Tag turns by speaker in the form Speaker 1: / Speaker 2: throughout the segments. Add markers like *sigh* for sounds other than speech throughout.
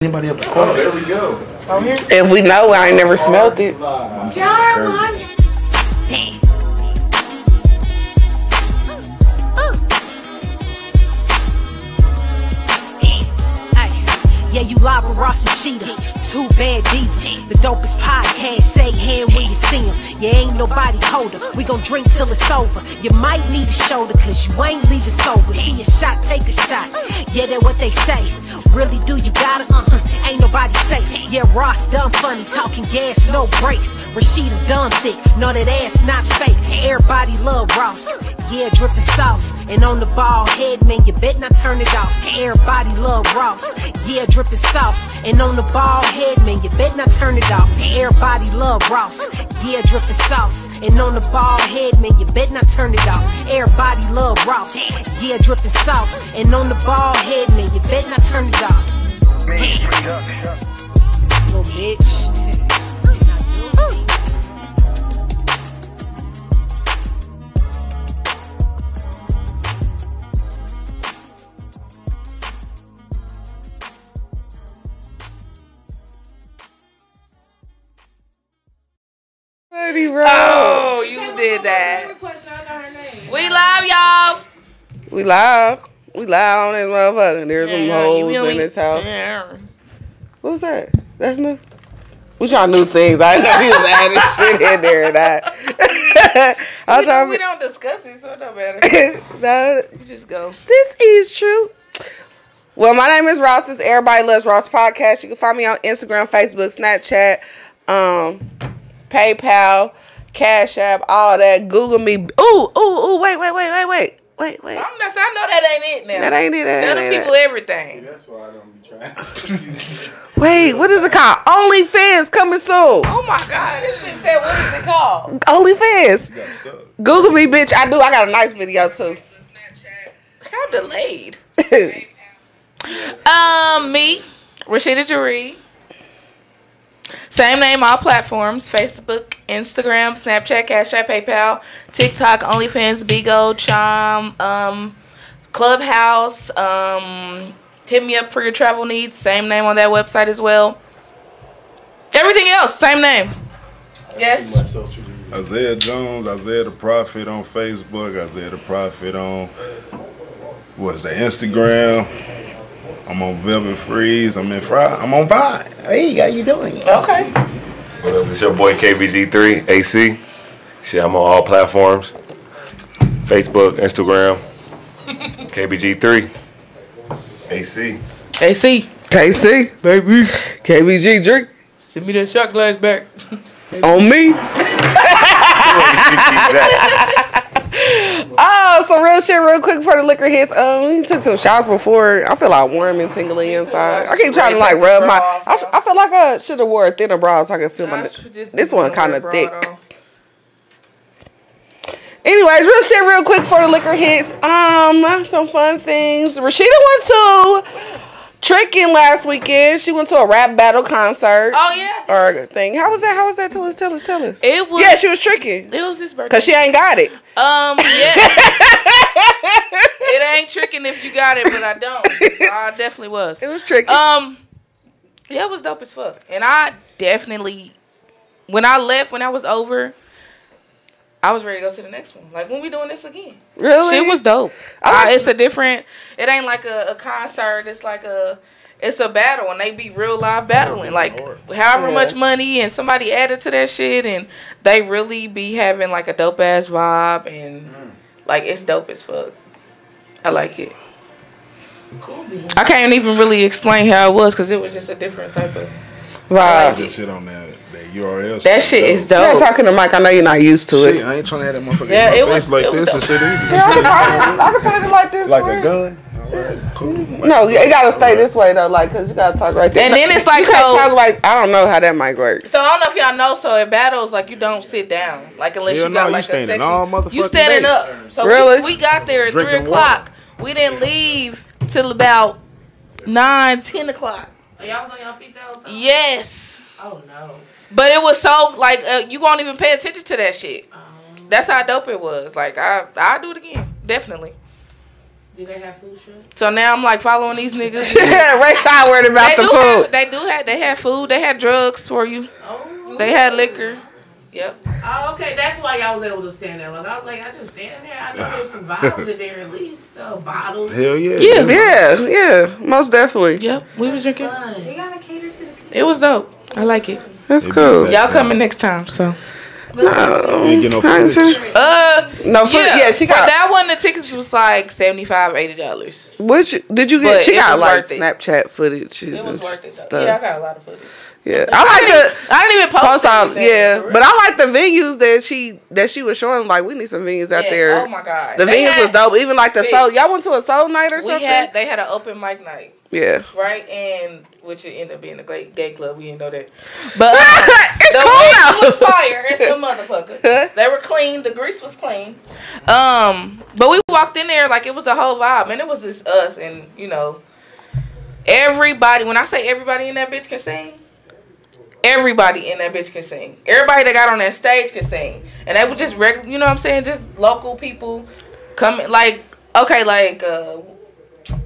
Speaker 1: Anybody up to
Speaker 2: Oh,
Speaker 1: court?
Speaker 2: there we go.
Speaker 3: If we know, I ain't never smelled it.
Speaker 4: Ay, Yeah, you live with Ross and Sheeta. Two bad divas. The dopest podcast. Say hand when you see him. You ain't nobody colder. We gon' drink till it's over. You might need a shoulder, cause you ain't leaving sober. See a shot, take a shot. Yeah, that what they say. Really, do you gotta? Uh-huh. Ain't nobody safe. Yeah, Ross done funny. Talking gas, no brakes. Rashida done thick. No, that ass not fake. Everybody love Ross. Yeah, drippin' sauce. And on the ball head, man, you bet not turn it off. Everybody love Ross. Yeah, drippin' sauce. And on the ball head, man, you bet not turn it off. Everybody love Ross. Yeah, drippin' sauce. And on the ball head, man, you bet not turn it off. Everybody love Ross. Yeah, drippin' sauce. And on the ball head, man, you bet not turn it off. Little bitch.
Speaker 3: Buddy, bro.
Speaker 5: Oh, you did that. We love y'all.
Speaker 3: We live. We live on this motherfucker. There's some
Speaker 5: Yeah, you
Speaker 3: hoes
Speaker 5: feel
Speaker 3: in
Speaker 5: me?
Speaker 3: this house.
Speaker 5: Yeah.
Speaker 3: What was that? That's new. We trying new things. I didn't know he was adding *laughs* shit in there or not. I was
Speaker 5: We
Speaker 3: trying
Speaker 5: don't discuss it, so it don't matter.
Speaker 3: to. *laughs* No,
Speaker 5: You just go.
Speaker 3: This is true. Well, my name is Ross. It's Everybody Loves Ross podcast. You can find me on Instagram, Facebook, Snapchat, um, PayPal, Cash App, all that. Google me. Ooh, ooh, ooh. Wait, wait, wait, wait, wait, wait, wait.
Speaker 5: I'm not. I know that ain't it now.
Speaker 3: That ain't it. That
Speaker 5: Tell them
Speaker 3: ain't
Speaker 5: people
Speaker 3: it.
Speaker 5: everything.
Speaker 2: That's why I don't be trying.
Speaker 3: Wait, what is it called? OnlyFans coming soon.
Speaker 5: Oh my God! This bitch said, "What is it called?"
Speaker 3: OnlyFans.
Speaker 2: Got stuck.
Speaker 3: Google me, bitch. I do. I got a nice video too. *laughs*
Speaker 5: How delayed? Um, me, Rashida Jaree. Same name, all platforms Facebook, Instagram, Snapchat, Cash App, PayPal, TikTok, OnlyFans, Bigo, Chom, um, Clubhouse. Um, hit me up for your travel needs. Same name on that website as well. Everything else, same name. Yes.
Speaker 2: Myself to read.
Speaker 6: Isaiah Jones, Isaiah the Prophet on Facebook, Isaiah the Prophet on what's the Instagram. I'm on Velvet Freeze. I'm in Fry. I'm on Vine. Hey, how you doing?
Speaker 5: Okay.
Speaker 7: What up? It's your boy KBG3 AC. Shit, I'm on all platforms Facebook, Instagram, KBG3
Speaker 6: *laughs*
Speaker 7: AC.
Speaker 5: AC,
Speaker 3: KC, baby. KBG drink
Speaker 5: send me that shot glass back.
Speaker 3: on me. Oh, so real shit, real quick before the liquor hits. Um, we took some shots before. I feel like warm and tingly inside. I keep trying to like rub my. I, s- I feel like I should have wore a thinner bra so I could feel my. This one kind of thick. Anyways, real shit, real quick before the liquor hits. Um, some fun things. Rashida went to tricking last weekend. She went to a rap battle concert
Speaker 5: Oh yeah.
Speaker 3: or a thing. How was that? How was that? Tell us, tell us, tell us.
Speaker 5: It was.
Speaker 3: Yeah, she was tricking
Speaker 5: It was his birthday.
Speaker 3: because she ain't got it.
Speaker 5: Um,
Speaker 3: *laughs*
Speaker 5: yeah. it ain't tricking if you got it, but I don't.
Speaker 3: *laughs*
Speaker 5: So I definitely was.
Speaker 3: It was tricky.
Speaker 5: Um, yeah, it was dope as fuck, and I definitely, when I left, when I was over, I was ready to go to the next one. Like when we doing this again?
Speaker 3: really,
Speaker 5: Shit was dope.
Speaker 3: I
Speaker 5: Uh,
Speaker 3: like-
Speaker 5: it's a different. It ain't like a, a concert. It's like a. It's a battle, and they be real live battling. Like however much money, and somebody added to that shit, and they really be having like a dope ass vibe, and
Speaker 6: Mm.
Speaker 5: like it's dope as fuck. I like it. I can't even really explain how it was because it was just a different type of.
Speaker 3: Wow.
Speaker 6: That shit on that, that URL.
Speaker 5: That shit is
Speaker 3: You're
Speaker 5: dope.
Speaker 3: not talking to Mike. I know you're not used to
Speaker 6: Shit,
Speaker 3: it.
Speaker 6: I ain't trying to have that motherfucker
Speaker 5: Yeah,
Speaker 6: in
Speaker 5: it
Speaker 6: my
Speaker 5: was-
Speaker 6: face like
Speaker 5: it was
Speaker 6: this and
Speaker 5: the- *laughs*
Speaker 6: shit
Speaker 3: I
Speaker 6: either.
Speaker 3: can turn it- I can turn it like this.
Speaker 6: like
Speaker 3: for
Speaker 6: a
Speaker 3: you.
Speaker 6: gun. Alright, cool.
Speaker 3: No, you it gotta stay this way though, like, cause you gotta talk right there.
Speaker 5: And then it's like,
Speaker 3: you can't
Speaker 5: so-
Speaker 3: talk like I don't know how that might work. *laughs*
Speaker 5: So I don't know if y'all know. So in battles, like you don't sit down, like unless
Speaker 6: Hell
Speaker 5: you
Speaker 6: no,
Speaker 5: got
Speaker 6: you
Speaker 5: like a
Speaker 6: standing
Speaker 5: section.
Speaker 6: all motherfucking
Speaker 5: you standing
Speaker 6: day.
Speaker 5: up. So
Speaker 3: Really?
Speaker 5: we, we got there at three
Speaker 6: Drinking
Speaker 5: o'clock. We didn't leave till about nine, ten o'clock.
Speaker 8: Y'all was on y'all feet the whole time?
Speaker 5: Yes,
Speaker 8: Oh no.
Speaker 5: but it was so like uh, you won't even pay attention to
Speaker 8: Um.
Speaker 5: that shit. That's how dope it was. Like I, I do it again, definitely.
Speaker 8: Do they have food truck?
Speaker 5: So now I'm like following
Speaker 8: *laughs*
Speaker 5: these niggas.
Speaker 3: Ray Shaw worried
Speaker 5: they
Speaker 3: about the
Speaker 5: do
Speaker 3: food.
Speaker 5: have they do have they had food, they had drugs for you.
Speaker 8: Oh.
Speaker 5: They had liquor. Yep.
Speaker 8: Oh, okay. That's why y'all was able to stand there. Like I was like, I just stand there. I know there's some bottles in there at least. Uh, bottles.
Speaker 6: Hell yeah.
Speaker 5: Yeah.
Speaker 6: That's-
Speaker 3: Yeah, yeah, most definitely.
Speaker 5: Yep. We was drinking.
Speaker 8: Fun.
Speaker 5: It was dope. I like it.
Speaker 3: That's
Speaker 6: They do
Speaker 3: cool.
Speaker 6: that.
Speaker 5: Y'all coming next time, so.
Speaker 6: You ain't get no
Speaker 3: I ain't
Speaker 6: footage.
Speaker 3: seen-
Speaker 5: Uh
Speaker 3: No, food. Yeah, she
Speaker 5: for
Speaker 3: got.
Speaker 5: that one the tickets was like 75 80 dollars.
Speaker 3: Which did you get?
Speaker 5: But
Speaker 3: She
Speaker 5: it
Speaker 3: got
Speaker 5: was
Speaker 3: like
Speaker 5: worth it.
Speaker 3: Snapchat footage and
Speaker 5: It was worth it though. Yeah, I
Speaker 3: stuff.
Speaker 5: got a lot of footage.
Speaker 3: Yeah, I like the.
Speaker 5: I didn't even post,
Speaker 3: Post all,
Speaker 5: anything,
Speaker 3: yeah,
Speaker 5: for
Speaker 3: but
Speaker 5: real.
Speaker 3: I like the venues that she that she was showing. Like, we need some venues out
Speaker 5: Yeah,
Speaker 3: there.
Speaker 5: Oh my god.
Speaker 3: The
Speaker 5: They
Speaker 3: venues
Speaker 5: had-
Speaker 3: was dope. Even like the soul.
Speaker 5: Bitch.
Speaker 3: Y'all went to a soul night or
Speaker 5: We
Speaker 3: something.
Speaker 5: had they had an open mic night.
Speaker 3: yeah,
Speaker 5: *laughs*
Speaker 3: *laughs*
Speaker 5: right? And which it ended up being a gay, gay club. We didn't know that.
Speaker 3: *laughs*
Speaker 5: But uh,
Speaker 3: it's
Speaker 5: the
Speaker 3: cool
Speaker 5: grease was
Speaker 3: though.
Speaker 5: fire. It's a *laughs* motherfucker. they were clean. The grease was clean. Um, but we walked in there like it was a whole vibe, and it was just us, and you know, everybody. When I say everybody in that bitch can sing. Everybody in that bitch can sing. Everybody that got on that stage can sing, and they was just regular. You know what I'm saying? Just local people coming. Like okay, like uh,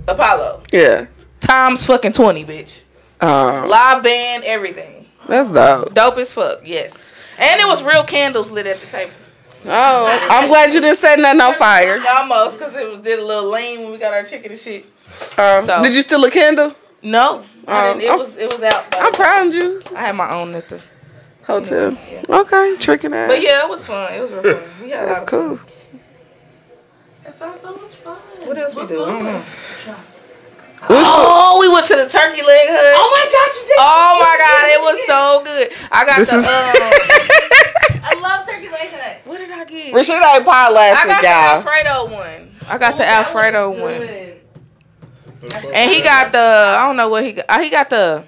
Speaker 5: Apollo
Speaker 3: *laughs* Yeah.
Speaker 5: times fucking twenty, bitch.
Speaker 3: Um,
Speaker 5: Live band, everything.
Speaker 3: that's dope.
Speaker 5: Dope as fuck, yes. And it was real candles lit at the table.
Speaker 3: Oh, I'm glad you didn't set nothing on fire.
Speaker 5: Almost, because it was, did a little lean when we got our chicken and shit.
Speaker 3: Um,
Speaker 5: So-
Speaker 3: Did you steal a candle?
Speaker 5: No. I
Speaker 3: Um,
Speaker 5: didn't. It
Speaker 3: I'm-
Speaker 5: was it was out.
Speaker 3: I'm
Speaker 5: Though.
Speaker 3: proud of you.
Speaker 5: I had my own at the
Speaker 3: Hotel.
Speaker 5: Yeah.
Speaker 3: Okay, tricking ass.
Speaker 5: But yeah, it was fun. It was real fun. We had a
Speaker 3: That's
Speaker 5: lot of-
Speaker 3: cool.
Speaker 8: That sounds so much fun.
Speaker 5: What else we
Speaker 8: What
Speaker 5: do? I
Speaker 8: food
Speaker 5: don't know.
Speaker 8: was-
Speaker 5: Oh, we went to the turkey leg hood.
Speaker 8: Oh my gosh, you did.
Speaker 5: Oh my god, it was so good. I got
Speaker 3: This
Speaker 5: the
Speaker 3: is-
Speaker 5: um,
Speaker 3: *laughs*
Speaker 8: I love turkey leg today.
Speaker 5: what did I get?
Speaker 3: Rashida ain't pod last
Speaker 5: I
Speaker 3: week,
Speaker 5: got the
Speaker 3: y'all.
Speaker 5: Alfredo one. I
Speaker 8: Oh,
Speaker 5: got the Alfredo one.
Speaker 8: one.
Speaker 5: And he got the I don't know what he got. uh, He got the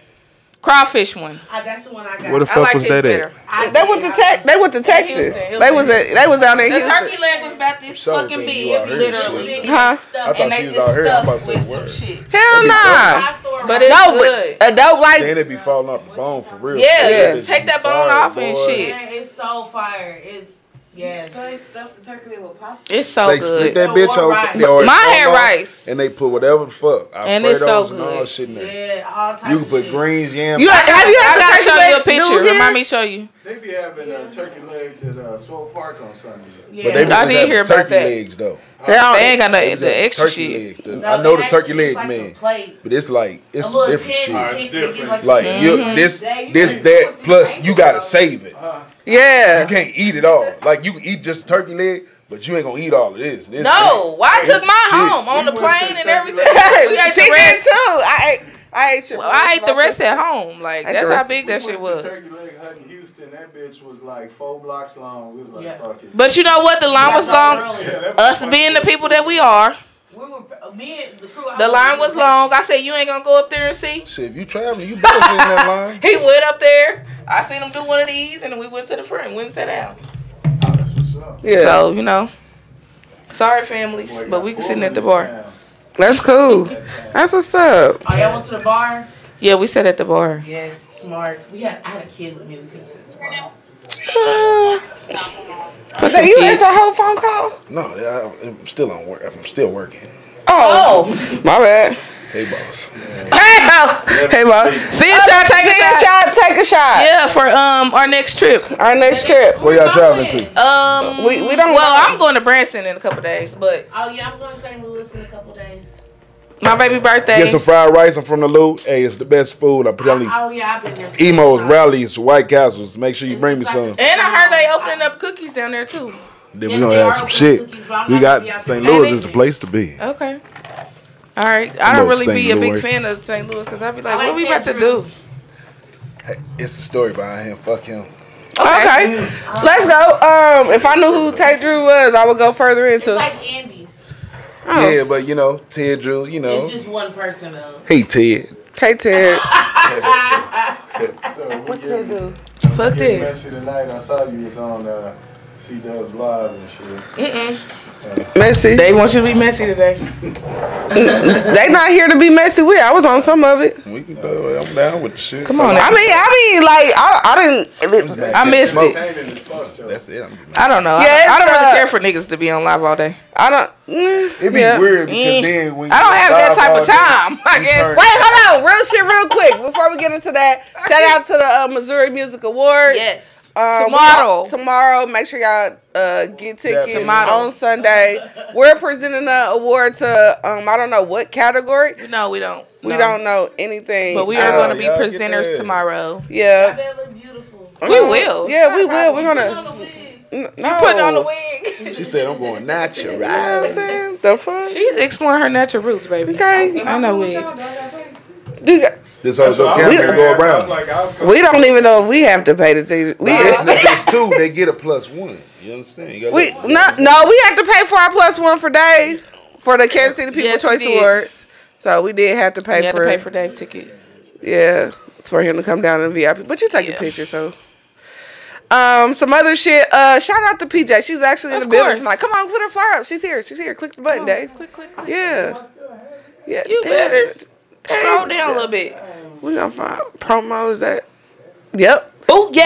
Speaker 5: crawfish one.
Speaker 8: I, that's the one I got.
Speaker 6: Where the
Speaker 5: I
Speaker 6: fuck
Speaker 5: like
Speaker 6: was
Speaker 5: his
Speaker 6: that
Speaker 5: better.
Speaker 6: at?
Speaker 8: I
Speaker 3: They
Speaker 8: did.
Speaker 3: went to
Speaker 8: I-
Speaker 3: Tex. They went to Texas.
Speaker 5: Houston.
Speaker 3: They was at, They was down there. in
Speaker 5: The
Speaker 3: Houston.
Speaker 5: turkey leg was about this
Speaker 6: So
Speaker 5: fucking
Speaker 6: big,
Speaker 5: big,
Speaker 6: you out here
Speaker 5: literally,
Speaker 6: and *laughs*
Speaker 8: Literally.
Speaker 3: Huh?
Speaker 8: Stuff.
Speaker 6: thought
Speaker 5: and they
Speaker 6: she was
Speaker 5: just
Speaker 6: out here. I'm about
Speaker 5: stuffed
Speaker 6: to
Speaker 5: with
Speaker 6: say
Speaker 5: some
Speaker 6: word.
Speaker 5: shit.
Speaker 3: Hell nah.
Speaker 8: I store
Speaker 5: But
Speaker 8: but
Speaker 5: it's
Speaker 3: No,
Speaker 5: good.
Speaker 3: but a dope
Speaker 6: Then
Speaker 3: like
Speaker 6: it be falling off the bone for real.
Speaker 5: Yeah,
Speaker 3: Yeah.
Speaker 6: bitch
Speaker 5: take
Speaker 6: be
Speaker 5: that bone
Speaker 6: fire,
Speaker 5: off and
Speaker 6: boy.
Speaker 5: shit.
Speaker 8: it's so fire. It's yes.
Speaker 1: So they stuffed the turkey leg with pasta.
Speaker 5: It's so
Speaker 6: They split
Speaker 5: good.
Speaker 6: that bitch
Speaker 8: Or
Speaker 6: open.
Speaker 8: rice.
Speaker 6: they already
Speaker 5: Mine
Speaker 6: fall
Speaker 5: had
Speaker 6: off,
Speaker 5: rice.
Speaker 6: And they put whatever the fuck.
Speaker 5: And it's so
Speaker 6: Alfredos And all
Speaker 5: good.
Speaker 6: shit in there.
Speaker 8: Yeah, uh, all types.
Speaker 6: You can put
Speaker 8: of
Speaker 6: greens, yam.
Speaker 3: you. Have you
Speaker 5: I
Speaker 3: had
Speaker 5: gotta
Speaker 3: the
Speaker 5: show you a
Speaker 3: turkey leg
Speaker 5: picture.
Speaker 3: dude here?
Speaker 5: Remind me to show you.
Speaker 1: They be having uh, turkey legs at uh, Swope Park on Sunday.
Speaker 8: Shit.
Speaker 6: But they be
Speaker 5: I
Speaker 6: just
Speaker 5: did
Speaker 6: having
Speaker 5: hear about
Speaker 6: turkey
Speaker 5: that.
Speaker 6: legs though.
Speaker 3: They don't-
Speaker 5: They ain't got no
Speaker 6: Just
Speaker 5: the extra
Speaker 6: turkey
Speaker 5: shit.
Speaker 6: leg, though.
Speaker 8: No,
Speaker 6: I know the
Speaker 8: they
Speaker 6: turkey
Speaker 8: actually-
Speaker 6: leg
Speaker 8: it's like
Speaker 6: man,
Speaker 8: a plate.
Speaker 6: but it's like
Speaker 8: A
Speaker 6: it's
Speaker 8: little
Speaker 6: different
Speaker 8: tin
Speaker 6: shit.
Speaker 1: Alright,
Speaker 8: thing
Speaker 1: different.
Speaker 8: that you like-
Speaker 6: Like you,
Speaker 5: Mm-hmm.
Speaker 6: this, this, that. Plus, you gotta save it.
Speaker 3: *laughs*
Speaker 6: You
Speaker 3: Yeah.
Speaker 6: can't eat it all. Like you can eat just turkey leg, but you ain't gonna eat all of this. This-
Speaker 5: No, well, I took mine
Speaker 6: shit.
Speaker 5: home on the
Speaker 1: We went to
Speaker 5: plane and
Speaker 1: Turkey
Speaker 5: everything.
Speaker 1: Leg.
Speaker 6: *laughs*
Speaker 5: We ate
Speaker 3: she
Speaker 5: the
Speaker 3: did
Speaker 5: rest.
Speaker 3: too. I ate. I ate. your-
Speaker 5: I ate the rest at home. Like
Speaker 3: Ate the
Speaker 5: that's
Speaker 3: rest.
Speaker 5: how big that shit was.
Speaker 1: Turkey leg hut in Houston. That bitch was like four blocks long. We was like,
Speaker 8: Yeah.
Speaker 1: fuck it.
Speaker 5: But you know what? The line was long.
Speaker 1: Yeah, that was
Speaker 5: Us
Speaker 1: funny.
Speaker 5: being the people that we are,
Speaker 8: We were me and the crew. I
Speaker 5: the line was
Speaker 8: with-
Speaker 5: long. I said, "You ain't gonna go up there and see."
Speaker 6: Shit, if you traveling, you better get in that line.
Speaker 5: He went up there. I seen him do one of these, and then we went to the front, went and sat down.
Speaker 1: Oh, that's what's up.
Speaker 3: Yeah,
Speaker 5: So you know, sorry families,
Speaker 1: Boy,
Speaker 5: but
Speaker 1: got
Speaker 5: we can
Speaker 1: four
Speaker 5: sitting at the
Speaker 1: minutes
Speaker 5: bar.
Speaker 1: now.
Speaker 3: that's cool. That's what's up.
Speaker 8: Oh, y'all went to the bar.
Speaker 5: Yeah, we sat at the bar. *laughs*
Speaker 8: Yes, smart. We had I had a kid with me. We could sit at the bar.
Speaker 5: Uh,
Speaker 3: But then you answer a whole phone call.
Speaker 6: No, I, I'm still on work. I'm still working.
Speaker 3: Oh, my bad.
Speaker 6: Hey, boss.
Speaker 3: Hey, hey, boss.
Speaker 5: see you, shot, take
Speaker 3: Take
Speaker 5: a
Speaker 3: a
Speaker 5: shot.
Speaker 3: shot. Take a shot.
Speaker 5: Yeah, for um our next trip.
Speaker 3: Our next trip.
Speaker 6: Where y'all traveling to?
Speaker 5: Um,
Speaker 3: We- we don't
Speaker 5: Well,
Speaker 3: know.
Speaker 5: I'm going to Branson in a couple days, but
Speaker 8: Oh yeah, I'm going to St. Louis in a couple days.
Speaker 5: my baby birthday.
Speaker 6: Get some fried rice. I'm from the Lou. Hey, it's the best food. I'm telling you.
Speaker 8: Oh yeah, I've been there.
Speaker 6: Emos, rallies, White Castles. Make sure you bring me
Speaker 8: It's like
Speaker 6: some.
Speaker 8: a-
Speaker 5: and I heard they opening up cookies down there too.
Speaker 6: Then
Speaker 8: Yes,
Speaker 6: we gonna
Speaker 8: they
Speaker 6: have
Speaker 8: are
Speaker 6: some
Speaker 8: open
Speaker 6: shit.
Speaker 8: cookies, but I'm
Speaker 6: We
Speaker 8: not
Speaker 6: got
Speaker 8: gonna be out
Speaker 6: St.
Speaker 8: there.
Speaker 6: Louis is the place to be.
Speaker 5: Okay. All right. I
Speaker 6: Love
Speaker 5: don't really
Speaker 6: St.
Speaker 5: be a big
Speaker 6: Louis.
Speaker 5: fan of St. Louis because I'd be
Speaker 8: I
Speaker 5: like,
Speaker 8: like
Speaker 5: what we about to do?
Speaker 8: Tangerines.
Speaker 6: Hey, it's the story behind him. Fuck him.
Speaker 3: Okay. Let's go. Um, if I knew who Tay Drew was, I would go further
Speaker 8: It's
Speaker 3: into. it.
Speaker 8: like Andy's.
Speaker 3: Oh.
Speaker 6: Yeah, but you know, Ted Drew, you know.
Speaker 8: It's just one person though.
Speaker 6: hey, Ted.
Speaker 3: Hey, Ted.
Speaker 1: So we getting-
Speaker 5: Fuck
Speaker 1: getting
Speaker 5: this.
Speaker 1: messy tonight. I saw you was on uh, C Dub's live and shit.
Speaker 3: Messy.
Speaker 5: They want you to be messy today.
Speaker 3: They not here to be messy with. I was on some of it.
Speaker 6: We can do it. I'm down with the shit.
Speaker 5: Come on.
Speaker 3: I
Speaker 5: now.
Speaker 3: mean, I mean, like I, I didn't.
Speaker 5: I missed it.
Speaker 1: Entertaining as fuck.
Speaker 6: I'm just, that's it. I'm just not-
Speaker 5: I don't know. I-
Speaker 3: Yeah, it's,
Speaker 5: I, don't really
Speaker 3: uh,
Speaker 5: care for niggas to be on live all day.
Speaker 3: I don't. mm,
Speaker 6: It'd be
Speaker 3: yeah.
Speaker 6: weird because
Speaker 5: Eh,
Speaker 6: then when
Speaker 5: I
Speaker 6: you
Speaker 5: don't have that
Speaker 6: live
Speaker 5: type
Speaker 6: all
Speaker 5: of
Speaker 6: day,
Speaker 5: time. I
Speaker 6: you
Speaker 5: guess.
Speaker 6: turn-
Speaker 3: Wait, hold on. Real shit, real quick. Before we get into that, shout out to the uh, Missouri Music Awards.
Speaker 5: Yes.
Speaker 3: Um, we
Speaker 5: Tomorrow.
Speaker 3: all- tomorrow. Make sure y'all uh, get tickets
Speaker 5: Tomorrow.
Speaker 3: on Sunday. We're presenting an award to um, I don't know what category.
Speaker 5: No, we don't.
Speaker 3: We
Speaker 5: No.
Speaker 3: don't know anything.
Speaker 5: But we are
Speaker 3: Uh,
Speaker 5: going to be
Speaker 6: y'all get
Speaker 5: presenters
Speaker 6: that.
Speaker 5: tomorrow.
Speaker 8: I
Speaker 3: Yeah.
Speaker 8: bet look beautiful.
Speaker 3: We
Speaker 5: will.
Speaker 3: Oh, Yeah, we will. We're gonna.
Speaker 8: On the wig.
Speaker 3: n- No.
Speaker 5: You putting on the wig.
Speaker 6: She said, I'm going
Speaker 5: *laughs*
Speaker 6: natural.
Speaker 3: You know what I'm saying? The fuck.
Speaker 5: She's exploring her natural roots, baby.
Speaker 3: Okay.
Speaker 5: I know wig.
Speaker 3: Do you-
Speaker 6: This whole
Speaker 1: So I was
Speaker 6: camera
Speaker 1: gonna
Speaker 6: go
Speaker 1: ask, I was
Speaker 6: around.
Speaker 1: like, I'll come-
Speaker 3: We don't even know if we have to pay the ticket. We
Speaker 6: Nah, it's niggas too. They get a plus one. You understand? You gotta
Speaker 3: we
Speaker 6: look.
Speaker 3: no no we have to pay for our plus one for Dave for the Kansas City People
Speaker 5: Yes, we
Speaker 3: Choice
Speaker 5: did.
Speaker 3: Awards. So we did have to pay
Speaker 5: You had
Speaker 3: for
Speaker 5: to pay
Speaker 3: it.
Speaker 5: for Dave ticket.
Speaker 3: Yeah, it's for him to come down in VIP. But you take a
Speaker 5: Yeah.
Speaker 3: picture, so. Um, some other shit. Uh, shout out to PJ. She's actually in
Speaker 5: Of
Speaker 3: the building
Speaker 5: course.
Speaker 3: tonight. Come on, put her flyer up. She's here. She's here. Click the button, Dave.
Speaker 5: Quick, quick, quick.
Speaker 3: Yeah. Yeah.
Speaker 5: You
Speaker 3: damn
Speaker 5: better
Speaker 3: it.
Speaker 5: Scroll down a little bit.
Speaker 3: We gonna find promos that. Yep.
Speaker 5: Oh yeah.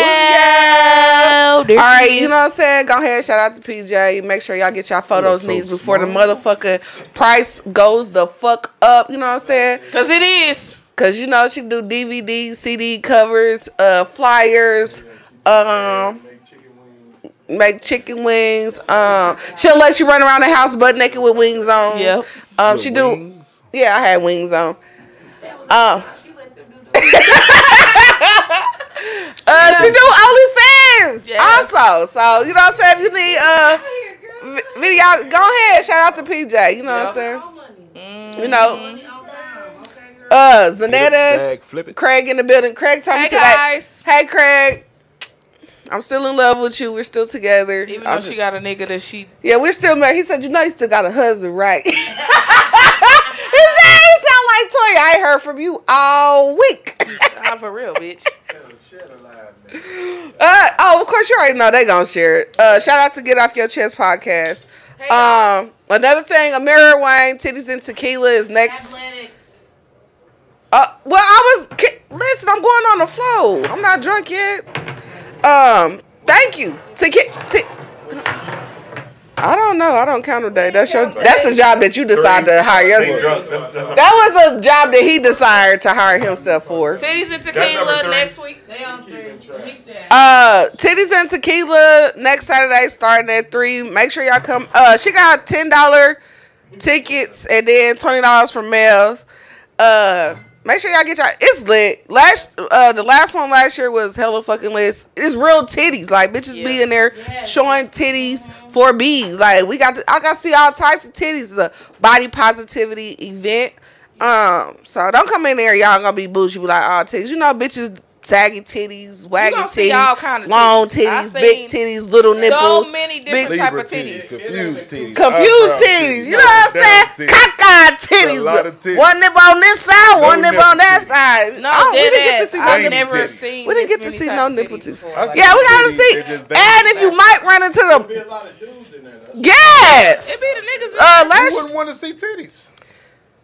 Speaker 5: All
Speaker 3: All right, you know what I'm saying? Go ahead, shout out to PJ. Make sure y'all get y'all photos
Speaker 6: so
Speaker 3: needs before the motherfucking price goes the fuck up. You know what I'm saying?
Speaker 5: Cause it is.
Speaker 3: Cause you know she do DVD, CD covers, uh, flyers, um, make chicken wings. Um, she'll let you run around the house butt naked with wings on.
Speaker 5: Yep.
Speaker 3: Um, she do. Yeah, I had wings on. Um,
Speaker 8: She went through the
Speaker 3: *laughs* Uh, she do OnlyFans
Speaker 5: Yeah.
Speaker 3: also. So you know what I'm saying. If you need uh vi- video, go ahead. Shout out to PJ. You know what I'm saying.
Speaker 8: no money.
Speaker 3: You know,
Speaker 8: On time, okay, girl.
Speaker 3: uh,
Speaker 6: Get a bag,
Speaker 3: Zanetta's
Speaker 6: flip it.
Speaker 3: Craig in the building. Craig told me
Speaker 5: Hey
Speaker 3: today.
Speaker 5: guys.
Speaker 3: Hey Craig, I'm still in love with you. We're still together.
Speaker 5: Even
Speaker 3: I'm
Speaker 5: though she
Speaker 3: just-
Speaker 5: got a nigga that she
Speaker 3: yeah, we're still married. He said, you know, you still got a husband, right? *laughs* he said, you sound like Toya. I ain't heard from you all week. *laughs*
Speaker 5: ah, for real, bitch.
Speaker 3: Uh, oh, of course you already know they gonna share it. Uh, shout out to Get Off Your Chest podcast. Um, another thing, a mirror wine, titties and tequila is next.
Speaker 8: Athletics.
Speaker 3: Uh, well, I was ki- listen. I'm going on the flow. I'm not drunk yet. Um, thank you. Tequi- te- I don't know. I don't count a day. That's your. That's a job that you decide to hire
Speaker 7: Ain't
Speaker 3: yourself.
Speaker 7: drunk. That's, that's, that's,
Speaker 3: That was a job that he desired to hire himself for.
Speaker 5: *laughs* Titties and
Speaker 7: number
Speaker 5: tequila
Speaker 7: three.
Speaker 5: next week.
Speaker 8: They on three. He said.
Speaker 6: Ah.
Speaker 3: Uh, titties and tequila next Saturday starting at three. Make sure y'all come. Uh, she got ten dollar tickets and then twenty dollars for males. Uh, make sure y'all get y'all. It's lit. Last uh, the last one last year was hella fucking lit. It's real titties. Like bitches be
Speaker 5: Yeah.
Speaker 3: in there
Speaker 8: Yes.
Speaker 3: showing titties for bees. Like we got. The, I got to see all types of titties. It's a body positivity event. Um, so don't come in there, y'all gonna be bougie, be like, oh, titties. You know, bitches, saggy titties, waggy
Speaker 5: gonna see
Speaker 3: titties,
Speaker 5: all kind of
Speaker 3: long
Speaker 5: titties. I
Speaker 3: titties, big titties, little nipples,
Speaker 5: So many
Speaker 3: big-
Speaker 5: different type
Speaker 6: Libra
Speaker 5: of titties.
Speaker 6: titties, confused titties,
Speaker 3: confused
Speaker 6: eyebrow
Speaker 3: titties. You know what I'm
Speaker 6: down
Speaker 3: saying? Cockeyed
Speaker 6: It's a lot of
Speaker 3: titties.
Speaker 6: titties.
Speaker 3: One nip on this side, one nip
Speaker 6: nipple
Speaker 3: on that
Speaker 6: titties.
Speaker 3: side.
Speaker 5: No,
Speaker 3: Oh, we
Speaker 5: dead
Speaker 3: didn't get to
Speaker 5: ass.
Speaker 3: see no
Speaker 5: I've
Speaker 6: nipple
Speaker 5: never
Speaker 6: titties.
Speaker 5: seen.
Speaker 3: We didn't
Speaker 5: this
Speaker 3: get to
Speaker 5: many
Speaker 3: see
Speaker 5: type
Speaker 3: no
Speaker 5: of
Speaker 3: nipple
Speaker 5: titties
Speaker 3: titties.
Speaker 5: before.
Speaker 6: I see
Speaker 3: Yeah, we gotta
Speaker 6: titties,
Speaker 3: see.
Speaker 6: they
Speaker 3: And
Speaker 6: just bang.
Speaker 3: if you might run into
Speaker 1: Be a
Speaker 3: the
Speaker 1: lot of dudes in there. That's-
Speaker 5: It
Speaker 3: yes,
Speaker 5: be the niggas. in
Speaker 3: uh,
Speaker 5: there.
Speaker 6: Who
Speaker 3: last
Speaker 6: wouldn't want to see titties?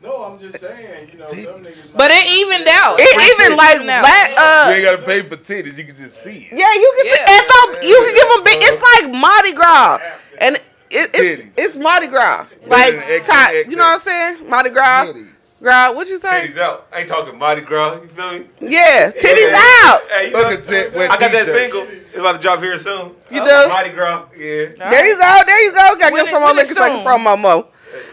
Speaker 1: No, I'm just saying, you know, some niggas.
Speaker 5: but it evened out.
Speaker 3: it even
Speaker 5: Titties
Speaker 3: like
Speaker 5: evened out.
Speaker 3: last
Speaker 6: You
Speaker 3: uh,
Speaker 6: ain't gotta pay for titties. You can just see it.
Speaker 3: Yeah, you can see.
Speaker 5: Yeah.
Speaker 3: And do you can give them big. It's like Mardi Gras, and it, it's
Speaker 6: Titties.
Speaker 3: it's Mardi Gras. Like
Speaker 6: X,
Speaker 3: ty-
Speaker 6: X,
Speaker 3: you know what I'm
Speaker 6: X.
Speaker 3: saying? Mardi Gras.
Speaker 6: Titties.
Speaker 3: Gras, what you say?
Speaker 7: titties out. I ain't talking Mardi Gras. You feel me?
Speaker 3: Yeah, titties
Speaker 7: Yeah.
Speaker 3: out.
Speaker 7: Hey, you
Speaker 6: Look
Speaker 7: know,
Speaker 6: at that wet
Speaker 7: I got that
Speaker 6: t-shirt.
Speaker 7: single. It's about to drop here soon.
Speaker 3: You do?
Speaker 7: Mardi Gras. Yeah.
Speaker 3: There you go. There you go. Gotta
Speaker 5: When
Speaker 3: give
Speaker 5: it-
Speaker 3: some
Speaker 5: when
Speaker 3: other
Speaker 5: it
Speaker 3: so I can
Speaker 5: soon?
Speaker 3: promo more.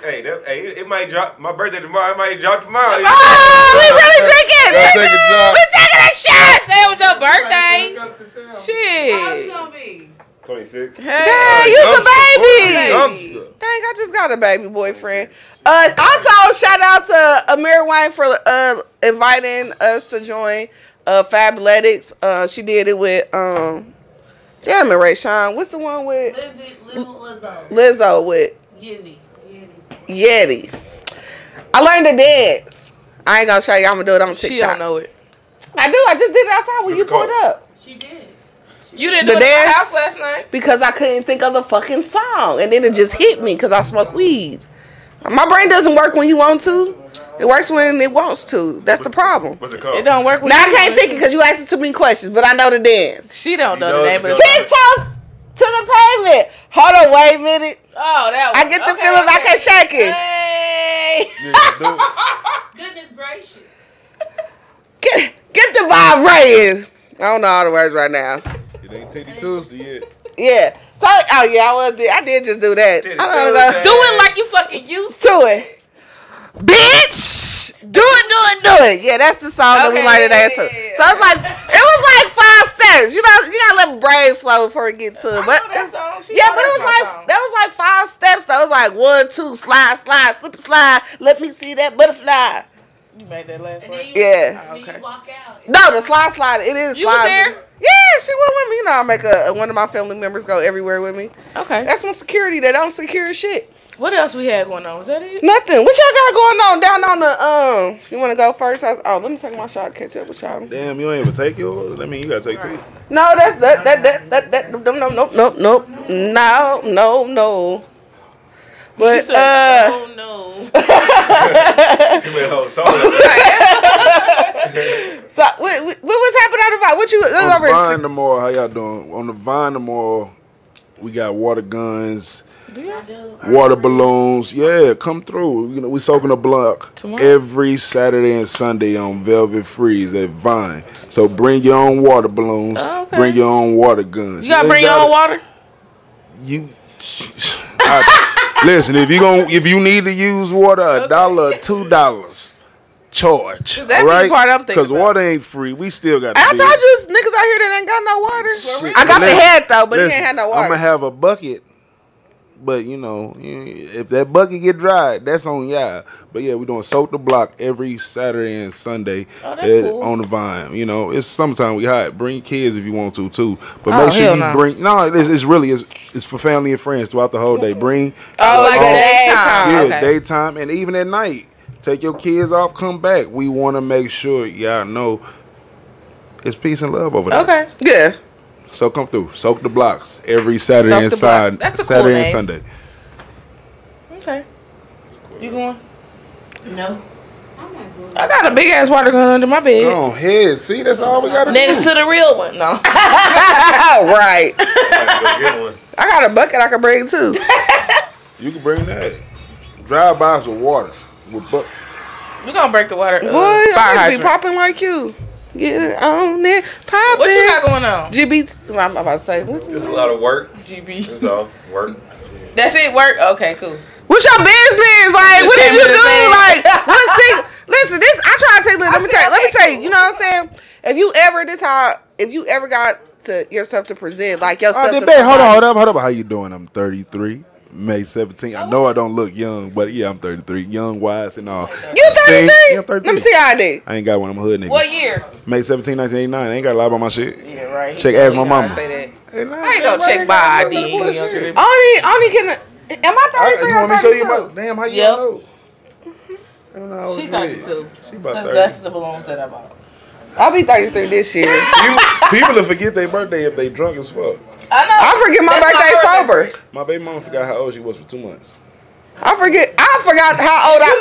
Speaker 7: Hey, that, hey, it, it might drop. My birthday tomorrow. It might drop tomorrow.
Speaker 3: Oh,
Speaker 5: Ah,
Speaker 3: we really drinking.
Speaker 6: Let's
Speaker 3: We
Speaker 6: take a drop.
Speaker 3: taking a
Speaker 5: I
Speaker 3: shot.
Speaker 5: said it was your birthday.
Speaker 8: How's it
Speaker 5: Shit.
Speaker 8: gonna be?
Speaker 7: 26.
Speaker 5: Hey.
Speaker 3: Dang, you's a baby.
Speaker 6: Dumpster.
Speaker 3: Dang, I just got a baby boyfriend. Uh, also, shout out to Amir Wine for uh, inviting us to join uh, Fabletics. Uh, she did it with, um, damn it, Ray Sean. What's the one with
Speaker 8: Lizzie, little Lizzo,
Speaker 3: Lizzo with
Speaker 8: Yiddy.
Speaker 3: Yeti? I learned to dance. I ain't gonna show you. I'm gonna do it on TikTok.
Speaker 5: She don't know it.
Speaker 3: I do. I just did it outside when
Speaker 7: What's
Speaker 3: you
Speaker 7: it called?
Speaker 3: pulled up
Speaker 8: She did.
Speaker 5: You didn't
Speaker 3: The
Speaker 5: do it at my
Speaker 3: dance?
Speaker 5: house last night.
Speaker 3: because I couldn't think of the fucking song, and then it just hit me because I smoke weed. My brain doesn't work when you want to. It works when it wants to. That's the problem.
Speaker 7: What's it called?
Speaker 5: It don't work. with
Speaker 3: Now I
Speaker 5: you,
Speaker 3: can't
Speaker 5: but
Speaker 3: think it because you asking too many questions, but I know the dance.
Speaker 5: She don't know
Speaker 7: knows
Speaker 5: the name of
Speaker 7: it's
Speaker 5: the.
Speaker 3: TikTok to the pavement. Hold on, wait a minute.
Speaker 5: Oh, that.
Speaker 3: I get the
Speaker 5: okay,
Speaker 3: feeling I
Speaker 5: okay.
Speaker 3: can shake it.
Speaker 5: Hey.
Speaker 6: Nigga, do it.
Speaker 8: Goodness gracious.
Speaker 3: Get, get the vibe right in. I don't know all the words right now.
Speaker 6: It ain't Titty Tuesday yet.
Speaker 3: Yeah. So, oh yeah, I was. I did just do that. I
Speaker 7: Did it
Speaker 3: don't
Speaker 7: do
Speaker 3: know.
Speaker 7: that.
Speaker 5: Do it like you fucking used.
Speaker 3: to it. Bitch! Do it, do it, do it. Yeah, that's the song that we
Speaker 5: Okay,
Speaker 3: learned today.
Speaker 5: yeah, yeah,
Speaker 3: So,
Speaker 5: yeah,
Speaker 3: so it's like it was like five steps. You know, you gotta let the brain flow before it get to
Speaker 5: I
Speaker 3: it. But
Speaker 5: know that song. She
Speaker 3: Uh, yeah,
Speaker 5: know
Speaker 3: but it was
Speaker 5: that's my
Speaker 3: like
Speaker 5: song.
Speaker 3: that was like five steps. That was like one, two, slide, slide, slip, and slide. Let me see that butterfly.
Speaker 5: You made that last
Speaker 8: And then
Speaker 5: one.
Speaker 8: you,
Speaker 3: Yeah.
Speaker 8: then
Speaker 5: Okay.
Speaker 8: you walk out.
Speaker 3: No, the slide, slide. It is
Speaker 5: You was
Speaker 3: slide.
Speaker 5: there?
Speaker 3: Yeah, she went with me. You know, I make a, one of my family members go everywhere with me.
Speaker 5: Okay.
Speaker 3: That's my security. That don't secure shit.
Speaker 5: What else we had going on? Was that it?
Speaker 3: Nothing. What y'all got going on down on the um? You want to go first? I, oh, let me take my shot. Catch up with y'all.
Speaker 6: Damn, you ain't even take yours? I mean, you gotta take two.
Speaker 3: No, that's that that that that that no no no no no no no no.
Speaker 5: She
Speaker 3: But
Speaker 5: said,
Speaker 3: uh,
Speaker 5: oh no.
Speaker 7: She went "Oh, whole solo.
Speaker 3: so what, what what was happening on the vibe? What you
Speaker 6: On the
Speaker 3: what
Speaker 6: Vine
Speaker 3: you
Speaker 6: tomorrow, how y'all doing? On the Vine tomorrow, we got water guns, water balloons. Yeah, come through. You know, we soaking a block
Speaker 5: Tomorrow?
Speaker 6: every Saturday and Sunday on Velvet Freeze at Vine. So bring your own water balloons.
Speaker 5: Oh, okay.
Speaker 6: Bring your own water guns.
Speaker 5: You gotta
Speaker 6: ain't
Speaker 5: bring your own
Speaker 6: gotta-
Speaker 5: water.
Speaker 6: You I- listen. If you gon' if you need to use water, a dollar, or two dollars. Charge,
Speaker 5: That be the
Speaker 6: right?
Speaker 5: part I'm thinking
Speaker 6: Because
Speaker 5: about.
Speaker 6: water ain't free. We still got.
Speaker 3: I told you niggas out here that ain't got no water.
Speaker 6: Shit.
Speaker 3: I got the
Speaker 6: Listen,
Speaker 3: head though, but he
Speaker 6: listen,
Speaker 3: ain't had no
Speaker 6: I'ma
Speaker 3: water.
Speaker 6: have a bucket, but you know, you- if that bucket get dry, that's on y'all. But yeah, we doing soak the block every Saturday and Sunday
Speaker 5: Oh, that's
Speaker 6: at-
Speaker 5: cool.
Speaker 6: on the Vine. You know, it's summertime. We hot. Bring kids if you want to too, but
Speaker 5: Oh,
Speaker 6: make sure
Speaker 5: hell
Speaker 6: you
Speaker 5: no.
Speaker 6: bring. No, it's, it's really it's, it's for family and friends throughout the whole day. Bring
Speaker 3: Oh, like
Speaker 6: all-
Speaker 3: the daytime.
Speaker 6: yeah,
Speaker 5: okay.
Speaker 6: daytime and even at night. Take your kids off, come back. We want to make sure y'all know it's peace and love over there.
Speaker 5: Okay.
Speaker 3: Yeah. *laughs*
Speaker 6: So come through. Soak the blocks every Saturday
Speaker 5: Soak
Speaker 6: and
Speaker 5: the block.
Speaker 6: Sun-
Speaker 5: That's a cool
Speaker 6: Saturday and
Speaker 5: name.
Speaker 6: Sunday.
Speaker 5: Okay. You going?
Speaker 8: No.
Speaker 5: I got a big ass water gun under my bed.
Speaker 6: Go on head. See, that's all we gotta
Speaker 5: Next
Speaker 6: do.
Speaker 5: to the real one. No. *laughs*
Speaker 3: right.
Speaker 7: Go get one.
Speaker 3: I got a bucket I can bring
Speaker 5: *laughs*
Speaker 3: too.
Speaker 6: You can bring that. Dry box with water. With bu-
Speaker 5: We're gonna break the water. Uh,
Speaker 3: Boy, I
Speaker 5: fire hydrant.
Speaker 3: be popping like you. Get it on it, popping.
Speaker 5: what you got going on?
Speaker 3: GB. I'm about to say. What's
Speaker 7: It's a lot of work.
Speaker 5: GB.
Speaker 7: It's all work.
Speaker 5: That's it. Work. Okay. Cool.
Speaker 3: What's your business? Like,
Speaker 5: Just
Speaker 3: what did
Speaker 5: saying
Speaker 3: you
Speaker 5: what
Speaker 3: do?
Speaker 5: I'm saying.
Speaker 3: Like,
Speaker 5: *laughs*
Speaker 3: what's see? Listen, this I try to tell you. Let me
Speaker 5: see,
Speaker 3: tell you. Let me
Speaker 5: okay,
Speaker 3: tell you.
Speaker 5: cool.
Speaker 3: You know what I'm saying? If you ever this how if you ever got to yourself to present like yourself.
Speaker 6: oh,
Speaker 3: to
Speaker 6: babe, hold
Speaker 3: somebody.
Speaker 6: on, hold up, hold up. How you doing? I'm 33. May 17. I know I don't look young, but yeah, I'm 33. Young, wise, and all.
Speaker 3: You
Speaker 6: Sing.
Speaker 3: 33?
Speaker 6: Yeah, I'm 33.
Speaker 3: Let me see how I did.
Speaker 6: I ain't got one. I'm a hood nigga.
Speaker 5: What year?
Speaker 6: May 17, 1989. I ain't got to lie about my shit.
Speaker 5: Yeah. Right.
Speaker 6: Check ask
Speaker 5: You
Speaker 6: my
Speaker 5: know I
Speaker 6: mama.
Speaker 5: Say that.
Speaker 6: Hey, nah,
Speaker 5: I ain't
Speaker 6: man,
Speaker 5: gonna
Speaker 6: why
Speaker 5: check
Speaker 6: they
Speaker 5: my
Speaker 6: gotta look
Speaker 5: ID
Speaker 6: at
Speaker 5: and
Speaker 6: bullshit?
Speaker 5: get
Speaker 3: Only only can. Am I
Speaker 6: I,
Speaker 3: 33
Speaker 6: you
Speaker 3: or
Speaker 6: want me to show you
Speaker 3: 32?
Speaker 6: about? Damn, how you
Speaker 5: Yep.
Speaker 6: don't know? I don't know. how old
Speaker 5: She
Speaker 6: you
Speaker 5: thought you
Speaker 6: is.
Speaker 5: too.
Speaker 6: She about
Speaker 5: 'Cause
Speaker 6: 30.
Speaker 5: that's the balloons that I bought.
Speaker 3: I'll be 33 this year.
Speaker 6: people, people will forget their birthday if they drunk as fuck.
Speaker 5: I know.
Speaker 3: I forget my
Speaker 5: That's
Speaker 3: birthday sober.
Speaker 6: My baby mama forgot how old she was for two months.
Speaker 3: I forget. I forgot how old
Speaker 5: You
Speaker 3: I.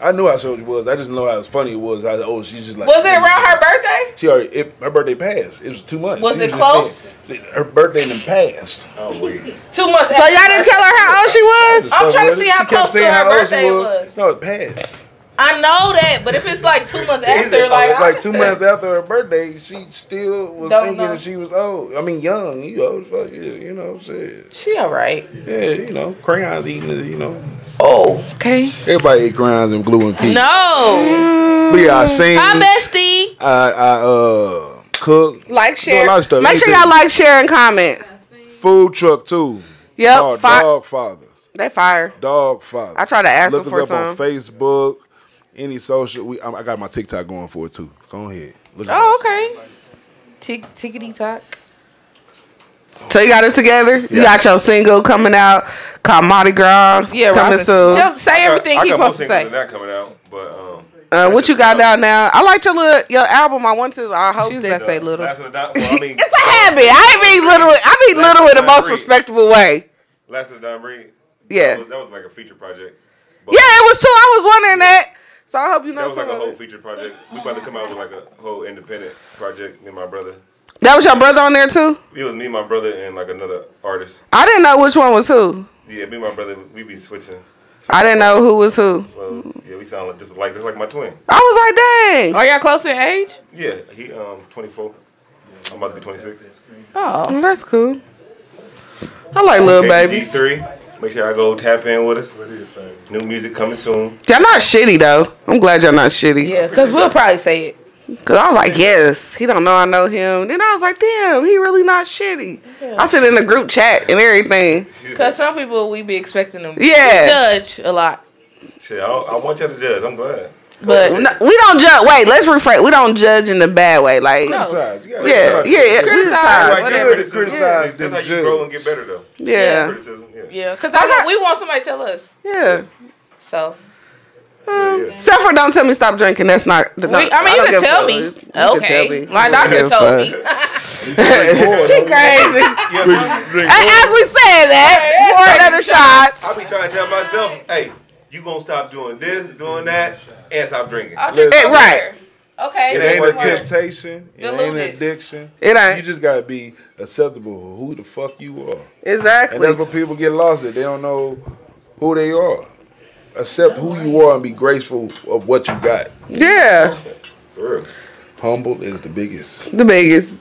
Speaker 5: know?
Speaker 6: I knew how old she was. I just know how funny it was. How old she just like
Speaker 5: Was it around her birthday?
Speaker 6: She already it, her birthday passed. It was two months.
Speaker 5: Was
Speaker 6: She
Speaker 5: it
Speaker 6: just
Speaker 5: close?
Speaker 6: dead. Her birthday then passed.
Speaker 7: Oh, wait.
Speaker 5: Two months.
Speaker 3: So y'all didn't tell her how old she was.
Speaker 5: I'm
Speaker 6: So
Speaker 5: trying to
Speaker 6: was it-
Speaker 5: see
Speaker 6: she
Speaker 5: how
Speaker 6: kept
Speaker 5: close to
Speaker 6: saying
Speaker 5: her
Speaker 6: how old she
Speaker 5: birthday was.
Speaker 6: No, it passed.
Speaker 5: I know that, but if it's like two months after,
Speaker 6: Oh, It's
Speaker 5: like,
Speaker 6: like two months after her birthday, she still was
Speaker 5: Don't
Speaker 6: thinking
Speaker 5: know.
Speaker 6: that she was old. I mean, young. You old as fuck. You, you know, shit.
Speaker 5: *laughs* She all right.
Speaker 6: Yeah, you know, crayons eating. it, You know,
Speaker 5: Oh, okay.
Speaker 6: everybody ate crayons and glue and keys.
Speaker 5: No,
Speaker 6: But yeah, I
Speaker 3: Mm-hmm.
Speaker 6: sing.
Speaker 5: hi, bestie.
Speaker 6: I, I uh cook
Speaker 3: Like, share.
Speaker 6: lot of stuff.
Speaker 3: Make sure
Speaker 6: Anything.
Speaker 3: y'all like, share, and comment.
Speaker 6: food truck too.
Speaker 3: Yep.
Speaker 6: Called
Speaker 3: fi-
Speaker 6: Oh, Dog Fathers.
Speaker 3: They fire.
Speaker 6: Dog Fathers.
Speaker 3: I tried to ask
Speaker 6: Look
Speaker 3: them for
Speaker 6: us up on
Speaker 3: some.
Speaker 6: Facebook, any social. We I, I got my TikTok going for it too. Go ahead. Look
Speaker 5: Oh, okay. Tick tickety tock.
Speaker 3: So you got it together. You got your single coming out called Mardi Gras.
Speaker 5: Yeah,
Speaker 3: coming
Speaker 5: Robin.
Speaker 3: soon.
Speaker 5: Tell, say everything
Speaker 7: I
Speaker 5: he
Speaker 7: got
Speaker 5: supposed
Speaker 7: more
Speaker 5: to say.
Speaker 7: singles than that coming out, but um.
Speaker 3: Uh, what you got down now? I liked your little your album. I want to. I hope
Speaker 5: She was
Speaker 3: that.
Speaker 5: about to say
Speaker 3: *laughs*
Speaker 5: little.
Speaker 7: Last of the Dime. Well, I mean,
Speaker 3: It's a habit. I ain't mean little. I mean little in the most respectable way.
Speaker 7: Last of the Dime Breed.
Speaker 3: Yeah.
Speaker 7: That was, that was like a feature project. But
Speaker 3: Yeah, it was two. I was wondering that. So I hope you
Speaker 7: That
Speaker 3: know
Speaker 7: was like
Speaker 3: some
Speaker 7: a
Speaker 3: of
Speaker 7: whole
Speaker 3: it.
Speaker 7: feature project. We about to come out with like a whole independent project. Me and my brother.
Speaker 3: That was your brother on there too?
Speaker 7: It was me, my brother, and like another artist.
Speaker 3: I didn't know which one was who.
Speaker 7: Yeah, me and my brother, we be switching.
Speaker 3: I didn't know who was who.
Speaker 7: Well, yeah, we sound like just like just like my twin.
Speaker 3: I was like, dang.
Speaker 5: Are y'all close in age?
Speaker 7: Yeah, he um 24. I'm about to be 26.
Speaker 5: Oh.
Speaker 3: Well, that's cool. I like little baby.
Speaker 7: G3. Make sure I go tap in with us.
Speaker 1: What do you say?
Speaker 7: New music coming soon.
Speaker 3: Y'all not shitty though. I'm glad y'all not shitty.
Speaker 5: Yeah, because we'll probably say it.
Speaker 3: Cause I was like, yes, he don't know I know him. Then I was like, damn, he really not shitty. I sit in the group chat and everything.
Speaker 5: Because some people, we be expecting them
Speaker 3: Yeah.
Speaker 5: to judge a lot.
Speaker 7: Shit, I, I want y'all to judge. I'm glad.
Speaker 5: But
Speaker 3: No, we don't judge. Wait, let's rephrase. We don't judge in the bad way. Like,
Speaker 5: No.
Speaker 6: Criticize. You gotta
Speaker 3: yeah, yeah, yeah. We
Speaker 5: Criticize,
Speaker 3: decide.
Speaker 7: Like,
Speaker 5: whatever.
Speaker 7: criticism.
Speaker 6: Criticize,
Speaker 7: That's how you
Speaker 6: then
Speaker 7: grow
Speaker 6: judge.
Speaker 7: and get better, though.
Speaker 3: Yeah,
Speaker 7: Criticism, yeah.
Speaker 5: yeah, because I
Speaker 3: got-
Speaker 5: want, we want somebody to tell us.
Speaker 3: yeah.
Speaker 5: So
Speaker 3: Except for don't tell me stop drinking. That's not.
Speaker 5: we, I mean, you can tell me. Okay, my doctor told me.
Speaker 3: *laughs* She crazy.
Speaker 6: Drink
Speaker 3: and as we said that, more another
Speaker 7: I
Speaker 3: shots.
Speaker 7: be trying to tell myself, hey, you gonna stop doing this, doing that, and stop drinking.
Speaker 5: I'll drink
Speaker 6: Listen.
Speaker 5: some
Speaker 3: Right.
Speaker 5: beer. Okay.
Speaker 6: It
Speaker 7: It ain't
Speaker 6: ain't a
Speaker 7: working.
Speaker 6: temptation. It ain't
Speaker 5: Diluted.
Speaker 6: an addiction.
Speaker 3: It ain't.
Speaker 6: You just gotta be acceptable of who the fuck you are. And that's
Speaker 3: Exactly.
Speaker 6: what people get lost in. They don't know who they are. Accept who you are and be grateful of what you got.
Speaker 3: Yeah,
Speaker 7: For real.
Speaker 6: Humble is the biggest.
Speaker 3: the biggest.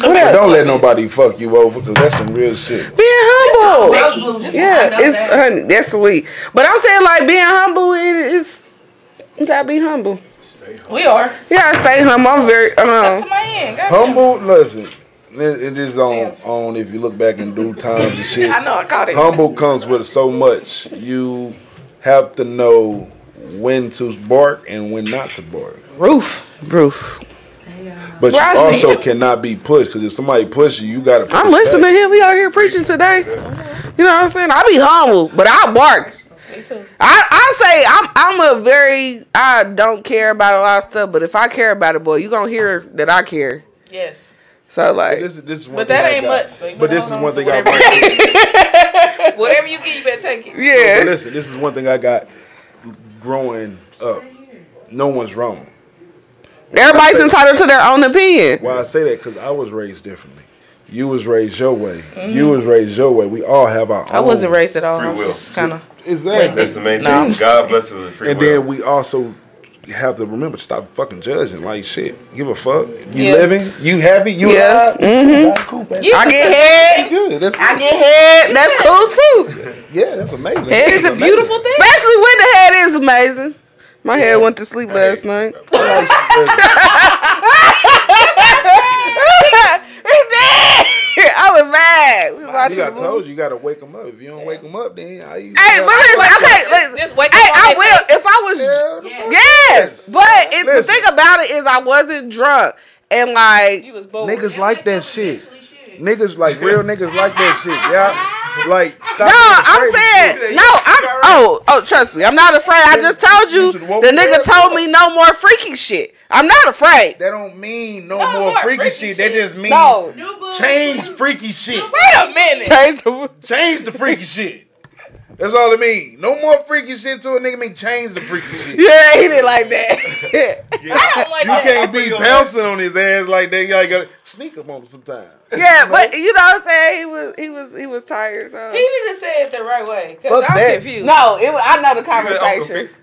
Speaker 6: But don't let nobody fuck you over because that's some real shit.
Speaker 3: Being humble.
Speaker 8: Just
Speaker 3: Yeah,
Speaker 8: find out
Speaker 3: it's
Speaker 8: that.
Speaker 3: honey, that's sweet. But I'm saying like being humble, it is. You gotta be humble.
Speaker 5: we are.
Speaker 3: Yeah, I stay humble. I'm very
Speaker 5: Up to
Speaker 3: um.
Speaker 5: my end. goddamn.
Speaker 6: Humble, listen. It it is on on if you look back in due times and shit.
Speaker 5: I know I caught it.
Speaker 6: Humble comes with so much. You have to know when to bark and when not to bark.
Speaker 3: Roof, roof.
Speaker 6: But you
Speaker 3: Right.
Speaker 6: also cannot be pushed because if somebody pushes you, you gotta. Push
Speaker 3: I'm listening to
Speaker 6: back.
Speaker 3: him. We out here preaching today. You know what I'm saying? I be humble, but I bark.
Speaker 5: Me too.
Speaker 3: I, I say I'm I'm a very I don't care about a lot of stuff, but if I care about it, boy, you gonna hear that I care.
Speaker 5: Yes.
Speaker 3: So like,
Speaker 6: This, this is one
Speaker 5: But
Speaker 6: thing
Speaker 5: that
Speaker 6: I
Speaker 5: ain't
Speaker 6: got.
Speaker 5: much, so you
Speaker 6: but
Speaker 5: better
Speaker 6: this is
Speaker 5: hold
Speaker 6: one
Speaker 5: on to
Speaker 6: thing I
Speaker 5: whatever.
Speaker 6: learned.
Speaker 5: *laughs* Whatever you get, you better take it.
Speaker 6: But
Speaker 3: yeah,
Speaker 6: listen, this is one thing I got growing up. No one's wrong.
Speaker 3: everybody's entitled to their own opinion.
Speaker 6: Why I say that? Because I was raised differently. You was raised your way. You was raised your way. We all have our own.
Speaker 5: I wasn't raised at all.
Speaker 7: Free
Speaker 5: I was
Speaker 7: will.
Speaker 5: Just kind of.
Speaker 6: Exactly.
Speaker 7: That's the main
Speaker 5: No.
Speaker 7: thing. God bless us with free
Speaker 6: And
Speaker 7: will.
Speaker 6: then we also have to remember to stop fucking judging. Like shit, give a fuck. You
Speaker 5: Yeah.
Speaker 6: living? You happy? You
Speaker 3: Yeah.
Speaker 6: alive? Mm-hmm. Cool, man.
Speaker 5: You
Speaker 3: I get head.
Speaker 6: Good. That's
Speaker 3: I get head. That's cool too.
Speaker 6: yeah. That's amazing.
Speaker 5: It
Speaker 6: That's
Speaker 5: is a
Speaker 6: amazing.
Speaker 5: beautiful thing.
Speaker 3: Especially when the head is amazing. My head went to sleep last
Speaker 5: *laughs*
Speaker 3: night. it did. I was mad. We was
Speaker 6: See,
Speaker 3: watching
Speaker 6: I
Speaker 3: the movie.
Speaker 6: told you, you gotta wake them up. If you don't wake them up, then how you?
Speaker 3: Hey, but listen, okay, listen.
Speaker 5: Just wake
Speaker 3: hey,
Speaker 5: up on
Speaker 3: I
Speaker 5: their
Speaker 3: will
Speaker 5: face.
Speaker 3: if I was.
Speaker 6: Hell no.
Speaker 3: Yes, but it, the
Speaker 6: Listen.
Speaker 3: thing about it is, I wasn't drunk and
Speaker 5: You
Speaker 3: like,
Speaker 5: was bold.
Speaker 6: Niggas like that shit.
Speaker 8: shit.
Speaker 6: Niggas *laughs* like real niggas like that shit. Yeah, like stop.
Speaker 3: no,
Speaker 6: being
Speaker 3: I'm
Speaker 6: afraid.
Speaker 3: saying, no, I'm. Oh, oh, trust me, I'm not afraid. I just told you the nigga told me no more freaky shit. I'm not afraid.
Speaker 6: That don't mean no,
Speaker 5: No
Speaker 6: more,
Speaker 5: more
Speaker 6: freaky,
Speaker 5: freaky
Speaker 6: shit. That
Speaker 5: shit.
Speaker 6: just mean
Speaker 3: No.
Speaker 6: change freaky shit.
Speaker 5: Wait a minute.
Speaker 3: Change the-
Speaker 6: Change the freaky shit. That's all it mean. No more freaky shit to a nigga mean change the freaky shit. You
Speaker 3: *laughs* Yeah, he didn't like
Speaker 6: *laughs*
Speaker 3: that.
Speaker 5: I don't like that.
Speaker 6: can't be pouncing on his ass like that. You gotta go- sneak up on him sometime.
Speaker 3: *laughs* yeah, but you know what I'm saying? He was he was he was tired. So
Speaker 5: He need to say it the right way. Because
Speaker 6: Fuck
Speaker 5: I'm
Speaker 6: that.
Speaker 5: confused.
Speaker 3: no, it was, I know the
Speaker 7: Uncle
Speaker 3: conversation.
Speaker 7: Pete.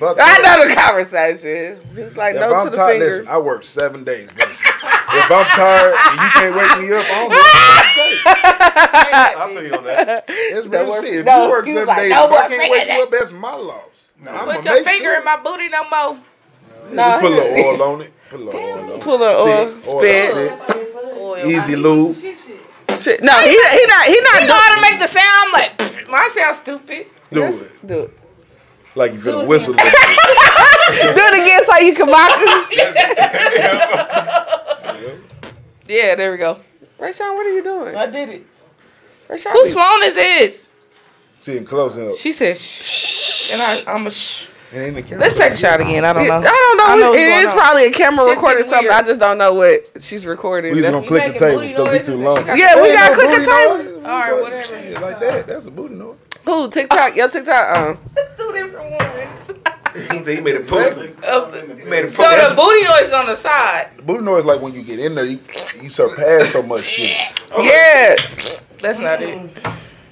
Speaker 6: Fuck
Speaker 3: I
Speaker 6: that.
Speaker 3: know the conversation. He's like
Speaker 6: If
Speaker 3: no
Speaker 6: I'm
Speaker 3: to the
Speaker 6: tired,
Speaker 3: finger.
Speaker 6: listen, I work seven days. basically. if I'm tired and you can't wake me up, I don't know what
Speaker 3: *laughs*
Speaker 6: to say.
Speaker 7: I feel you on that.
Speaker 6: That's
Speaker 3: No
Speaker 6: real
Speaker 3: more-
Speaker 6: shit. If
Speaker 3: no,
Speaker 6: you work
Speaker 3: he was
Speaker 6: seven
Speaker 3: like,
Speaker 6: days,
Speaker 3: no
Speaker 6: if
Speaker 3: more
Speaker 6: I can't wake
Speaker 3: friend.
Speaker 6: you up, that's my loss. I'm
Speaker 5: Put your finger in my booty no more.
Speaker 3: Nah,
Speaker 6: Put a little
Speaker 3: he-
Speaker 6: oil on it. Put a little oil on it.
Speaker 3: Pull up or
Speaker 6: Spit. Oil
Speaker 3: spit.
Speaker 6: on it. Easy lube.
Speaker 3: Shit. No, he he not he
Speaker 5: You know
Speaker 3: not
Speaker 5: how to make the sound. like, "Pfft, mine sounds stupid.
Speaker 6: Do it.
Speaker 3: doing. Do it.
Speaker 6: Like you feel a *laughs* whistle. a little bit.
Speaker 3: Do it again so you can mock
Speaker 5: *laughs*
Speaker 3: him.
Speaker 5: Yeah, there we go.
Speaker 3: Rayshawn, what are you doing?
Speaker 5: I did it.
Speaker 3: Rayshawn,
Speaker 5: Whose phone is this?
Speaker 6: Sitting close enough.
Speaker 5: She said, shh. And I, I'm a shh.
Speaker 6: And in the camera.
Speaker 5: Let's take a shot again. I don't know.
Speaker 3: I don't know.
Speaker 5: I know
Speaker 3: who-
Speaker 5: what's
Speaker 3: it
Speaker 5: going
Speaker 3: is
Speaker 5: on.
Speaker 3: probably a camera
Speaker 5: Shit's
Speaker 3: recording
Speaker 5: getting
Speaker 3: something.
Speaker 5: weird.
Speaker 3: I just don't know what she's recording.
Speaker 6: We just
Speaker 3: That's-
Speaker 6: gonna click the
Speaker 5: making
Speaker 6: table
Speaker 5: booty
Speaker 6: because we
Speaker 5: noises
Speaker 6: too
Speaker 5: and
Speaker 6: long.
Speaker 5: she got-
Speaker 3: yeah, we
Speaker 6: Ain't
Speaker 3: got
Speaker 6: no
Speaker 3: click a
Speaker 6: booty
Speaker 3: table.
Speaker 6: noise.
Speaker 5: All right, whatever.
Speaker 6: Shit, Like that. That's a booty noise.
Speaker 3: Who TikTok? Your TikTok? Um,
Speaker 5: Two different ones.
Speaker 7: he made it public. He made it
Speaker 5: So
Speaker 7: public.
Speaker 5: Oh, the booty noise is on the side.
Speaker 6: Booty noise like when you get in there, you, you surpass so much shit.
Speaker 3: Yeah,
Speaker 5: That's not it.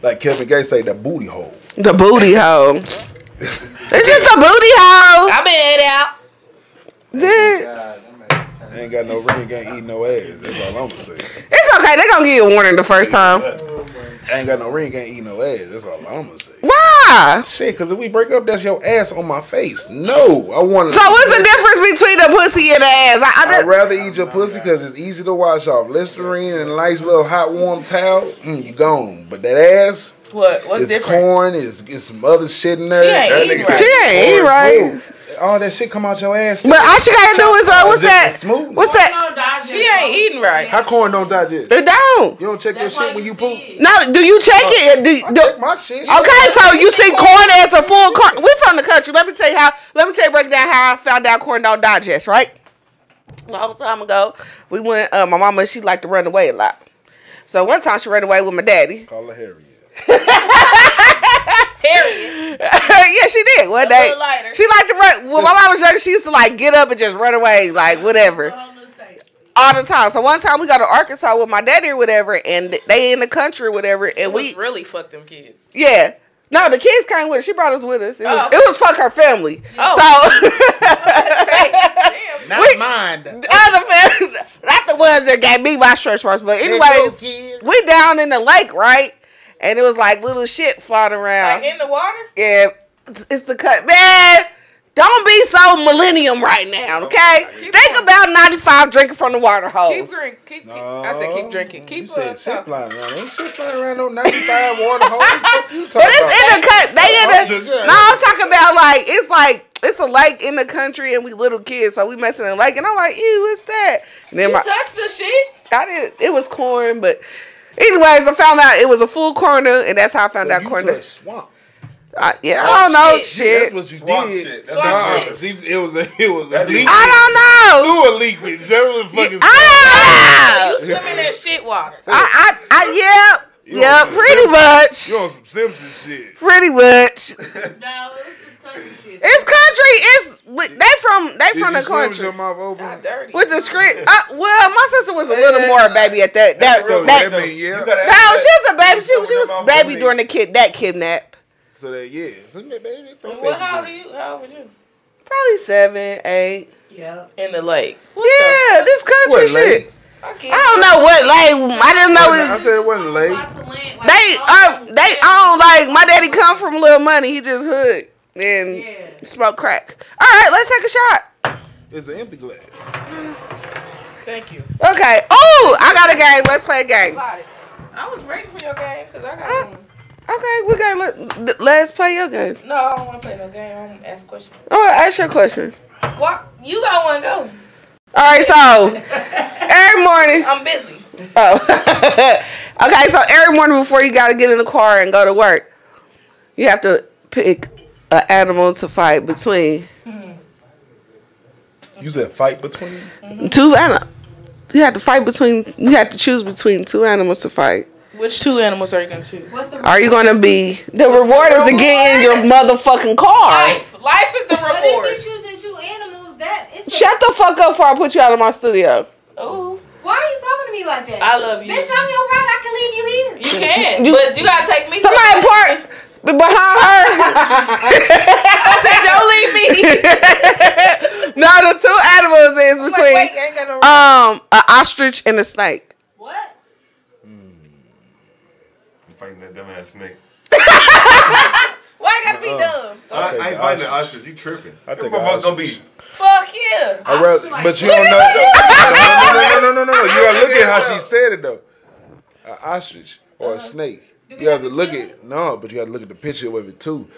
Speaker 6: Like Kevin Gates say, that booty hole.
Speaker 3: the booty hole. It's just a booty hole.
Speaker 5: I've been ate out.
Speaker 3: Dude,
Speaker 6: Ain't got no ring, ain't eat no ass. That's all I'm gonna say.
Speaker 3: It's okay. They're gonna give you a warning the first time.
Speaker 6: Ain't got no ring, ain't eat no ass. That's all I'm gonna say.
Speaker 3: Why?
Speaker 6: Shit, cause if we break up, that's your ass on my face. No, I want to.
Speaker 3: So what's the difference between the pussy and the ass? I, I
Speaker 6: I'd
Speaker 3: just,
Speaker 6: rather eat your pussy because it's easy to wash off. Listerine and a nice little hot warm towel, mm, you gone. But that ass,
Speaker 5: What? What's
Speaker 6: it's
Speaker 5: different?
Speaker 6: corn, it's, it's some other shit in there.
Speaker 5: She ain't
Speaker 6: That
Speaker 5: eating
Speaker 6: nigga-
Speaker 5: right.
Speaker 3: she ain't eat right.
Speaker 6: All that shit come out your ass.
Speaker 3: But all she gotta do is uh, what's
Speaker 6: Just
Speaker 3: that?
Speaker 6: smooth.
Speaker 3: What's that?
Speaker 5: She ain't eating right.
Speaker 6: How corn don't digest?
Speaker 3: It don't.
Speaker 6: You don't check your
Speaker 8: That's why
Speaker 6: shit when you
Speaker 8: you
Speaker 6: poop.
Speaker 8: see it.
Speaker 3: No, do you check it? Do,
Speaker 6: I
Speaker 3: do,
Speaker 6: check my shit.
Speaker 3: okay,
Speaker 6: *laughs*
Speaker 3: so you see corn as a full corn. We from the country. Let me tell you how. Let me tell you break down how I found out corn don't digest. Right, a long time ago, we went. Uh, my mama she liked to run away a lot. So one time she ran away with my daddy.
Speaker 6: Call her Harriet.
Speaker 5: Harriet.
Speaker 3: *laughs* yeah, she did. One day,
Speaker 5: little lighter.
Speaker 3: she liked to run. When my mom was younger, she used to like get up and just run away, like whatever, all the time. So one time we got to Arkansas with my daddy or whatever, and they in the country or whatever, and we
Speaker 5: We really fuck them kids.
Speaker 3: yeah. No, the kids came with us. She brought us with us. It was
Speaker 5: Oh.
Speaker 3: it was fuck her family.
Speaker 5: *laughs*
Speaker 3: *laughs*
Speaker 5: Damn.
Speaker 3: So we,
Speaker 6: Mind.
Speaker 3: the other family, *laughs* not the ones that gave me my stretch marks. But anyways,
Speaker 6: kids.
Speaker 3: we down in the lake, right? And it was like little shit flying around.
Speaker 5: Like in the water.
Speaker 3: Yeah, it's the cut. Man, don't be so millennium right
Speaker 6: Oh
Speaker 3: now, okay?
Speaker 5: Keep
Speaker 3: Think
Speaker 5: going.
Speaker 3: about 95 drinking from the water
Speaker 5: Keep
Speaker 3: hose.
Speaker 5: drink. Keep. keep- I said keep drinking.
Speaker 6: Oh, you
Speaker 5: Keep. uh,
Speaker 6: said shit
Speaker 5: talking.
Speaker 6: flying around. Ain't shit flying around no 95 water hole. What the fuck
Speaker 5: *laughs*
Speaker 6: you
Speaker 3: But
Speaker 6: talking
Speaker 3: it's in the cut. They in
Speaker 6: I'm
Speaker 3: the.
Speaker 6: just- yeah.
Speaker 3: No, I'm talking about like, it's like, it's a lake in the country and we little kids, so we messing in the lake. And I'm like, ew, what's that? And then
Speaker 5: You
Speaker 3: my,
Speaker 5: touched the shit.
Speaker 3: I didn't, it was corn, but. Anyways, I found out it was a full corner, and that's how I found out
Speaker 6: You
Speaker 3: corn.
Speaker 6: touched swamp.
Speaker 3: I, yeah, I
Speaker 5: Oh,
Speaker 3: don't know shit.
Speaker 6: That's what you
Speaker 7: Swamp
Speaker 6: did.
Speaker 7: shit.
Speaker 5: Swamp
Speaker 6: Nah,
Speaker 5: shit.
Speaker 6: she- It was a, it was a
Speaker 7: That is-
Speaker 6: leak.
Speaker 3: I don't know.
Speaker 6: Sewer leak, bitch. That was a fucking.
Speaker 3: Ah!
Speaker 6: *laughs*
Speaker 5: You swimming in shit water.
Speaker 3: I, I, I, yep,
Speaker 6: You
Speaker 3: yep,
Speaker 6: on some
Speaker 3: pretty
Speaker 6: You
Speaker 3: much,
Speaker 6: on some Simpson shit.
Speaker 3: pretty much.
Speaker 8: No, it's just country shit.
Speaker 3: It's country. It's we- they from they
Speaker 6: Did
Speaker 3: from
Speaker 6: you
Speaker 3: the
Speaker 6: swim with
Speaker 3: country.
Speaker 6: Your mouth open.
Speaker 5: Dirty.
Speaker 3: With the
Speaker 6: *laughs*
Speaker 3: script, uh, well, my sister was a little more a baby at that. That,
Speaker 6: So
Speaker 3: that,
Speaker 6: that mean, yeah.
Speaker 3: no, she was a baby. She, was- she was baby during the kid that kidnap.
Speaker 6: So that yeah. So that baby, that throw
Speaker 5: What?
Speaker 6: that
Speaker 5: How old
Speaker 6: bitch.
Speaker 5: are you? How old was you?
Speaker 3: Probably seven, eight.
Speaker 8: Yeah.
Speaker 5: In the lake.
Speaker 3: yeah, this country
Speaker 6: What,
Speaker 3: shit.
Speaker 6: late?
Speaker 5: Okay.
Speaker 6: Ah!
Speaker 3: I don't know what like. I just know
Speaker 6: I
Speaker 3: it's
Speaker 6: said it wasn't late.
Speaker 8: Lots of land, like,
Speaker 3: they
Speaker 8: oh,
Speaker 2: uh,
Speaker 3: are they own like my daddy come from little money. He just hood and
Speaker 8: Yeah.
Speaker 3: smoke crack. All right, let's take a shot.
Speaker 6: It's an empty glass.
Speaker 5: Thank you.
Speaker 3: Okay. Oh, I got a game. Let's play a game.
Speaker 5: Got it. I was ready for your game because I
Speaker 6: Ah!
Speaker 5: got one.
Speaker 3: Okay, we got. Let, let's play your game.
Speaker 5: No, I don't want to play no game. I'm going to ask questions.
Speaker 3: Oh, ask your question.
Speaker 5: What? You got one, go.
Speaker 3: All right, so every morning.
Speaker 5: I'm busy.
Speaker 3: Oh, *laughs* okay. So every morning before you gotta get in the car and go to work, you have to pick an animal to fight between
Speaker 6: You said fight between. you?
Speaker 3: two animals. You have to fight between. You have to choose between two animals to fight.
Speaker 5: Which two animals are you going to choose?
Speaker 8: What's the
Speaker 3: Are you gonna be the reward is to get in your motherfucking car?
Speaker 5: Life. Life is the
Speaker 2: But if
Speaker 5: reward.
Speaker 2: you choosing shoot animals, that it's a-
Speaker 3: Shut the fuck up before I put you out of my studio.
Speaker 5: Ooh.
Speaker 2: why are you talking to me like that?
Speaker 5: I love you.
Speaker 2: Bitch, I'm your ride. I can leave you here.
Speaker 5: You can.
Speaker 3: You-
Speaker 5: but you got to take me.
Speaker 3: Somebody
Speaker 5: somewhere.
Speaker 3: park be- behind
Speaker 5: I said, don't leave *laughs* me.
Speaker 3: her. no, the two animals is
Speaker 5: I'm like, wait,
Speaker 3: between
Speaker 5: I ain't got no
Speaker 3: um an ostrich and a *laughs* snake.
Speaker 2: What?
Speaker 7: I'm fighting that dumbass snake.
Speaker 5: Why I got to be
Speaker 6: Uh-uh.
Speaker 5: dumb?
Speaker 7: I,
Speaker 6: take
Speaker 7: I ain't
Speaker 6: the
Speaker 7: fighting
Speaker 6: ostrich.
Speaker 7: the ostrich. You tripping?
Speaker 6: I
Speaker 7: That
Speaker 6: take the
Speaker 7: motherfucker gonna
Speaker 6: ostrich.
Speaker 7: be.
Speaker 5: Fuck yeah.
Speaker 6: I rather, but you don't know. No, no, no, no, no, no, no. You gotta *laughs* look at how she said it though. An ostrich or a snake. You Uh-huh. have to look at no, but you gotta look at the picture of it too.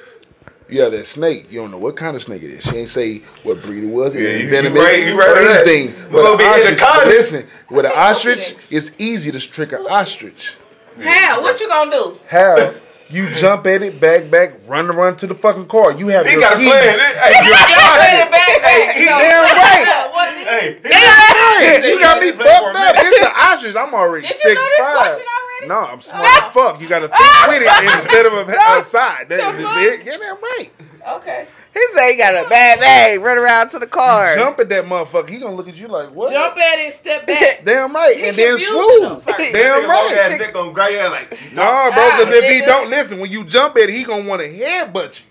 Speaker 6: You have that snake. You don't know what kind of snake it is. She ain't say what breed it was.
Speaker 7: Yeah,
Speaker 6: it
Speaker 7: you-
Speaker 6: was
Speaker 7: you
Speaker 6: venomous
Speaker 7: right- you right
Speaker 6: or
Speaker 7: on that.
Speaker 6: anything.
Speaker 7: We're
Speaker 6: But
Speaker 7: gonna
Speaker 6: an
Speaker 7: be in the
Speaker 6: ostrich,
Speaker 7: comments.
Speaker 6: listen, with an ostrich, it's easy to trick an ostrich.
Speaker 5: How? What you going to *laughs* do?
Speaker 6: How? You jump at it, back, back, run, run to the fucking car. You have
Speaker 7: He
Speaker 6: your
Speaker 7: got a
Speaker 6: keys.
Speaker 7: plan.
Speaker 6: *laughs*
Speaker 7: Hey, you
Speaker 5: Y'all played it back, back. *laughs*
Speaker 6: He damn right.
Speaker 5: What is
Speaker 7: Hey, he-
Speaker 6: Yeah,
Speaker 7: They
Speaker 6: you
Speaker 7: got
Speaker 6: got me
Speaker 7: this play for
Speaker 6: fucked
Speaker 7: a
Speaker 6: up.
Speaker 7: minute.
Speaker 6: It's the ostrich. I'm already
Speaker 5: Did
Speaker 6: six
Speaker 5: you know this
Speaker 6: five.
Speaker 5: question already?
Speaker 6: No, I'm smart as
Speaker 5: *laughs*
Speaker 6: fuck. You got to think with it instead of a- outside. That is
Speaker 5: fuck?
Speaker 6: it. Yeah, damn right.
Speaker 5: Okay.
Speaker 3: He said he got a bad bag. Run around to the car.
Speaker 6: Jump at that motherfucker. He gonna look at you like what?
Speaker 9: Jump at it, step
Speaker 5: *laughs*
Speaker 9: back.
Speaker 6: Damn right,
Speaker 9: You
Speaker 6: and then
Speaker 9: confusing
Speaker 6: slew.
Speaker 9: them first.
Speaker 6: Damn
Speaker 7: Long ass
Speaker 6: right.
Speaker 7: dick gonna grab your ass
Speaker 6: *laughs*
Speaker 7: like.
Speaker 6: Nah, bro, because
Speaker 9: Ah,
Speaker 6: if he
Speaker 9: nigga.
Speaker 6: don't listen, when you jump at it, he gonna want to headbutt you.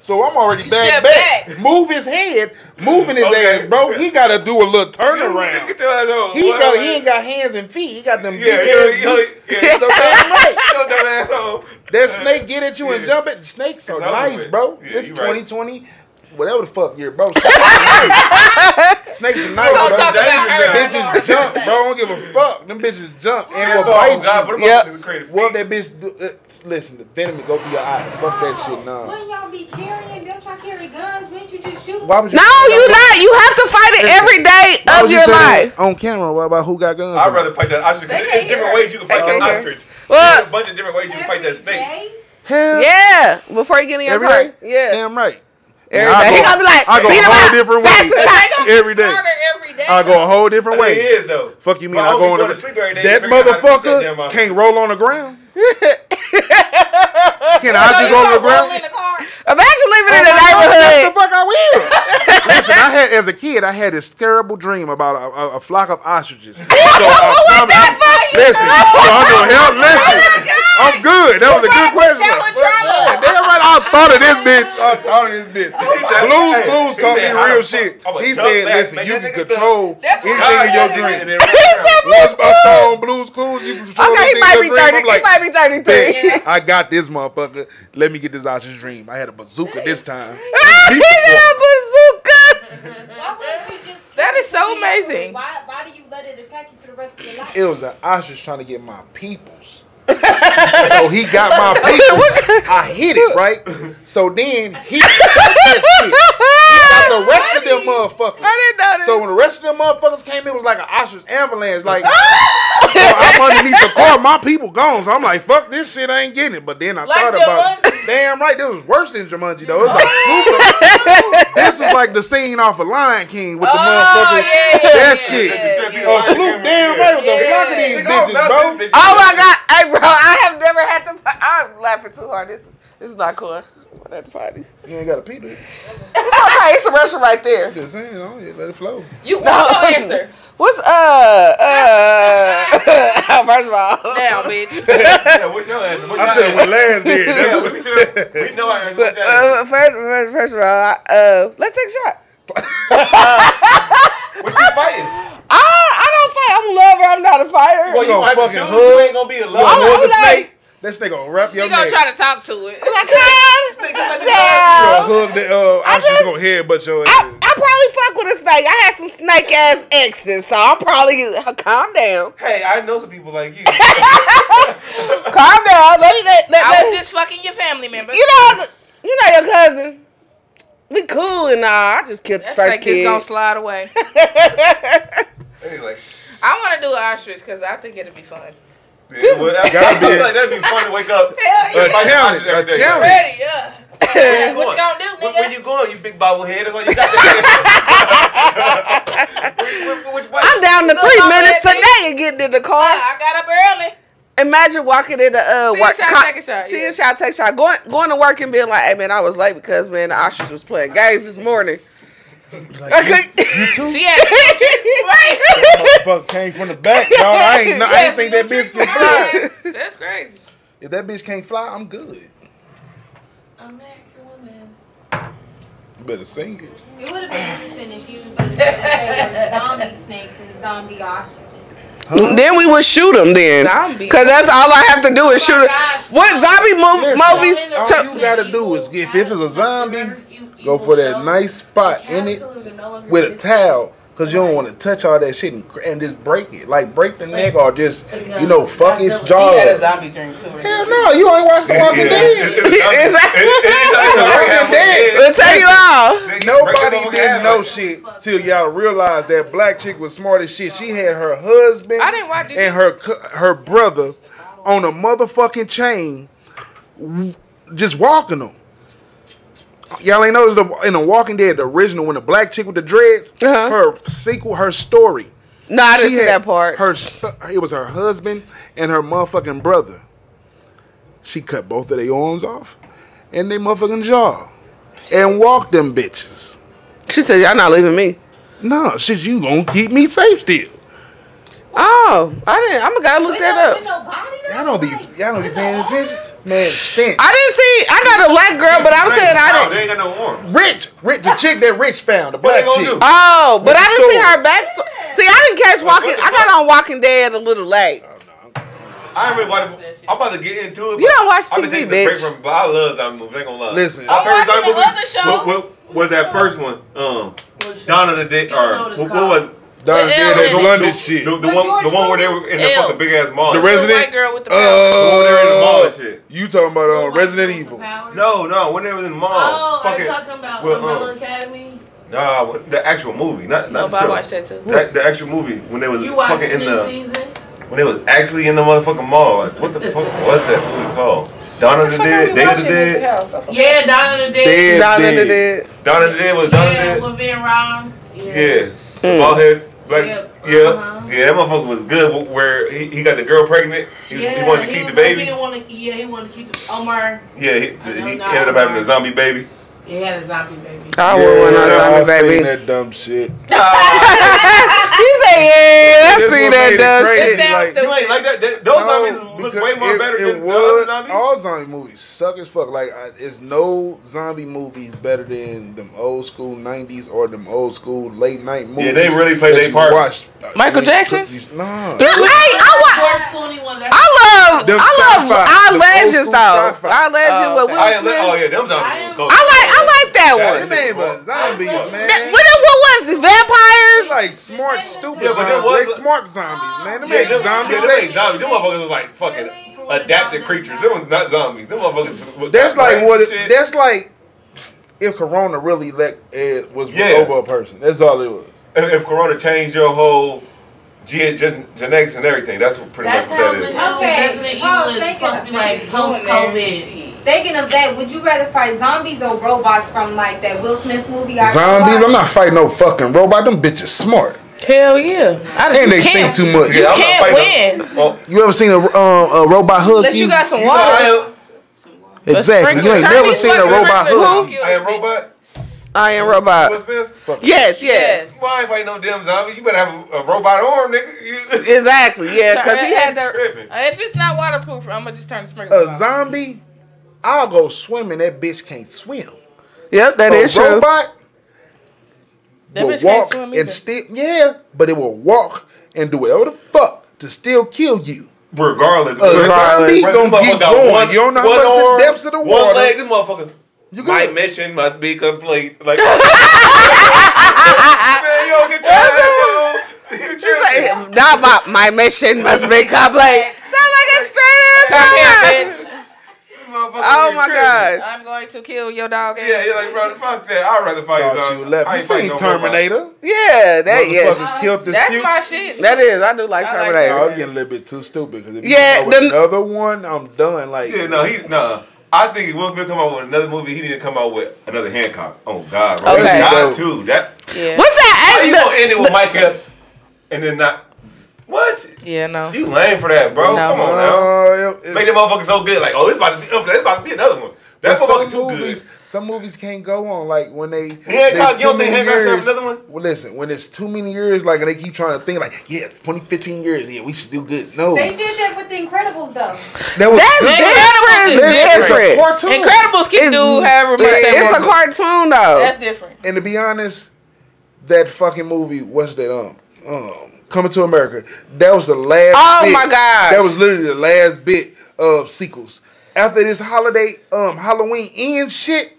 Speaker 6: So I'm already back,
Speaker 9: step
Speaker 6: back.
Speaker 9: back.
Speaker 6: Move his head, moving his
Speaker 7: Okay.
Speaker 6: ass, bro. He gotta do a little turnaround.
Speaker 7: *laughs* Get your ass on.
Speaker 6: He
Speaker 7: What-
Speaker 6: got he ain't got hands and feet. He got them big
Speaker 7: Yeah, yeah,
Speaker 6: ass
Speaker 7: yeah,
Speaker 6: boots.
Speaker 7: yeah. Get
Speaker 6: *laughs*
Speaker 7: your
Speaker 6: Damn right.
Speaker 7: your dumb ass on.
Speaker 6: That snake get at you and
Speaker 7: Yeah.
Speaker 6: jump at snakes are
Speaker 7: It's over
Speaker 6: nice,
Speaker 7: with.
Speaker 6: bro.
Speaker 7: Yeah,
Speaker 6: This
Speaker 7: you right.
Speaker 6: 2020, whatever the fuck
Speaker 3: *laughs*
Speaker 6: year, bro. Snakes are nice. Snakes are nice,
Speaker 9: gonna
Speaker 6: bro.
Speaker 9: talk
Speaker 6: Them
Speaker 9: about her
Speaker 7: Dangerous
Speaker 9: tomorrow.
Speaker 6: Bitches jump, bro. I don't give a fuck. Them bitches jump and
Speaker 7: Yeah,
Speaker 6: will
Speaker 7: oh, God,
Speaker 6: bite
Speaker 7: what
Speaker 6: you.
Speaker 7: about
Speaker 3: Yep.
Speaker 7: the creative
Speaker 6: What
Speaker 7: feat?
Speaker 6: that bitch do? Uh, listen, the venom will go through your eye. Fuck that shit, nah.
Speaker 2: Wouldn't y'all be carrying? Don't y'all carry guns? Wouldn't you just shoot them?
Speaker 6: Why would you?
Speaker 3: No, you not. You have to fight it every day
Speaker 6: why
Speaker 3: of
Speaker 6: would you
Speaker 3: your
Speaker 6: say that
Speaker 3: life.
Speaker 6: on camera? What about who got guns?
Speaker 7: I'd rather fight that ostrich.
Speaker 9: They
Speaker 7: There's
Speaker 9: can't
Speaker 7: different
Speaker 9: hear.
Speaker 7: ways you can fight
Speaker 3: They
Speaker 7: that
Speaker 3: can't hear.
Speaker 7: ostrich.
Speaker 3: Well-
Speaker 7: There's a bunch of different ways you can fight that
Speaker 2: Every
Speaker 7: snake.
Speaker 2: day?
Speaker 6: Hell
Speaker 3: Yeah, before you get in your
Speaker 6: Every
Speaker 3: car.
Speaker 6: day?
Speaker 3: Yeah.
Speaker 6: Damn right.
Speaker 3: Every
Speaker 6: Now, I
Speaker 3: day. He
Speaker 6: go-
Speaker 3: gonna be like,
Speaker 6: I go
Speaker 3: beat
Speaker 6: a
Speaker 3: him
Speaker 6: whole
Speaker 3: up,
Speaker 6: different
Speaker 3: fast
Speaker 6: way.
Speaker 3: as I-
Speaker 6: Every day.
Speaker 9: every day.
Speaker 6: I go a whole
Speaker 7: I
Speaker 6: different
Speaker 7: mean, It
Speaker 6: way.
Speaker 7: is though.
Speaker 6: Fuck you mean
Speaker 7: My
Speaker 6: I go
Speaker 7: homie go
Speaker 6: on
Speaker 7: to
Speaker 6: the
Speaker 7: sleep every day.
Speaker 6: That
Speaker 7: figuring out how to beat that damn
Speaker 6: motherfucker
Speaker 7: ostrich.
Speaker 6: can't roll on the ground. Can I just
Speaker 9: you
Speaker 6: go on
Speaker 9: gonna
Speaker 6: the ground?
Speaker 9: roll in the car.
Speaker 3: Imagine living in
Speaker 6: Oh
Speaker 3: the
Speaker 6: my God, That's the
Speaker 3: neighborhood.
Speaker 6: fuck I will. Listen, I had as a kid, I had this terrible dream about a, a, a flock of ostriches. So I promise- Listen,
Speaker 5: Oh
Speaker 6: so I'm gonna help. Listen, I'm good. That was a good question. Yeah, Damn right, I thought of this bitch. I thought of this bitch.
Speaker 7: said,
Speaker 6: Blues
Speaker 7: hey,
Speaker 6: Clues
Speaker 7: he
Speaker 6: told me
Speaker 7: said, how
Speaker 6: real
Speaker 7: the fuck-
Speaker 6: shit.
Speaker 7: I'm a
Speaker 6: He
Speaker 7: dumb
Speaker 6: said,
Speaker 7: ass,
Speaker 6: listen,
Speaker 7: man,
Speaker 6: you
Speaker 7: that
Speaker 6: can
Speaker 7: nigga
Speaker 6: control
Speaker 9: That's
Speaker 7: Ah,
Speaker 9: what
Speaker 6: anything in your
Speaker 9: I
Speaker 6: dream.
Speaker 7: *laughs* dream.
Speaker 6: Once I saw on Blues Clues, you can control
Speaker 3: Okay, he
Speaker 6: anything
Speaker 3: might
Speaker 6: in
Speaker 3: be
Speaker 6: your dream.
Speaker 3: thirty.
Speaker 6: I'm like,
Speaker 3: he might be
Speaker 6: Bet.
Speaker 3: thirty-three.
Speaker 6: *laughs* I got this motherfucker. Let me get this ostrich dream. I had a bazooka this time.
Speaker 3: *laughs* He got a bazooka.
Speaker 2: Why wouldn't you just
Speaker 5: That is so
Speaker 2: carry it?
Speaker 5: amazing.
Speaker 2: Why, why do you let it attack you for the rest of your life?
Speaker 6: It was an ostrich trying to get my
Speaker 3: *laughs*
Speaker 6: peoples. so he got my peoples. I hit it right. So then he *laughs* got that shit. He got
Speaker 3: *laughs*
Speaker 6: the rest of them motherfuckers.
Speaker 3: I didn't know this.
Speaker 6: So when the rest of them motherfuckers came in, it was like an ostrich avalanche.
Speaker 9: *laughs*
Speaker 6: Like, *laughs* so I'm underneath the car, my people gone. So I'm like, fuck this shit, I ain't getting it. But then I
Speaker 9: Like
Speaker 6: thought about it. Damn right, this was worse than Jumanji though. It
Speaker 9: *laughs*
Speaker 6: was like, Fluke- this was like the scene off of Lion King with the
Speaker 9: Oh,
Speaker 6: motherfuckers.
Speaker 9: yeah, yeah,
Speaker 6: that
Speaker 9: yeah,
Speaker 6: shit.
Speaker 9: yeah,
Speaker 7: yeah.
Speaker 6: Oh, Fluke, damn right, it was a
Speaker 9: Yeah.
Speaker 6: flock of these
Speaker 7: Nigga, I don't
Speaker 6: bitches,
Speaker 7: know
Speaker 6: bro.
Speaker 7: this bitch.
Speaker 3: Oh my god, hey bro, I have never had to. I'm laughing too hard. This is this is not cool. What at the party?
Speaker 6: You ain't got to pee, dude.
Speaker 3: It's okay. It's a restaurant right there.
Speaker 6: Just saying, you know, let it flow.
Speaker 9: You want your answer.
Speaker 3: What's uh uh? *laughs* first of all,
Speaker 5: Now, bitch.
Speaker 7: Yeah, what's your answer? What's
Speaker 6: I
Speaker 7: your
Speaker 6: said
Speaker 7: answer?
Speaker 6: what last did. That's
Speaker 7: Yeah,
Speaker 6: what-
Speaker 7: we should- we know our answer. What's your
Speaker 3: Uh,
Speaker 6: *laughs*
Speaker 7: answer.
Speaker 3: first, first, first of all, I, uh, let's take a shot.
Speaker 7: What you fighting?
Speaker 3: I, I don't fight. I'm a lover. I'm not a fighter.
Speaker 7: Well, you
Speaker 6: gonna
Speaker 7: gonna have to
Speaker 6: fucking
Speaker 7: choose.
Speaker 6: hood.
Speaker 7: You ain't gonna be a
Speaker 6: *laughs* Oh,
Speaker 7: lover.
Speaker 3: I'm
Speaker 6: the
Speaker 3: like-
Speaker 6: snake. This nigga gonna wrap your
Speaker 9: She gonna
Speaker 6: neck.
Speaker 9: try to talk to it.
Speaker 3: I'm like, "Huh?"
Speaker 6: Gonna
Speaker 3: Tell.
Speaker 6: hug the, uh,
Speaker 3: I
Speaker 6: I'm just
Speaker 3: just-
Speaker 6: gonna headbutt your
Speaker 3: I,
Speaker 6: ass.
Speaker 3: I probably fuck with a snake. I had some snake ass exes, so I'll probably calm down.
Speaker 7: Hey, I know some
Speaker 6: *laughs*
Speaker 7: people like you.
Speaker 3: Calm down. Let me let, let,
Speaker 9: I
Speaker 3: let
Speaker 9: was just fucking your family member.
Speaker 3: you know you know your cousin. We cool and all. I just killed the
Speaker 9: That's
Speaker 3: first
Speaker 9: like
Speaker 3: kid.
Speaker 9: it's gonna slide away.
Speaker 7: They like,
Speaker 9: I want to do an ostrich because I think it'll be fun.
Speaker 7: yeah, well, that-
Speaker 6: gotta be it.
Speaker 7: *laughs* like, that'd be fun to wake up.
Speaker 9: Hell
Speaker 6: A
Speaker 9: yeah,
Speaker 7: Fight
Speaker 6: challenge,
Speaker 7: ostrich every
Speaker 6: a
Speaker 7: day.
Speaker 6: challenge.
Speaker 9: ready, yeah.
Speaker 7: Where
Speaker 9: What you gonna do, nigga?
Speaker 7: Where, where you going, you big bobblehead? That's all you got there.
Speaker 6: *laughs*
Speaker 7: Where- where- which way?
Speaker 3: *laughs* I'm down to
Speaker 9: Look,
Speaker 3: three
Speaker 9: I'm
Speaker 3: minutes
Speaker 9: ready.
Speaker 3: today and getting in the
Speaker 5: Uh-uh.
Speaker 3: car.
Speaker 9: *laughs* I got up early.
Speaker 3: Imagine walking in the uh
Speaker 9: See a
Speaker 3: work.
Speaker 9: shot,
Speaker 3: co-
Speaker 9: take a shot,
Speaker 3: See
Speaker 9: yeah.
Speaker 3: a shot, take a shot. Going going to work and being like, hey man, I was late because man, the ostrich was playing games this morning. I *laughs* couldn't.
Speaker 9: She had
Speaker 6: Fuck came from the back, dog. I ain't, no, I ain't think that bitch can fly.
Speaker 9: That's crazy.
Speaker 6: If that bitch can't fly, I'm good.
Speaker 8: American woman.
Speaker 6: You better sing it.
Speaker 2: It would have been interesting if you would have said they
Speaker 6: *laughs*
Speaker 2: were zombie snakes and zombie ostriches.
Speaker 3: then we would shoot him then.
Speaker 5: Zombie.
Speaker 3: Cause that's all I have to do is shoot him.
Speaker 8: gosh.
Speaker 3: What zombie mo-
Speaker 6: Listen,
Speaker 3: movies?
Speaker 6: All
Speaker 3: to-
Speaker 6: you gotta do is get if it's a zombie,
Speaker 8: You- you
Speaker 6: go for that
Speaker 8: show
Speaker 6: nice spot in it
Speaker 8: caterpillars and no longer
Speaker 6: with a
Speaker 8: exist.
Speaker 6: towel. Cause you don't want to touch all that shit and, cr- and just break it, like break the neck or just you know fuck its jaw. up.
Speaker 9: zombie dream too.
Speaker 6: Hell no, you ain't watched The Walking Dead.
Speaker 3: Exactly.
Speaker 6: We'll
Speaker 3: It'll tell you all.
Speaker 6: Nobody didn't know shit till y'all realized that black chick was smart as shit. She had her husband
Speaker 9: I didn't watch it.
Speaker 6: and her cu- her brother on a motherfucking chain, w- just walking them. Y'all ain't noticed the, in the Walking Dead, the original, when the black chick with the dreads,
Speaker 3: Uh-huh.
Speaker 6: her sequel, her story.
Speaker 3: No, I didn't
Speaker 6: She
Speaker 3: see
Speaker 6: had
Speaker 3: that part.
Speaker 6: Her so- it was her husband and her motherfucking brother. She cut both of their arms off and they motherfucking jaw. and walk them bitches.
Speaker 3: She said, y'all not leaving me.
Speaker 6: No, shit, you gonna keep me safe still.
Speaker 3: Oh, I didn't. I'm gonna look
Speaker 2: We
Speaker 3: that
Speaker 2: don't
Speaker 3: up.
Speaker 2: get no body though.
Speaker 10: Y'all don't be
Speaker 2: Like,
Speaker 10: y'all don't be paying attention. Man, stink.
Speaker 3: I didn't see. I got a black girl, but I'm saying I
Speaker 7: No,
Speaker 3: didn't.
Speaker 7: Oh, they ain't got no arms.
Speaker 10: Rich, Rich, the chick that Rich found, the
Speaker 7: What they
Speaker 10: black
Speaker 7: gonna
Speaker 10: chick.
Speaker 7: do?
Speaker 3: Oh, but I
Speaker 10: the
Speaker 3: didn't see
Speaker 10: sword.
Speaker 3: her back. so- See, I didn't catch Walking. I got on Walking Dead a little late.
Speaker 7: I ain't really about to, I'm about to get into it. but
Speaker 3: You don't watch
Speaker 7: I've been
Speaker 3: TV,
Speaker 7: taking a break
Speaker 3: bitch.
Speaker 7: From, but I love zombie movies. I ain't gonna lie.
Speaker 6: Listen.
Speaker 8: Oh,
Speaker 7: My
Speaker 6: I'm
Speaker 7: favorite zombie
Speaker 9: watching
Speaker 7: movie
Speaker 9: the other show.
Speaker 7: wa- wa- was that first one? Um, Dawn of the Dead.
Speaker 8: You don't know what
Speaker 7: Or
Speaker 8: it's
Speaker 7: what,
Speaker 8: called.
Speaker 7: what was
Speaker 6: Darn
Speaker 9: The
Speaker 6: near that
Speaker 9: L in it.
Speaker 6: London
Speaker 7: the,
Speaker 6: shit. Uh,
Speaker 7: the,
Speaker 2: But
Speaker 7: one? The
Speaker 2: George
Speaker 7: one where they
Speaker 2: Clooney?
Speaker 7: were in the
Speaker 9: Ew.
Speaker 7: fucking big ass mall.
Speaker 6: The
Speaker 9: The
Speaker 6: Resident-
Speaker 9: white girl with the
Speaker 6: Uh,
Speaker 9: power.
Speaker 7: they're in the mall and shit.
Speaker 6: You talking about uh,
Speaker 8: Like,
Speaker 6: Resident
Speaker 8: with
Speaker 6: Evil?
Speaker 8: power?
Speaker 7: No, no, when they was in the mall.
Speaker 8: Oh, are
Speaker 7: fucking,
Speaker 8: you talking about
Speaker 7: well,
Speaker 8: Umbrella
Speaker 7: um,
Speaker 8: Academy?
Speaker 7: Nah, when- the actual movie, not
Speaker 9: No,
Speaker 7: not
Speaker 9: but I
Speaker 7: the
Speaker 9: watched
Speaker 7: show.
Speaker 9: that too.
Speaker 7: That, the actual movie when they was
Speaker 8: You watched
Speaker 7: fucking
Speaker 8: the
Speaker 7: in
Speaker 8: new
Speaker 7: the
Speaker 8: season?
Speaker 7: when they was actually in the motherfucking mall. Like, what the fuck was that movie called? Dawn of the Dead, Day of the Dead,
Speaker 8: Yeah, Dawn of the Dead.
Speaker 6: Dead,
Speaker 3: Dawn of the
Speaker 6: dead.
Speaker 3: Dead.
Speaker 7: Dawn of the Dead was Dawn of the
Speaker 8: Yeah,
Speaker 7: Dead.
Speaker 8: Levin Rollins.
Speaker 7: Yeah. Bald head. Black,
Speaker 8: Yep.
Speaker 7: Yeah.
Speaker 8: Uh-huh.
Speaker 7: Yeah, that motherfucker was good wh- where he, he got the girl pregnant. He, was- he
Speaker 8: Yeah,
Speaker 7: wanted to keep
Speaker 8: was
Speaker 7: the
Speaker 8: like,
Speaker 7: baby.
Speaker 8: He didn't want to, yeah, he wanted to keep the Omar.
Speaker 7: yeah, he,
Speaker 8: I know
Speaker 7: he
Speaker 8: not
Speaker 7: ended up having
Speaker 8: Omar.
Speaker 7: a zombie
Speaker 8: *laughs*
Speaker 7: baby.
Speaker 8: He had a zombie baby.
Speaker 3: I would want
Speaker 6: Yeah,
Speaker 3: on
Speaker 6: I
Speaker 3: zombie baby.
Speaker 6: seen that dumb shit.
Speaker 3: *laughs* He said, yeah, I
Speaker 6: This
Speaker 3: see
Speaker 6: one
Speaker 3: that
Speaker 6: made it
Speaker 3: dumb
Speaker 6: crazy,
Speaker 3: shit.
Speaker 9: It sounds
Speaker 7: You ain't like that. That- those zombies look
Speaker 6: because
Speaker 7: way more
Speaker 6: it-
Speaker 7: better
Speaker 6: it
Speaker 7: than the
Speaker 6: was-
Speaker 7: other zombies.
Speaker 6: All zombie movies suck as fuck. Like, I, it's no zombie movies better than them old school '90s or them old school late night movies.
Speaker 7: Yeah, they really played
Speaker 6: that
Speaker 7: their
Speaker 6: you
Speaker 7: part.
Speaker 6: watched, uh,
Speaker 5: Michael
Speaker 6: when you
Speaker 5: Jackson?
Speaker 6: took these- Nah.
Speaker 3: Hey, I wa-
Speaker 8: George Clooney one. That's
Speaker 3: I love,
Speaker 6: Them
Speaker 3: I love
Speaker 6: sci-fi,
Speaker 3: our
Speaker 6: them old
Speaker 3: legends
Speaker 6: school
Speaker 3: though.
Speaker 6: sci-fi.
Speaker 3: Our legend
Speaker 5: Oh,
Speaker 3: with
Speaker 5: okay.
Speaker 3: Will
Speaker 7: I am,
Speaker 3: Smith.
Speaker 7: oh yeah, them
Speaker 8: I
Speaker 7: zombies
Speaker 8: am-
Speaker 7: was cold.
Speaker 3: I like, I like that
Speaker 7: That
Speaker 3: one.
Speaker 7: is-
Speaker 6: Them ain't but zombies,
Speaker 8: That-
Speaker 6: man.
Speaker 3: That, what, what was it?
Speaker 6: They
Speaker 3: Vampires?
Speaker 6: like smart, stupid
Speaker 7: Yeah, but there
Speaker 6: zombies.
Speaker 7: was
Speaker 6: they
Speaker 7: a-
Speaker 6: smart zombies, man. Them
Speaker 7: yeah,
Speaker 6: ain't
Speaker 7: them,
Speaker 6: zombies.
Speaker 7: yeah, them
Speaker 6: They-
Speaker 7: ain't zombies. Them motherfuckers was like fucking adapted creatures. Them was not zombies. Them motherfuckers. was-
Speaker 6: That's like what. It,
Speaker 7: shit.
Speaker 6: that's like if Corona really let it was
Speaker 7: Yeah.
Speaker 6: over a person. That's all it was.
Speaker 7: if, if Corona changed your whole gen, gen, genetics and everything. That's what pretty
Speaker 8: That's
Speaker 7: much
Speaker 8: how
Speaker 7: what
Speaker 8: the
Speaker 7: that is.
Speaker 8: new
Speaker 2: Okay,
Speaker 8: Resident
Speaker 2: Paul,
Speaker 8: Evil is
Speaker 2: think
Speaker 8: supposed to be
Speaker 2: about
Speaker 8: like
Speaker 2: it.
Speaker 8: post COVID.
Speaker 2: Thinking of that, would you rather fight zombies or robots from like that Will Smith movie? I
Speaker 6: Zombies.
Speaker 2: watched?
Speaker 6: I'm not fighting no fucking robot. Them bitches smart.
Speaker 5: Hell yeah. I
Speaker 6: And they
Speaker 5: you can't.
Speaker 6: think too much.
Speaker 5: You
Speaker 7: Yeah, I'm not
Speaker 10: *laughs*
Speaker 5: can't
Speaker 7: fighting
Speaker 5: win.
Speaker 7: Oh,
Speaker 10: You ever seen a, uh, a robot hug
Speaker 5: Unless you got some
Speaker 7: you said I
Speaker 5: water.
Speaker 7: am,
Speaker 5: A
Speaker 10: Exactly. You
Speaker 5: sprinkler.
Speaker 10: ain't
Speaker 5: Turn
Speaker 10: never
Speaker 5: these
Speaker 10: seen a
Speaker 5: fucking
Speaker 10: robot
Speaker 5: sprinklers
Speaker 10: hug.
Speaker 5: on you.
Speaker 7: I am robot.
Speaker 3: I am
Speaker 7: Will
Speaker 10: Uh,
Speaker 3: robot.
Speaker 7: Smith.
Speaker 3: Yes, yes.
Speaker 5: Yes.
Speaker 7: Well, I ain't fighting no damn zombies. You better have a, a robot arm, nigga. *laughs* You-
Speaker 3: Exactly, yeah, because he had that.
Speaker 7: Tripping.
Speaker 9: Uh, If it's not waterproof, I'm gonna just turn the sprinkler.
Speaker 10: A zombie, I'll go swimming. That bitch can't swim.
Speaker 3: Yep, that
Speaker 10: a
Speaker 3: is true.
Speaker 10: robot
Speaker 9: That
Speaker 10: will
Speaker 9: bitch can't
Speaker 10: walk
Speaker 9: swim either.
Speaker 10: and still yeah, but it will walk and do whatever the fuck to still kill you.
Speaker 7: Regardless,
Speaker 10: Regardless. He's
Speaker 7: this
Speaker 10: gonna
Speaker 7: motherfucker
Speaker 10: keep
Speaker 7: got
Speaker 10: going. You don't know how
Speaker 7: one
Speaker 10: much the
Speaker 7: arm,
Speaker 10: depths of the
Speaker 7: One
Speaker 10: water.
Speaker 7: leg, this motherfucker.
Speaker 10: You
Speaker 7: My
Speaker 10: good?
Speaker 7: mission must be complete.
Speaker 10: *laughs*
Speaker 7: Like, *laughs* man, you don't get
Speaker 10: *laughs*
Speaker 7: your ass on. You tripping.
Speaker 3: Like, nah, my, my mission must be complete. *laughs* Sound like a straight
Speaker 9: Come here,
Speaker 3: ass robot.
Speaker 9: bitch.
Speaker 7: Motherfucker,
Speaker 3: Oh
Speaker 7: you
Speaker 3: my
Speaker 7: tripping.
Speaker 3: gosh.
Speaker 9: I'm going to kill your dog. ass.
Speaker 7: Yeah, you're like, bro, fuck that. I'd rather fight
Speaker 6: Thought
Speaker 7: zombie.
Speaker 6: you left.
Speaker 7: I
Speaker 6: You
Speaker 7: ain't fighting
Speaker 6: seen
Speaker 7: no robot.
Speaker 6: Terminator?
Speaker 3: Yeah, that yeah.
Speaker 6: Motherfucker killed this
Speaker 9: That's
Speaker 6: dude.
Speaker 9: my shit.
Speaker 3: That is, I do like
Speaker 9: I like
Speaker 6: I
Speaker 3: Terminator.
Speaker 6: was getting a little bit too stupid because if
Speaker 3: Yeah,
Speaker 6: you come out with
Speaker 3: the-
Speaker 6: another one, I'm done. Like,
Speaker 7: Yeah, no, he no. I think Will Smith come out with another movie. He didn't come out with another Hancock. Oh God, bro.
Speaker 3: Okay.
Speaker 7: God too. That
Speaker 9: Yeah.
Speaker 3: What's that?
Speaker 7: how you
Speaker 3: the-
Speaker 7: gonna end it with Mike Epps and then not? What?
Speaker 9: Yeah, no.
Speaker 7: You lame for that, bro?
Speaker 9: No.
Speaker 7: Come on now.
Speaker 6: Uh, it- it's-
Speaker 7: Make that motherfucker so good. Like, oh, it's about to be up there. It's about to be another one. That
Speaker 6: But some
Speaker 7: motherfucker too
Speaker 6: movies,
Speaker 7: good.
Speaker 6: some movies can't go on. Like when they
Speaker 7: Hancock,
Speaker 6: there's
Speaker 7: you don't
Speaker 6: too
Speaker 7: think
Speaker 6: many
Speaker 7: Hancock should have
Speaker 6: years-
Speaker 7: another one?
Speaker 6: Well, listen, when it's too many years, like and they keep trying to think, like yeah, 20, 15 years, yeah, we should do good. No,
Speaker 2: They did that with the Incredibles though.
Speaker 6: that was
Speaker 3: That's different.
Speaker 6: That's-
Speaker 3: different.
Speaker 6: It's a cartoon.
Speaker 9: Incredibles can do however much they
Speaker 3: It's
Speaker 9: want.
Speaker 3: a cartoon though.
Speaker 5: Uh,
Speaker 9: That's different.
Speaker 6: And to be honest, that fucking movie, what's that um um Coming to America? That was the last.
Speaker 3: Oh
Speaker 6: bit-
Speaker 3: my gosh.
Speaker 6: That was literally the last bit of sequels. After this holiday, um, Halloween end shit,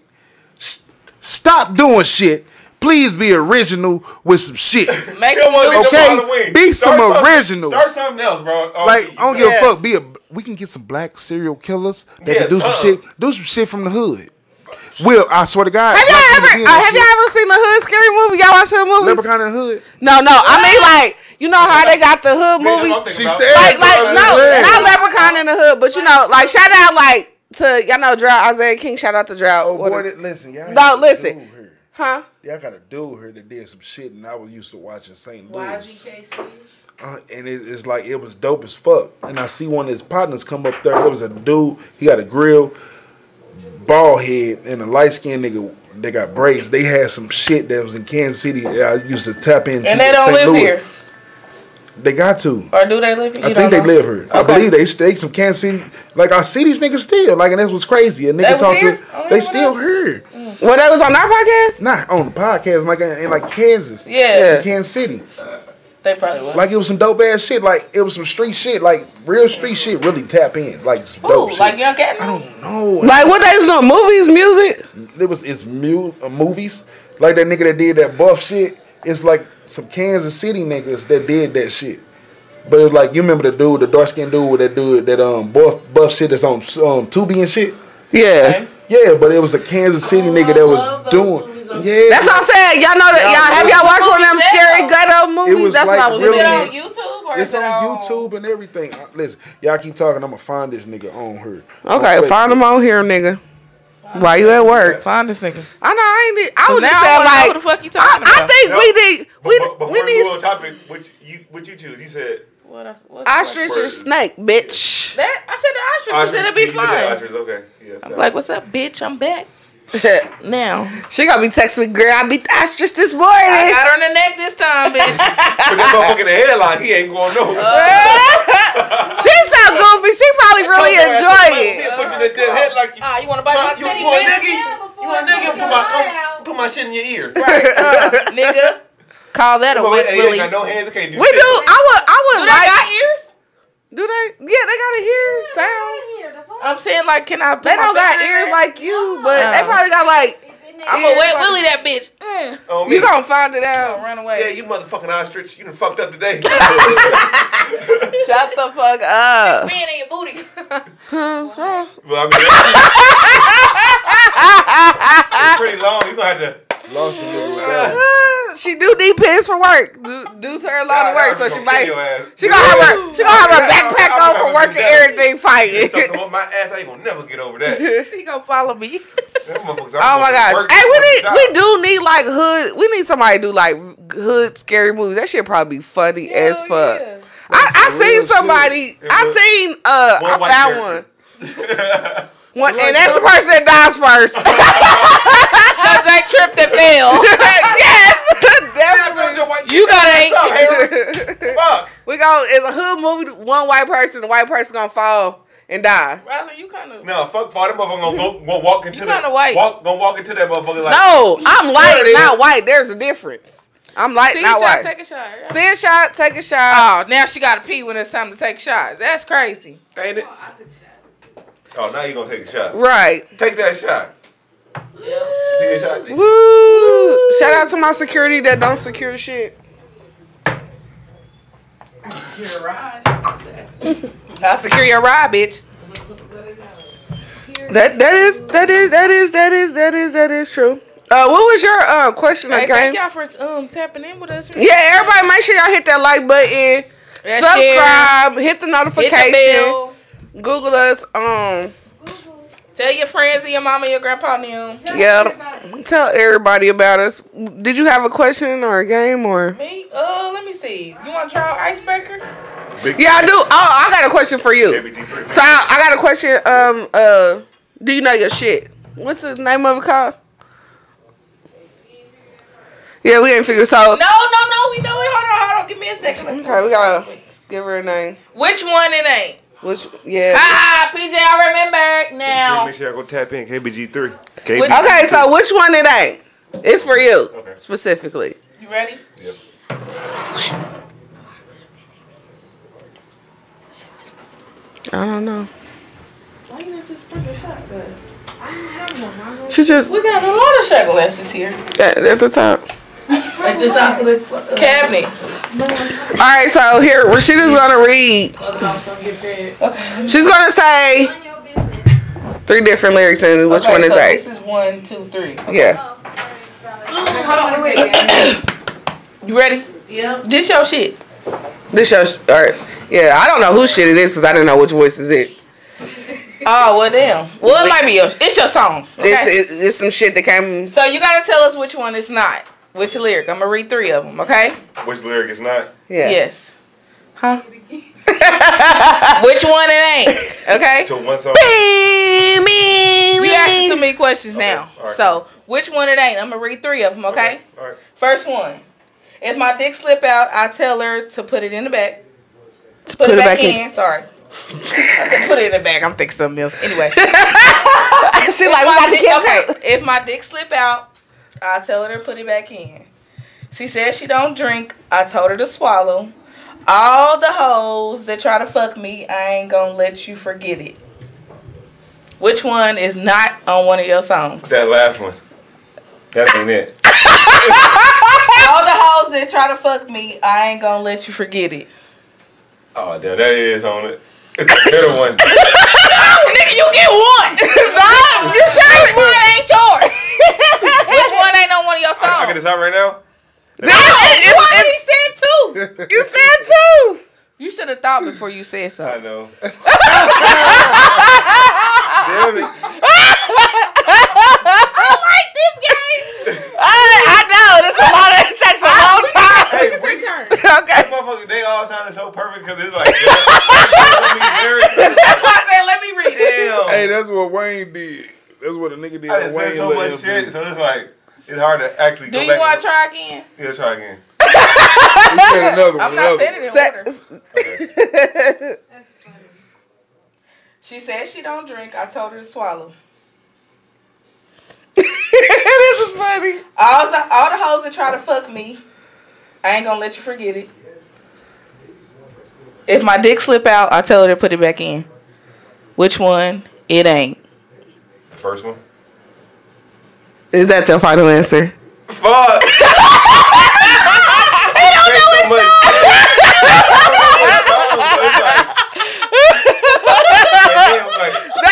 Speaker 6: s- stop doing shit. Please be original with some *laughs* shit.
Speaker 9: Make
Speaker 7: You don't
Speaker 9: some
Speaker 7: wanna
Speaker 9: new
Speaker 7: be just
Speaker 6: Okay,
Speaker 7: Halloween.
Speaker 6: be
Speaker 7: Start
Speaker 6: some
Speaker 7: something-
Speaker 6: original.
Speaker 7: Start something else, bro. Oh,
Speaker 6: Like, I don't give
Speaker 3: Yeah.
Speaker 6: a fuck. Be a. We can get some black serial killers that
Speaker 7: Yeah,
Speaker 6: can do some
Speaker 7: something.
Speaker 6: shit. Do some shit from the hood. Will I swear to God?
Speaker 3: Have
Speaker 6: black people
Speaker 3: y'all ever
Speaker 6: being
Speaker 3: uh,
Speaker 6: that
Speaker 3: have
Speaker 6: shit.
Speaker 3: y'all ever seen the hood scary movie? Y'all watch hood movies?
Speaker 6: Leprechaun in the hood?
Speaker 3: No, no. I mean like you know how they got the hood
Speaker 7: Man,
Speaker 3: movies.
Speaker 7: I'm thinking
Speaker 6: She
Speaker 7: about-
Speaker 6: said-
Speaker 3: Like like
Speaker 6: That's what
Speaker 3: no,
Speaker 6: I'm saying.
Speaker 3: not Leprechaun in the hood, but you know like shout out like to y'all know Drought Isaiah King. Shout out to Drought.
Speaker 6: Oh,
Speaker 3: What
Speaker 6: boy,
Speaker 3: is-
Speaker 6: that- listen, y'all.
Speaker 3: No,
Speaker 6: got a
Speaker 3: listen.
Speaker 6: dude here.
Speaker 3: Huh?
Speaker 6: Y'all got a dude here that did some shit, and I was used to watching St. Louis.
Speaker 8: YGKC.
Speaker 6: Uh, and it, it's like, it was dope as fuck. And I see one of his partners come up there. There was a dude, he got a grill, bald head, and a light skinned nigga They got braids. They had some shit that was in Kansas City. that I used to tap into.
Speaker 5: And they
Speaker 6: in
Speaker 5: don't
Speaker 6: St.
Speaker 5: live
Speaker 6: Louis.
Speaker 5: here,
Speaker 6: They got to.
Speaker 5: or do they live here?
Speaker 6: I
Speaker 5: You
Speaker 6: think they
Speaker 5: don't know.
Speaker 6: live here. I
Speaker 5: Okay.
Speaker 6: believe they stay some Kansas City. Like I see these niggas still. Like and that's what's crazy. A
Speaker 5: They
Speaker 6: nigga
Speaker 5: was
Speaker 6: talk to.
Speaker 5: here? Oh,
Speaker 6: They
Speaker 5: yeah,
Speaker 6: still
Speaker 5: what
Speaker 6: here.
Speaker 3: Well, that was on our podcast.
Speaker 6: Not on the podcast. Like in in, like Kansas.
Speaker 5: Yeah.
Speaker 6: In Kansas City.
Speaker 5: They probably would.
Speaker 6: Like it was some dope ass shit. Like it was some street shit. Like real street shit. Really tap in. Like some dope
Speaker 5: Ooh,
Speaker 6: shit.
Speaker 5: like Young Cat.
Speaker 6: I don't know.
Speaker 3: Like what they was doing? Movies, music.
Speaker 6: It was it's mu- uh, movies. Like that nigga that did that buff shit. It's like some Kansas City niggas that did that shit. But it was like you remember the dude, the dark skinned dude with that dude that um buff buff shit that's on um Tubi and shit.
Speaker 3: Yeah.
Speaker 5: Okay.
Speaker 6: Yeah, but it was a Kansas City
Speaker 8: Oh,
Speaker 6: nigga
Speaker 8: I
Speaker 6: that
Speaker 8: love
Speaker 6: was
Speaker 8: those
Speaker 6: doing.
Speaker 8: movies on-
Speaker 6: Yeah,
Speaker 3: That's what I'm saying. Y'all know that.
Speaker 5: Y'all
Speaker 3: Y'all have y'all watched one of them
Speaker 5: movies
Speaker 3: scary
Speaker 5: though.
Speaker 3: ghetto
Speaker 6: It
Speaker 3: movies?
Speaker 6: was
Speaker 3: That's
Speaker 6: like
Speaker 3: what I was
Speaker 6: really-
Speaker 5: Is it
Speaker 3: looking
Speaker 5: on
Speaker 3: at.
Speaker 5: YouTube or
Speaker 6: It's
Speaker 5: is it
Speaker 6: on YouTube and everything. Uh, Listen, y'all keep talking. I'ma find this nigga on her.
Speaker 3: Okay, find them on here, nigga. Why you at work?
Speaker 5: Find this nigga.
Speaker 3: I know I ain't. I was
Speaker 5: now
Speaker 3: just
Speaker 5: I
Speaker 3: saying
Speaker 5: wanna know
Speaker 3: like.
Speaker 5: who the fuck you
Speaker 3: I,
Speaker 5: talking
Speaker 3: I
Speaker 5: about.
Speaker 3: think we need we
Speaker 7: But- but
Speaker 3: we
Speaker 7: Before we go on
Speaker 3: need
Speaker 7: topic, what you what you choose? You said
Speaker 5: What I, what's
Speaker 3: ostrich or snake, bitch.
Speaker 5: That I said the ostrich
Speaker 7: ostrich.
Speaker 5: because it'll
Speaker 7: You
Speaker 5: be
Speaker 7: said
Speaker 5: fun.
Speaker 7: ostrich, Okay. Yeah. so-
Speaker 5: Like, what's up, bitch? I'm back now.
Speaker 3: she gonna be texting me, girl. I beat the ostrich this morning.
Speaker 5: I got her in the neck this
Speaker 6: *laughs*
Speaker 5: time, bitch.
Speaker 7: But that motherfucker in the headline, he ain't going nowhere.
Speaker 3: Uh, *laughs* she so goofy. She probably really enjoy it.
Speaker 7: Put you in that head like you.
Speaker 5: Ah, you want to bite my
Speaker 7: you
Speaker 5: titty,
Speaker 7: want
Speaker 5: bitch?
Speaker 7: nigga? You want nigga? Put my come- put my shit in your ear. Right.
Speaker 5: Right, uh, nigga. Call that a
Speaker 7: Come on,
Speaker 5: wet
Speaker 7: hey, you ain't
Speaker 5: willy.
Speaker 7: got no hands. I can't do.
Speaker 3: We do. I would. I would
Speaker 5: I
Speaker 3: like.
Speaker 5: got ears.
Speaker 3: do they? Yeah, they gotta hear sound.
Speaker 5: I'm saying like, can I? Put
Speaker 3: They
Speaker 5: my
Speaker 3: don't got
Speaker 5: finger in
Speaker 3: ears
Speaker 5: it?
Speaker 3: like you, but they
Speaker 5: Oh.
Speaker 3: probably got like.
Speaker 5: I'm a
Speaker 3: ears
Speaker 5: wet
Speaker 3: like-
Speaker 5: willy that bitch.
Speaker 7: On me.
Speaker 3: You gonna find it out.
Speaker 5: Run
Speaker 7: yeah,
Speaker 5: away.
Speaker 7: you motherfucking ostrich. You done fucked up
Speaker 3: *laughs*
Speaker 7: today. *laughs*
Speaker 3: Shut the fuck up.
Speaker 5: Man in your booty.
Speaker 7: Well, I mean,
Speaker 3: *laughs*
Speaker 7: that's it's pretty long. You gonna have to.
Speaker 6: Lost your little uh,
Speaker 3: *laughs* she do need pins for work. Do, do her a lot of
Speaker 7: God,
Speaker 3: work,
Speaker 7: I'm
Speaker 3: so
Speaker 7: just
Speaker 3: she
Speaker 7: gonna
Speaker 3: might.
Speaker 7: kill your ass.
Speaker 3: She gonna have her. She gonna have her backpack on for work and everything
Speaker 7: Just
Speaker 3: fighting.
Speaker 7: talking about my ass. I ain't gonna never
Speaker 3: *laughs*
Speaker 7: get over that. Them
Speaker 5: He gonna follow me.
Speaker 7: motherfuckers, I'm
Speaker 3: Oh my
Speaker 7: gonna
Speaker 3: gosh!
Speaker 7: work
Speaker 3: Hey, we need
Speaker 7: the
Speaker 3: we do need like hood. We need somebody to do like hood scary movies. That shit probably be funny *laughs* as
Speaker 5: Hell
Speaker 3: fuck.
Speaker 5: yeah.
Speaker 3: I, I
Speaker 6: real
Speaker 3: seen
Speaker 6: shit.
Speaker 3: somebody.
Speaker 7: It
Speaker 3: I
Speaker 7: was
Speaker 3: seen uh.
Speaker 7: one
Speaker 3: I
Speaker 7: white
Speaker 3: found
Speaker 7: *laughs*
Speaker 3: one.
Speaker 7: character. job.
Speaker 3: One, and that's the person that dies first. *laughs*
Speaker 7: *laughs*
Speaker 5: Cause they tripped and fell.
Speaker 3: yes,
Speaker 7: *laughs* Don't
Speaker 3: definitely.
Speaker 7: your white-
Speaker 5: You gotta ain't.
Speaker 7: What's
Speaker 3: *laughs*
Speaker 7: up, Harry? Fuck.
Speaker 3: We go. It's a hood movie. One white person. The white person gonna fall and die.
Speaker 5: Rosa, you kind of.
Speaker 7: No, fuck. Father motherfucker gonna go, gonna walk into
Speaker 5: You
Speaker 7: that.
Speaker 5: kinda white.
Speaker 7: Walk, gonna walk into that motherfucker like.
Speaker 3: No, I'm
Speaker 7: There
Speaker 3: light,
Speaker 7: it
Speaker 3: not
Speaker 7: is.
Speaker 3: white. There's a difference. I'm light,
Speaker 5: See,
Speaker 3: not
Speaker 5: shot,
Speaker 3: white.
Speaker 5: take a shot. Yeah.
Speaker 3: See a shot, take a shot.
Speaker 5: Oh, now she gotta pee when it's time to take shots. That's crazy.
Speaker 7: Ain't it? Oh, now you gonna take a shot.
Speaker 3: Right.
Speaker 7: Take that shot. Take that shot.
Speaker 3: Woo! Shout out to my security that don't secure shit.
Speaker 8: You're right.
Speaker 5: I secure your ride, bitch.
Speaker 3: That that is that is that is that is that is that is true. Uh, what was your uh question
Speaker 5: Hey,
Speaker 3: again?
Speaker 5: thank y'all for um tapping in with us.
Speaker 3: Yeah, everybody, make sure y'all hit that like button,
Speaker 5: Yeah,
Speaker 3: subscribe, hit the
Speaker 5: Hit
Speaker 3: notification,
Speaker 5: the bell.
Speaker 3: Google us. Um,
Speaker 5: Tell your friends and your mama and your grandpa and them.
Speaker 3: yeah, tell everybody about us. Did you have a question or a game or?
Speaker 5: Me? Uh, let me see. You want to try our icebreaker?
Speaker 3: Yeah, I do. Oh, I got a question for you.
Speaker 7: JBG3.
Speaker 3: So I, I got a question. Um, uh, do you know your shit? What's the name of it called? Yeah, we ain't figured. So
Speaker 5: No, no, no. We know it. Hold on, hold on. Give me a second.
Speaker 3: okay, we gotta give her a name.
Speaker 5: Which one it ain't?
Speaker 3: Which yeah.
Speaker 5: Ah, PJ, I remember it now.
Speaker 7: Make sure I go tap in KBG3.
Speaker 5: What-
Speaker 7: KB.
Speaker 3: Okay, so which one it ain't? It's for you
Speaker 7: Okay.
Speaker 3: specifically.
Speaker 5: You ready?
Speaker 7: Yep.
Speaker 3: I don't know.
Speaker 5: Why you just bring a shot glass?
Speaker 3: She just
Speaker 5: We got a lot of shot glasses here.
Speaker 3: at, at the top.
Speaker 8: At the top of the uh,
Speaker 5: Cabinet.
Speaker 3: All right, so here Rashida's gonna read.
Speaker 8: That's what I was gonna get fed.
Speaker 3: She's gonna say three different lyrics and which
Speaker 5: Okay,
Speaker 3: one is
Speaker 5: so
Speaker 3: right.
Speaker 5: This is one, two, three.
Speaker 3: Yeah.
Speaker 8: Hold on, wait, wait.
Speaker 5: You ready?
Speaker 8: Yep.
Speaker 5: This your shit.
Speaker 3: This show, all right. Yeah, I don't know whose shit it is because I didn't know which voice is it.
Speaker 5: Oh well, damn. Well, it might be yours. It's your song. Okay.
Speaker 3: It's, it's, it's some shit that came.
Speaker 5: so you gotta tell us which one it's not. Which lyric? I'm gonna read three of them. Okay.
Speaker 7: Which lyric is not?
Speaker 3: Yeah.
Speaker 5: Yes. Huh? *laughs* Which one it ain't?
Speaker 7: *laughs*
Speaker 5: Okay.
Speaker 7: To one song.
Speaker 5: You asking too many questions now.
Speaker 7: all right.
Speaker 5: So which one it ain't? I'm gonna read three of them. Okay.
Speaker 7: All right.
Speaker 5: First one. If my dick slip out, I tell her to put it in the back.
Speaker 3: To put, it back in.
Speaker 5: Sorry. I said put it in the back. I'm thinking
Speaker 3: *laughs*
Speaker 5: something else. Anyway.
Speaker 3: she like, we
Speaker 5: my
Speaker 3: gotta
Speaker 5: dick-
Speaker 3: get
Speaker 5: okay,
Speaker 3: her.
Speaker 5: if my dick slip out, I tell her to put it back in. She says she don't drink. I told her to swallow. All the hoes that try to fuck me, I ain't gonna let you forget it. Which one is not on one of your songs?
Speaker 7: That last one. That ain't it.
Speaker 5: *laughs* All the hoes that try to fuck me, I ain't gonna let you forget it.
Speaker 7: Oh damn, that is on it. *laughs* It's the middle one.
Speaker 5: Nigga, you get *laughs* one. no, you sure which one ain't yours? which one ain't on one of your songs?
Speaker 7: I, I can decide right now.
Speaker 5: he said two. *laughs*
Speaker 3: You said two.
Speaker 5: You should have thought before you said
Speaker 7: I
Speaker 3: *laughs*
Speaker 5: something.
Speaker 7: know. Damn it.
Speaker 3: I, I know. That's a lot. Of, it takes a long time.
Speaker 7: Hey, we,
Speaker 3: *laughs* Okay.
Speaker 7: motherfuckers, they all sounded so perfect because it's like. Damn.
Speaker 5: That's why *laughs* I said, let me read it.
Speaker 6: Hey, that's what Wayne did. That's what a nigga did.
Speaker 7: I
Speaker 6: to
Speaker 7: done
Speaker 6: Wayne
Speaker 7: said so
Speaker 6: let
Speaker 7: much
Speaker 6: us
Speaker 7: shit,
Speaker 6: do.
Speaker 7: so it's like it's hard to actually
Speaker 5: Do
Speaker 7: go
Speaker 5: you
Speaker 7: back.
Speaker 5: want
Speaker 7: and-
Speaker 5: to try again?
Speaker 7: Yeah, try again.
Speaker 6: He
Speaker 5: *laughs*
Speaker 6: said another one.
Speaker 5: I'm not
Speaker 6: another
Speaker 5: saying
Speaker 6: one.
Speaker 5: it in order.
Speaker 3: Se-
Speaker 11: That's funny.
Speaker 5: She said she don't drink. I told her to swallow.
Speaker 3: *laughs* this is funny.
Speaker 5: All the all the hoes that try to fuck me, I ain't gonna let you forget it. If my dick slip out, I tell her to put it back in. Which one? It ain't.
Speaker 7: The first one.
Speaker 3: Is that your final answer?
Speaker 7: Fuck.
Speaker 3: I
Speaker 7: I don't know his song.
Speaker 3: eh,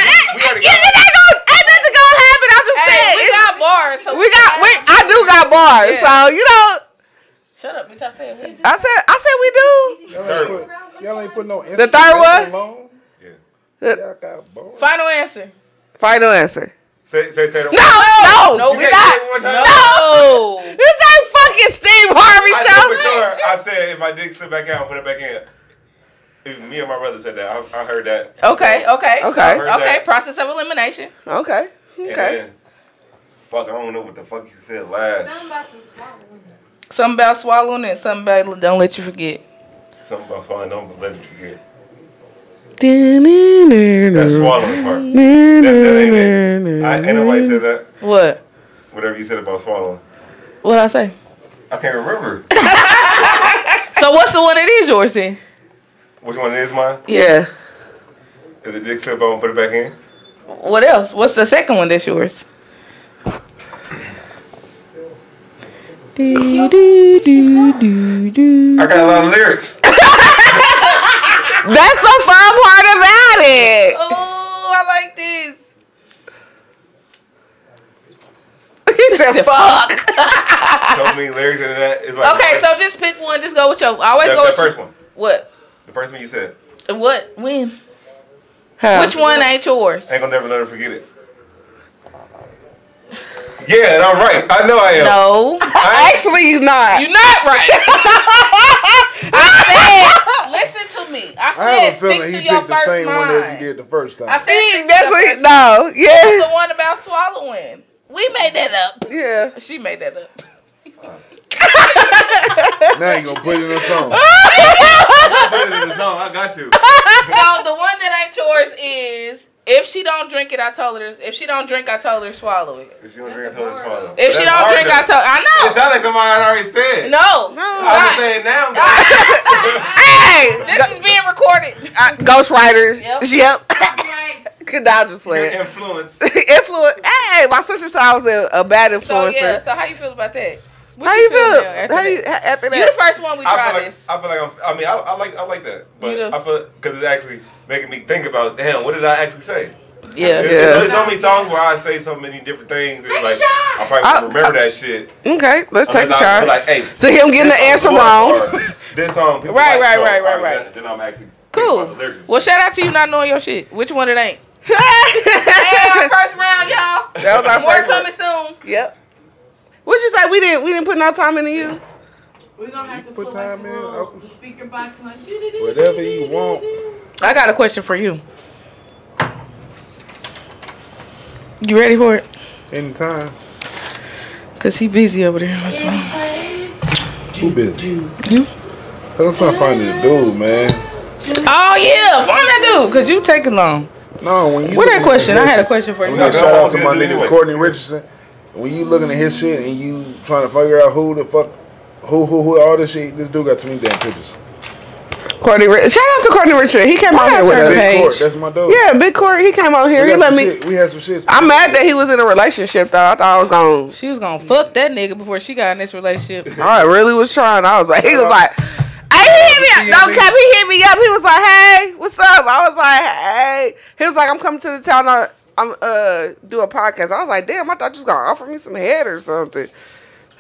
Speaker 3: nothing gonna happen. I'm just
Speaker 5: Hey,
Speaker 3: saying.
Speaker 5: we got bars. So
Speaker 3: we got. We, I do got bars. So you know,
Speaker 5: Shut up, bitch. I said we.
Speaker 3: I said. I said we do.
Speaker 6: Y'all ain't put- Y'all ain't put no
Speaker 3: The third one?
Speaker 6: one?
Speaker 3: Yeah.
Speaker 6: Y'all got bored.
Speaker 5: Final answer.
Speaker 3: Final answer.
Speaker 7: Say, say, say the
Speaker 3: No, no,
Speaker 5: no,
Speaker 3: no
Speaker 5: we
Speaker 3: we
Speaker 7: You
Speaker 3: not.
Speaker 7: can't do it one time?
Speaker 5: No.
Speaker 3: This ain't fucking Steve Harvey
Speaker 7: I
Speaker 3: show.
Speaker 7: know for sure. I said if my dick slip back out, put it back in. Even me and my brother said that. I, I heard that.
Speaker 5: Okay. Okay. so-
Speaker 3: Okay.
Speaker 7: Heard
Speaker 5: okay.
Speaker 7: that.
Speaker 5: Process of elimination.
Speaker 3: Okay.
Speaker 7: And
Speaker 3: Okay.
Speaker 7: then, fuck, I don't know what the fuck you said last.
Speaker 11: Something about to swallow.
Speaker 5: Something about swallowing and something about don't let you forget.
Speaker 7: Something about swallowing, don't let it forget. That
Speaker 3: That's
Speaker 7: swallowing part. That, that ain't it. I, ain't nobody said that.
Speaker 5: What?
Speaker 7: Whatever you said about swallowing.
Speaker 5: What I say?
Speaker 7: I can't remember
Speaker 5: So what's the one that is yours then?
Speaker 7: which one it is mine.
Speaker 3: Yeah.
Speaker 7: Is the dick slip out and put it back in?
Speaker 5: What else? What's the second one that's yours?
Speaker 7: I got a lot of lyrics.
Speaker 3: That's the fun part about it.
Speaker 5: Oh, I like this.
Speaker 3: *laughs* He said, "Fuck."
Speaker 7: so many lyrics into that. It's like
Speaker 5: Okay, so just pick one. Just go with your. I always
Speaker 7: That-
Speaker 5: go
Speaker 7: that
Speaker 5: with
Speaker 7: first one.
Speaker 5: your- What?
Speaker 7: The first one you said.
Speaker 5: What? When?
Speaker 3: Huh.
Speaker 5: Which one ain't yours?
Speaker 7: Ain't gonna never let her forget it. Yeah, and I'm right. I know I am.
Speaker 5: No,
Speaker 7: I ain't-
Speaker 3: Actually, you not.
Speaker 5: you're not right.
Speaker 3: *laughs*
Speaker 5: Listen to me. I
Speaker 6: I
Speaker 5: said
Speaker 6: have a
Speaker 5: stick
Speaker 6: feeling
Speaker 5: to
Speaker 6: he
Speaker 5: your
Speaker 6: picked
Speaker 5: first
Speaker 6: the same one
Speaker 5: mind.
Speaker 6: that he did the first time.
Speaker 5: I said stick to
Speaker 3: That's
Speaker 5: your
Speaker 3: what.
Speaker 5: first-
Speaker 3: he- No.
Speaker 5: the
Speaker 3: Yeah.
Speaker 5: one about swallowing. We made that up.
Speaker 3: Yeah.
Speaker 5: She made that
Speaker 3: *laughs*
Speaker 5: up.
Speaker 6: now you gonna put it in a *laughs* song.
Speaker 5: *laughs*
Speaker 7: Put it in the song. I got you.
Speaker 5: So the one that ain't yours is if she don't drink it, I told her. If she don't drink, I told her swallow it.
Speaker 7: If she don't drink, I told her to swallow.
Speaker 5: If she
Speaker 7: That's
Speaker 5: don't
Speaker 7: hard
Speaker 5: drink,
Speaker 7: though.
Speaker 5: I told. I
Speaker 7: It sounded like somebody I already said.
Speaker 5: know. No.
Speaker 7: I was saying
Speaker 5: *laughs*
Speaker 7: now.
Speaker 3: Hey.
Speaker 7: guys.
Speaker 5: This is being recorded.
Speaker 3: *laughs* Uh, Ghost Riders.
Speaker 5: Yep.
Speaker 3: *laughs* Yep. *laughs*
Speaker 12: Right.
Speaker 3: Could not just *laughs*
Speaker 7: Your
Speaker 3: play.
Speaker 7: influence.
Speaker 3: Influence. Hey, my sister said I was a, a bad
Speaker 5: So
Speaker 3: influencer.
Speaker 5: yeah. So how you feel about that? What
Speaker 3: How you
Speaker 5: now
Speaker 3: feel?
Speaker 5: after
Speaker 3: How you
Speaker 5: that?
Speaker 3: after
Speaker 5: You the
Speaker 3: that?
Speaker 5: first one we
Speaker 7: I
Speaker 5: tried
Speaker 7: feel like
Speaker 5: this.
Speaker 7: I feel like I'm. I mean, I, I like I like that, but
Speaker 5: do.
Speaker 7: I feel because it's actually making me think about damn, what did I actually say?
Speaker 5: Yeah.
Speaker 7: There's,
Speaker 3: Yeah.
Speaker 7: there's so many songs where I say so many different things. And like I probably
Speaker 3: I-
Speaker 7: won't remember
Speaker 3: I-
Speaker 7: that shit.
Speaker 3: Okay,
Speaker 6: Oh,
Speaker 3: let's take a
Speaker 7: Unless I
Speaker 3: shot.
Speaker 7: feel Like, hey,
Speaker 3: to him getting the
Speaker 7: this
Speaker 3: answer
Speaker 7: song
Speaker 3: wrong.
Speaker 7: was, or This song, people
Speaker 5: Right,
Speaker 7: like,
Speaker 5: right,
Speaker 7: so,
Speaker 5: right, right,
Speaker 7: all
Speaker 5: right.
Speaker 7: Then, then I'm actually
Speaker 5: Cool. Well, shout out to you not knowing your shit. Which one it ain't? Hey,
Speaker 3: *laughs*
Speaker 5: our
Speaker 3: that
Speaker 5: first round, y'all.
Speaker 3: was our
Speaker 5: More
Speaker 3: first one.
Speaker 5: coming soon.
Speaker 3: Yep. What you say? We didn't we didn't put no time into you.
Speaker 8: We're gonna have
Speaker 13: You
Speaker 8: to
Speaker 13: put
Speaker 8: put, like
Speaker 13: time
Speaker 8: the
Speaker 13: in,
Speaker 8: little
Speaker 13: I'll-
Speaker 8: the speaker box and like
Speaker 13: Whatever you want.
Speaker 5: I got a question for you. You ready for it?
Speaker 13: Anytime.
Speaker 5: Cause he busy over there. That's why.
Speaker 13: Too busy.
Speaker 5: You?
Speaker 13: I'm trying to find this dude, man.
Speaker 5: Oh yeah, find that dude. Cause you taking long.
Speaker 6: No, when you
Speaker 5: What
Speaker 6: look
Speaker 5: that
Speaker 6: at
Speaker 5: question? I
Speaker 6: his-
Speaker 5: had a question for
Speaker 6: I'm
Speaker 5: you.
Speaker 6: gonna shout out to my
Speaker 7: Yeah,
Speaker 6: nigga
Speaker 7: anyway.
Speaker 6: Courtney Richardson. When you looking at his shit and you trying to figure out who the fuck, who who who all this shit, this dude got too many damn pictures.
Speaker 3: Courtney, Ri- shout out to Courtney Richard. He came out here
Speaker 5: out
Speaker 3: with
Speaker 5: to her
Speaker 3: her
Speaker 6: Big
Speaker 3: page.
Speaker 6: Court, that's my dog.
Speaker 3: Yeah, Big Court. He came out here.
Speaker 6: we
Speaker 3: He
Speaker 6: had
Speaker 3: let
Speaker 6: some
Speaker 3: me.
Speaker 6: Shit. We had some shit.
Speaker 3: I'm mad that he was in a relationship though. I thought I was gonna.
Speaker 5: She was gonna fuck that nigga before she got in this relationship.
Speaker 3: I really was trying. I was like, he was like, hey, he hit me up. No cap, he hit me up. He was like, hey, what's up? I was like, hey. He was like, I'm coming to the town. uh, I'm uh do a podcast. I was like, damn, I thought you was gonna offer me some head or something. *laughs*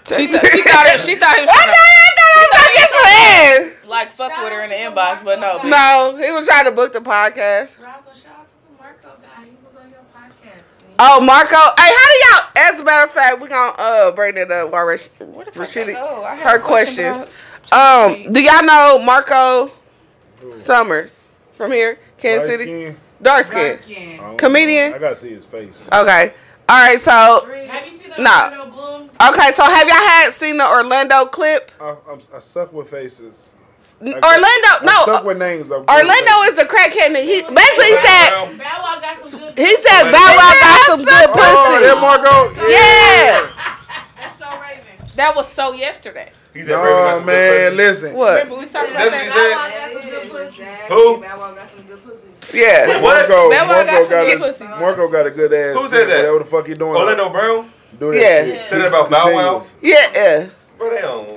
Speaker 5: She, th- she thought it, she thought he was
Speaker 3: I
Speaker 5: trying
Speaker 3: thought I thought I was gonna get some head.
Speaker 5: to, like fuck with her in the inbox, but no. bitch.
Speaker 3: No, he was trying to book the podcast.
Speaker 8: Rosa, shout out to the Marco guy. He was on your podcast.
Speaker 3: Oh, Marco. Hey, how do y'all? As a matter of fact, we're gonna uh bring it up while Rash- Rashida
Speaker 5: go? Oh, I had
Speaker 3: her
Speaker 5: a question
Speaker 3: questions. Um, do y'all know Marco Summers from here, Kansas
Speaker 13: Light
Speaker 3: City?
Speaker 13: skin.
Speaker 3: Dark skin.
Speaker 8: Dark skin.
Speaker 13: I don't-
Speaker 3: Comedian?
Speaker 13: I gotta see his face.
Speaker 3: Okay. All right. So
Speaker 8: Have you seen that
Speaker 3: Nah.
Speaker 8: Orlando Bloom?
Speaker 3: okay. So have y'all had seen the Orlando clip?
Speaker 13: I, I'm, I suck with faces.
Speaker 3: Orlando.
Speaker 13: I suck
Speaker 3: No. uh,
Speaker 13: with names. I'm
Speaker 3: Orlando is the crackhead. and He basically he said
Speaker 8: Bow Wow got some good.
Speaker 3: he said Bow Wow got some good
Speaker 13: Oh, that
Speaker 3: pussy.
Speaker 13: Marco.
Speaker 3: Yeah.
Speaker 8: That's so Raven.
Speaker 5: That was so yesterday.
Speaker 7: He's that
Speaker 13: Oh
Speaker 7: Raven got some good
Speaker 13: man,
Speaker 7: pussy.
Speaker 13: listen.
Speaker 3: What?
Speaker 5: Remember we was talking
Speaker 7: That's
Speaker 5: about
Speaker 7: what you
Speaker 5: that?
Speaker 8: Bow
Speaker 7: said.
Speaker 8: Wow got some good pussy.
Speaker 7: Who?
Speaker 8: Bow Wow got some good pussy.
Speaker 3: Yeah.
Speaker 7: What?
Speaker 13: Marco,
Speaker 5: That boy
Speaker 13: Marco
Speaker 5: got some good
Speaker 13: a,
Speaker 5: pussy.
Speaker 13: Marco got a good ass.
Speaker 7: Who said
Speaker 13: shit,
Speaker 7: that?
Speaker 13: Whatever the fuck he doing.
Speaker 7: Orlando Brown?
Speaker 13: Do that
Speaker 3: Yeah.
Speaker 13: shit.
Speaker 7: Said that about Bow Wow?
Speaker 3: Yeah. Yeah.
Speaker 7: Bro, they don't.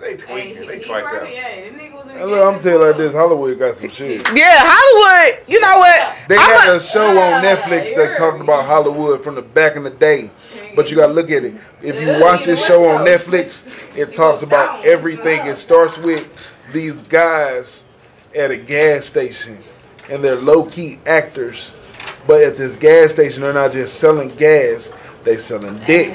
Speaker 7: They
Speaker 8: Hey,
Speaker 7: tweaking.
Speaker 8: he,
Speaker 7: They
Speaker 8: he
Speaker 7: twiked
Speaker 8: probably,
Speaker 7: out.
Speaker 8: yeah, that nigga was in the
Speaker 6: And look, I'm
Speaker 8: game.
Speaker 6: telling you like this. Hollywood got some shit.
Speaker 3: Yeah, Hollywood. You know what?
Speaker 6: They
Speaker 3: I'm
Speaker 6: got
Speaker 3: a-
Speaker 6: a, show on Netflix that's talking about Hollywood from the back in the day. But you gotta look at it. If you watch this show on Netflix, it talks about everything. It starts with these guys at a gas station and they're low key actors. But at this gas station they're not just selling gas, they selling dick.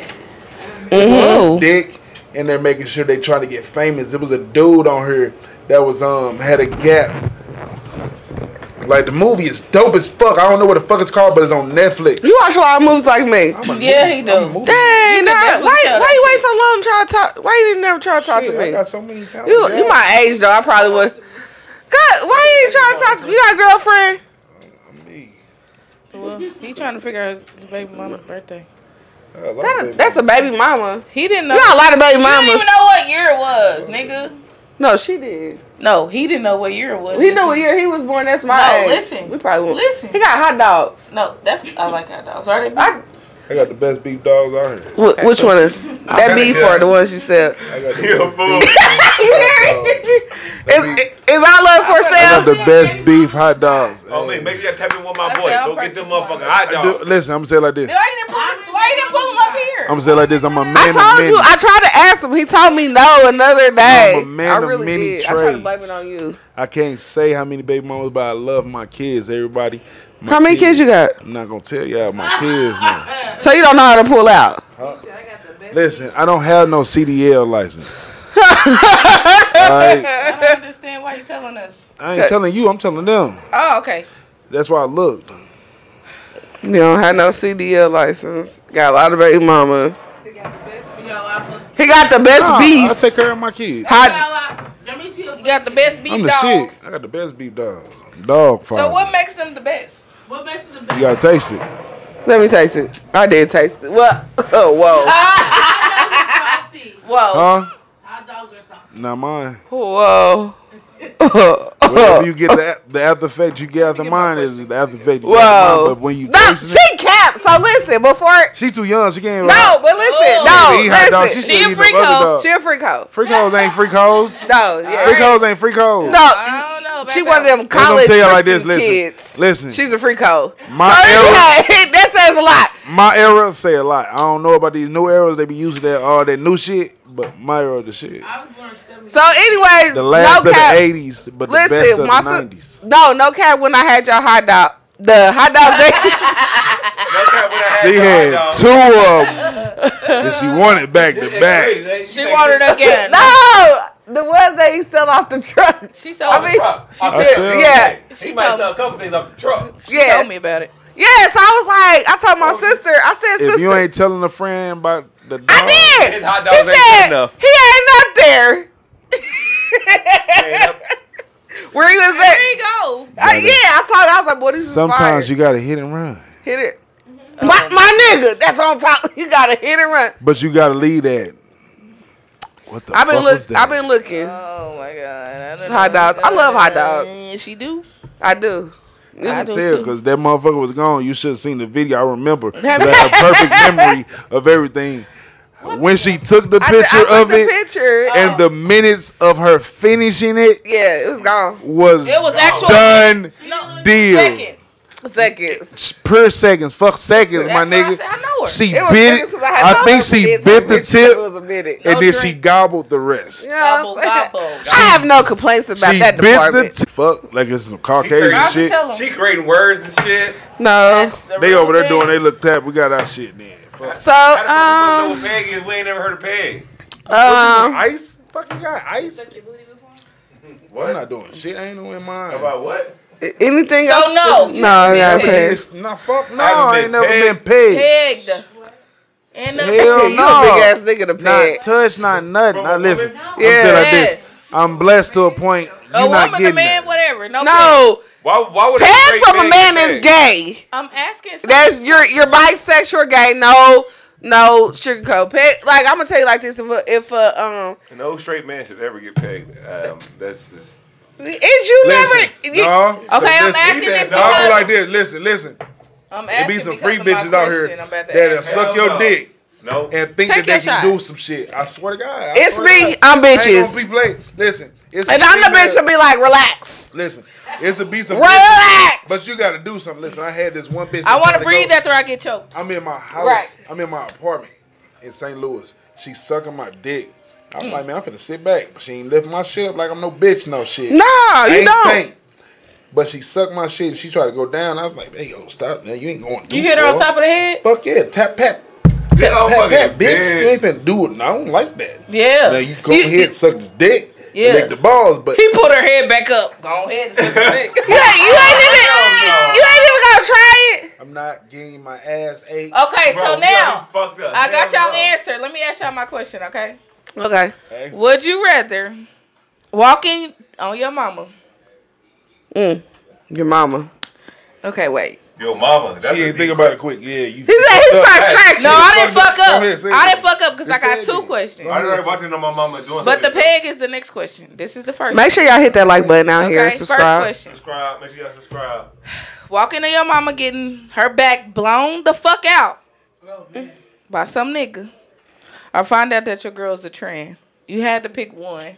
Speaker 6: They selling Dick and they're making sure they try to get famous. There was a dude on here that was um had a gap like the movie is dope as fuck. I don't know what the fuck it's called, but it's on Netflix.
Speaker 3: You watch a lot of movies like me.
Speaker 5: Yeah, he do.
Speaker 6: Movie.
Speaker 3: Dang, nah,
Speaker 5: definitely
Speaker 3: why, why
Speaker 5: tell that
Speaker 3: you wait so long to try to talk? Why you didn't never try to talk
Speaker 6: Shit,
Speaker 3: to me?
Speaker 6: I got so many times.
Speaker 3: you, you my age though. I probably would. God, why you ain't trying to talk to me? You got a girlfriend?
Speaker 5: Well, he trying to figure out his baby mama's birthday.
Speaker 3: That- that's a baby mama.
Speaker 5: He didn't know.
Speaker 3: You got a lot of baby
Speaker 5: he didn't
Speaker 3: mamas.
Speaker 5: even know what year it was, nigga.
Speaker 3: No, she did.
Speaker 5: No, he didn't know what year it was.
Speaker 3: He knew what year he was born. That's my
Speaker 5: No,
Speaker 3: age.
Speaker 5: listen.
Speaker 3: we probably won't.
Speaker 5: Listen.
Speaker 3: He got hot dogs.
Speaker 5: No, that's I like hot dogs. Are they? big?
Speaker 3: I,
Speaker 13: I got the best beef dogs out here.
Speaker 3: wh- which one? Is, that beef
Speaker 7: yeah.
Speaker 3: or the ones you *laughs* said?
Speaker 13: I
Speaker 7: *laughs*
Speaker 13: got the
Speaker 7: Yeah,
Speaker 13: best
Speaker 7: fool.
Speaker 3: is, is our love for
Speaker 6: I got
Speaker 3: sale?
Speaker 6: the best beef hot dogs.
Speaker 7: Oh, man, maybe I tap in with my
Speaker 5: Okay,
Speaker 7: boy.
Speaker 5: I'll
Speaker 7: Go get them
Speaker 5: purchase one.
Speaker 7: motherfucking hot
Speaker 6: Do-
Speaker 7: dogs.
Speaker 6: listen, I'm gonna say it like this.
Speaker 5: why you didn't pull? Why you didn't pull up here?
Speaker 6: I'm gonna say it like this. I'm a man
Speaker 3: I
Speaker 6: of
Speaker 3: told
Speaker 6: many.
Speaker 3: you. I tried to ask him. He told me no another day.
Speaker 6: I'm a man
Speaker 3: I
Speaker 6: of
Speaker 3: really
Speaker 6: many
Speaker 3: did. I tried to blame
Speaker 6: trades.
Speaker 3: it on you.
Speaker 6: I can't say how many baby mamas, but I love my kids. Everybody. My
Speaker 3: How many kids you got?
Speaker 6: I'm not gonna tell y'all my kids now.
Speaker 3: So you don't know how to pull out.
Speaker 6: Listen, I don't have no CDL
Speaker 3: *laughs*
Speaker 6: license. All right?
Speaker 5: I don't understand why you telling us.
Speaker 6: I ain't telling you. I'm telling them.
Speaker 5: Oh, okay.
Speaker 6: That's why I looked.
Speaker 3: You don't have no CDL license. Got a lot of baby mamas.
Speaker 8: You know, I fuck.
Speaker 3: He got the best
Speaker 6: Nah, I
Speaker 3: beef.
Speaker 6: take care of my kids.
Speaker 3: Hot.
Speaker 8: Bow Wow. Let me see
Speaker 5: You got the best beef
Speaker 6: I'm the
Speaker 5: dogs.
Speaker 6: shit. I got the best beef dogs. Dog fire.
Speaker 5: So what makes them the best?
Speaker 8: What makes you the
Speaker 6: You
Speaker 8: best?
Speaker 6: gotta taste it.
Speaker 3: Let me taste it. I did taste it. What? *laughs* Oh, whoa.
Speaker 8: Hot dogs are salty.
Speaker 5: Whoa.
Speaker 6: Huh?
Speaker 8: Hot dogs are salty.
Speaker 6: Not mine.
Speaker 3: Whoa.
Speaker 6: Whatever you get the the after effect you get after mine is the after effect you get after mine.
Speaker 3: *laughs* Whoa.
Speaker 6: But when you
Speaker 3: No,
Speaker 6: taste it,
Speaker 3: she capped. So listen, before.
Speaker 6: she's too young. She can't.
Speaker 3: No, but listen.
Speaker 5: Oh.
Speaker 6: She hot
Speaker 3: No,
Speaker 6: dog. She,
Speaker 3: listen.
Speaker 6: still
Speaker 5: She a
Speaker 6: eating
Speaker 5: freak
Speaker 6: other
Speaker 5: hoe.
Speaker 6: dog.
Speaker 3: She a freak hoe.
Speaker 6: Freak hoes ain't freak hoes.
Speaker 3: No,
Speaker 6: Freak
Speaker 3: yeah.
Speaker 6: hoes ain't freak hoes.
Speaker 3: No,
Speaker 5: I don't know.
Speaker 3: she
Speaker 5: baby.
Speaker 3: one of them
Speaker 6: gonna
Speaker 3: college
Speaker 6: tell y'all like
Speaker 3: Christian
Speaker 6: this, listen.
Speaker 3: kids.
Speaker 6: Listen.
Speaker 3: She's a freak hoe.
Speaker 6: My
Speaker 3: so,
Speaker 6: era-
Speaker 3: yeah, *laughs* that says a lot.
Speaker 6: My era say a lot. I don't know about these new eras. They be using that all that new shit, but my era the shit.
Speaker 8: I was born stomach.
Speaker 3: So, anyways,
Speaker 6: The last
Speaker 3: no
Speaker 6: of
Speaker 3: cap.
Speaker 6: the '80s, but the best
Speaker 3: Listen,
Speaker 6: of
Speaker 3: my
Speaker 6: the
Speaker 3: son,
Speaker 6: '90s.
Speaker 3: no, no cap. When I had your hot dog, the hot dog days.
Speaker 6: She had two of them, and she wanted
Speaker 3: *laughs*
Speaker 6: back to back.
Speaker 5: She wanted *laughs* again.
Speaker 3: no, the ones that he sell off the truck.
Speaker 5: She sold
Speaker 3: I
Speaker 5: me.
Speaker 3: mean,
Speaker 6: I said,
Speaker 3: yeah,
Speaker 7: She might sell a couple things off
Speaker 5: *laughs*
Speaker 7: the truck.
Speaker 5: She
Speaker 3: yeah,
Speaker 5: told me about it.
Speaker 3: yeah. So I was like, I told my sister. I said,
Speaker 6: Oh. if
Speaker 3: sister,
Speaker 6: you ain't telling a friend about the dog,
Speaker 3: I did.
Speaker 7: His hot
Speaker 3: She
Speaker 7: dogs ain't good
Speaker 3: said
Speaker 7: enough.
Speaker 3: he ain't up there. *laughs* Where he was at?
Speaker 5: There you go.
Speaker 3: Uh, yeah, I told her I was like, boy, this is
Speaker 6: sometimes
Speaker 3: fire.
Speaker 6: you gotta hit and run,
Speaker 3: hit it. My, my nigga, that's what I'm talking. *laughs* You gotta hit and run.
Speaker 6: but you gotta leave that. What the
Speaker 3: I've been
Speaker 6: fuck was
Speaker 3: look.
Speaker 6: that?
Speaker 3: I've been looking.
Speaker 5: Oh my god. I
Speaker 3: Hot dogs. I love hot dogs.
Speaker 5: Yeah, she do.
Speaker 3: I do.
Speaker 6: I
Speaker 5: do
Speaker 6: can tell
Speaker 5: too.
Speaker 6: because that motherfucker was gone. You should have seen the video. I
Speaker 3: *laughs*
Speaker 6: remember. You had a perfect memory of everything. When she took the
Speaker 3: I, did- I
Speaker 6: picture
Speaker 3: took
Speaker 6: of
Speaker 3: the
Speaker 6: it
Speaker 3: Picture.
Speaker 6: and the minutes of her finishing it
Speaker 3: yeah, it was gone.
Speaker 6: was,
Speaker 5: It was actual
Speaker 6: done
Speaker 5: No,
Speaker 6: deal.
Speaker 5: seconds.
Speaker 3: Seconds.
Speaker 6: Per seconds. Fuck seconds, my
Speaker 5: That's why I
Speaker 6: nigga.
Speaker 5: said I know her.
Speaker 6: She
Speaker 3: It was
Speaker 6: bit
Speaker 3: minutes
Speaker 6: it.
Speaker 3: 'cause
Speaker 6: I,
Speaker 3: had
Speaker 6: think
Speaker 3: to
Speaker 6: she
Speaker 3: get to
Speaker 6: bit the
Speaker 3: picture.
Speaker 6: tip
Speaker 3: It was a minute.
Speaker 6: and then she
Speaker 5: drink.
Speaker 6: gobbled the rest.
Speaker 3: You know what I'm saying?
Speaker 5: Gobble, gobble.
Speaker 3: I have no complaints about
Speaker 6: She
Speaker 3: that
Speaker 6: bit the
Speaker 3: department.
Speaker 6: tip. Fuck, like it's some
Speaker 7: Y'all
Speaker 6: Caucasian
Speaker 5: Robin,
Speaker 6: shit.
Speaker 5: tell 'em.
Speaker 7: She creating words and shit.
Speaker 3: no.
Speaker 5: That's the
Speaker 6: They
Speaker 5: real
Speaker 6: over there
Speaker 5: thing.
Speaker 6: doing they look tap. We got our shit then. Fuck.
Speaker 3: So
Speaker 7: How the fuck we
Speaker 3: um
Speaker 7: gonna know what peg is? We ain't never heard of peg.
Speaker 3: um
Speaker 6: ice? Fuck, you got ice? I'm not
Speaker 7: What?
Speaker 6: doing shit. I ain't no in mine.
Speaker 7: About what?
Speaker 3: anything
Speaker 5: So
Speaker 3: else?
Speaker 5: no, you
Speaker 3: no, yeah,
Speaker 5: haven't been
Speaker 3: okay.
Speaker 6: It's not fuck. No,
Speaker 7: haven't
Speaker 6: I ain't
Speaker 7: been
Speaker 6: never been
Speaker 7: paid.
Speaker 6: paid.
Speaker 5: Pegged. And the
Speaker 6: Hell
Speaker 3: you a big
Speaker 6: no.
Speaker 3: ass nigga to peg.
Speaker 6: Not touch, not nothing.
Speaker 7: From
Speaker 6: Now
Speaker 7: a
Speaker 6: listen.
Speaker 7: woman?
Speaker 6: I'm telling like
Speaker 5: Yes.
Speaker 6: this. I'm blessed to a point.
Speaker 5: a
Speaker 6: You're not
Speaker 5: woman, a
Speaker 6: getting
Speaker 5: man,
Speaker 6: that.
Speaker 5: whatever. No. pegged.
Speaker 3: No,
Speaker 7: Why? Why would
Speaker 3: peg
Speaker 7: create
Speaker 3: from a
Speaker 7: peg
Speaker 3: man
Speaker 7: peg?
Speaker 3: is gay.
Speaker 5: I'm asking. some-
Speaker 3: That's you're you're bisexual, gay. No, no sugarcoat. Peg. Like I'm gonna tell you like this: if a, if a, um,
Speaker 7: No straight man should ever get pegged. Um, that's just.
Speaker 3: is you
Speaker 6: Listen,
Speaker 3: never? you-
Speaker 6: no, okay,
Speaker 5: I'm asking this
Speaker 6: I
Speaker 5: because-
Speaker 6: feel like this. Listen, listen.
Speaker 5: I'm
Speaker 6: There
Speaker 5: asking
Speaker 6: be some
Speaker 5: because
Speaker 6: free
Speaker 5: of my
Speaker 6: bitches out here
Speaker 5: question. I'm about to
Speaker 6: that'll
Speaker 5: ask.
Speaker 6: suck
Speaker 7: Hell
Speaker 6: your
Speaker 7: no.
Speaker 6: dick
Speaker 7: No.
Speaker 6: and think that
Speaker 5: Take
Speaker 6: they
Speaker 5: your
Speaker 6: can
Speaker 5: shot.
Speaker 6: do some shit. I swear to God. I
Speaker 3: It's
Speaker 6: swear to
Speaker 3: me.
Speaker 6: God.
Speaker 3: I'm
Speaker 6: I ain't gonna
Speaker 3: bitches,
Speaker 6: be played. Listen, it's
Speaker 3: and
Speaker 6: a
Speaker 3: I'm the
Speaker 6: female-
Speaker 3: bitch to be like, relax,
Speaker 6: Listen, it's a be some. bitches-
Speaker 3: relax.
Speaker 6: But you gotta do something. Listen, I had this one bitch.
Speaker 5: I want
Speaker 6: tried
Speaker 5: to breathe
Speaker 6: go-
Speaker 5: after I get choked.
Speaker 6: I'm in my house.
Speaker 3: Right.
Speaker 6: I'm in my apartment in St. Louis. She's sucking my dick. I was like, man, I'm finna sit back. But she ain't lift my shit up like I'm no bitch, no shit.
Speaker 3: no,
Speaker 6: I
Speaker 3: you
Speaker 6: ain't
Speaker 3: don't.
Speaker 6: Tank. But she sucked my shit and she tried to go down. I was like, hey, yo, stop now. You ain't going
Speaker 5: You hit her on top of the head?
Speaker 6: Fuck yeah, tap, pat,
Speaker 7: This
Speaker 6: pat,
Speaker 7: motherfucker
Speaker 6: pat,
Speaker 7: big.
Speaker 6: bitch. You ain't finna do it. No, I don't like that. Now
Speaker 5: Yeah.
Speaker 6: you go ahead and suck his dick,
Speaker 5: Yeah.
Speaker 6: lick the balls, but
Speaker 5: He put her head back up. Go ahead and suck the dick.
Speaker 3: You ain't, you ain't even you ain't even gonna try it.
Speaker 6: I'm not getting my ass ate.
Speaker 5: Okay,
Speaker 7: Bro,
Speaker 5: so
Speaker 7: you
Speaker 5: now
Speaker 7: already fucked up.
Speaker 5: I got
Speaker 7: Hell
Speaker 5: y'all
Speaker 7: no.
Speaker 5: answer. Let me ask y'all my question, okay?
Speaker 3: Okay.
Speaker 5: Would you rather walk in on your mama?
Speaker 3: Mm. Your mama.
Speaker 5: Okay, wait.
Speaker 7: Yo, mama. That's
Speaker 6: She
Speaker 7: a
Speaker 6: ain't
Speaker 7: deep-
Speaker 6: thinking about it quick. Yeah,
Speaker 3: He
Speaker 6: you.
Speaker 3: said he starts
Speaker 7: Hey,
Speaker 3: scratching.
Speaker 5: No, I didn't fuck
Speaker 6: Go
Speaker 5: up.
Speaker 6: ahead, say
Speaker 5: I
Speaker 6: it.
Speaker 5: didn't fuck up because I
Speaker 6: Just say
Speaker 5: got
Speaker 6: it
Speaker 5: two
Speaker 6: then.
Speaker 5: questions.
Speaker 7: I started watching on my mama doing
Speaker 5: But the
Speaker 7: something.
Speaker 5: peg is the next question. This is the first.
Speaker 3: Make sure y'all hit that like button out
Speaker 5: one.
Speaker 3: here and
Speaker 5: Okay, first
Speaker 3: subscribe.
Speaker 5: question.
Speaker 7: Subscribe. Make sure y'all subscribe.
Speaker 5: Walking to your mama getting her back blown the fuck out by some nigga. Or find out that your girl's a trans. You had to pick one.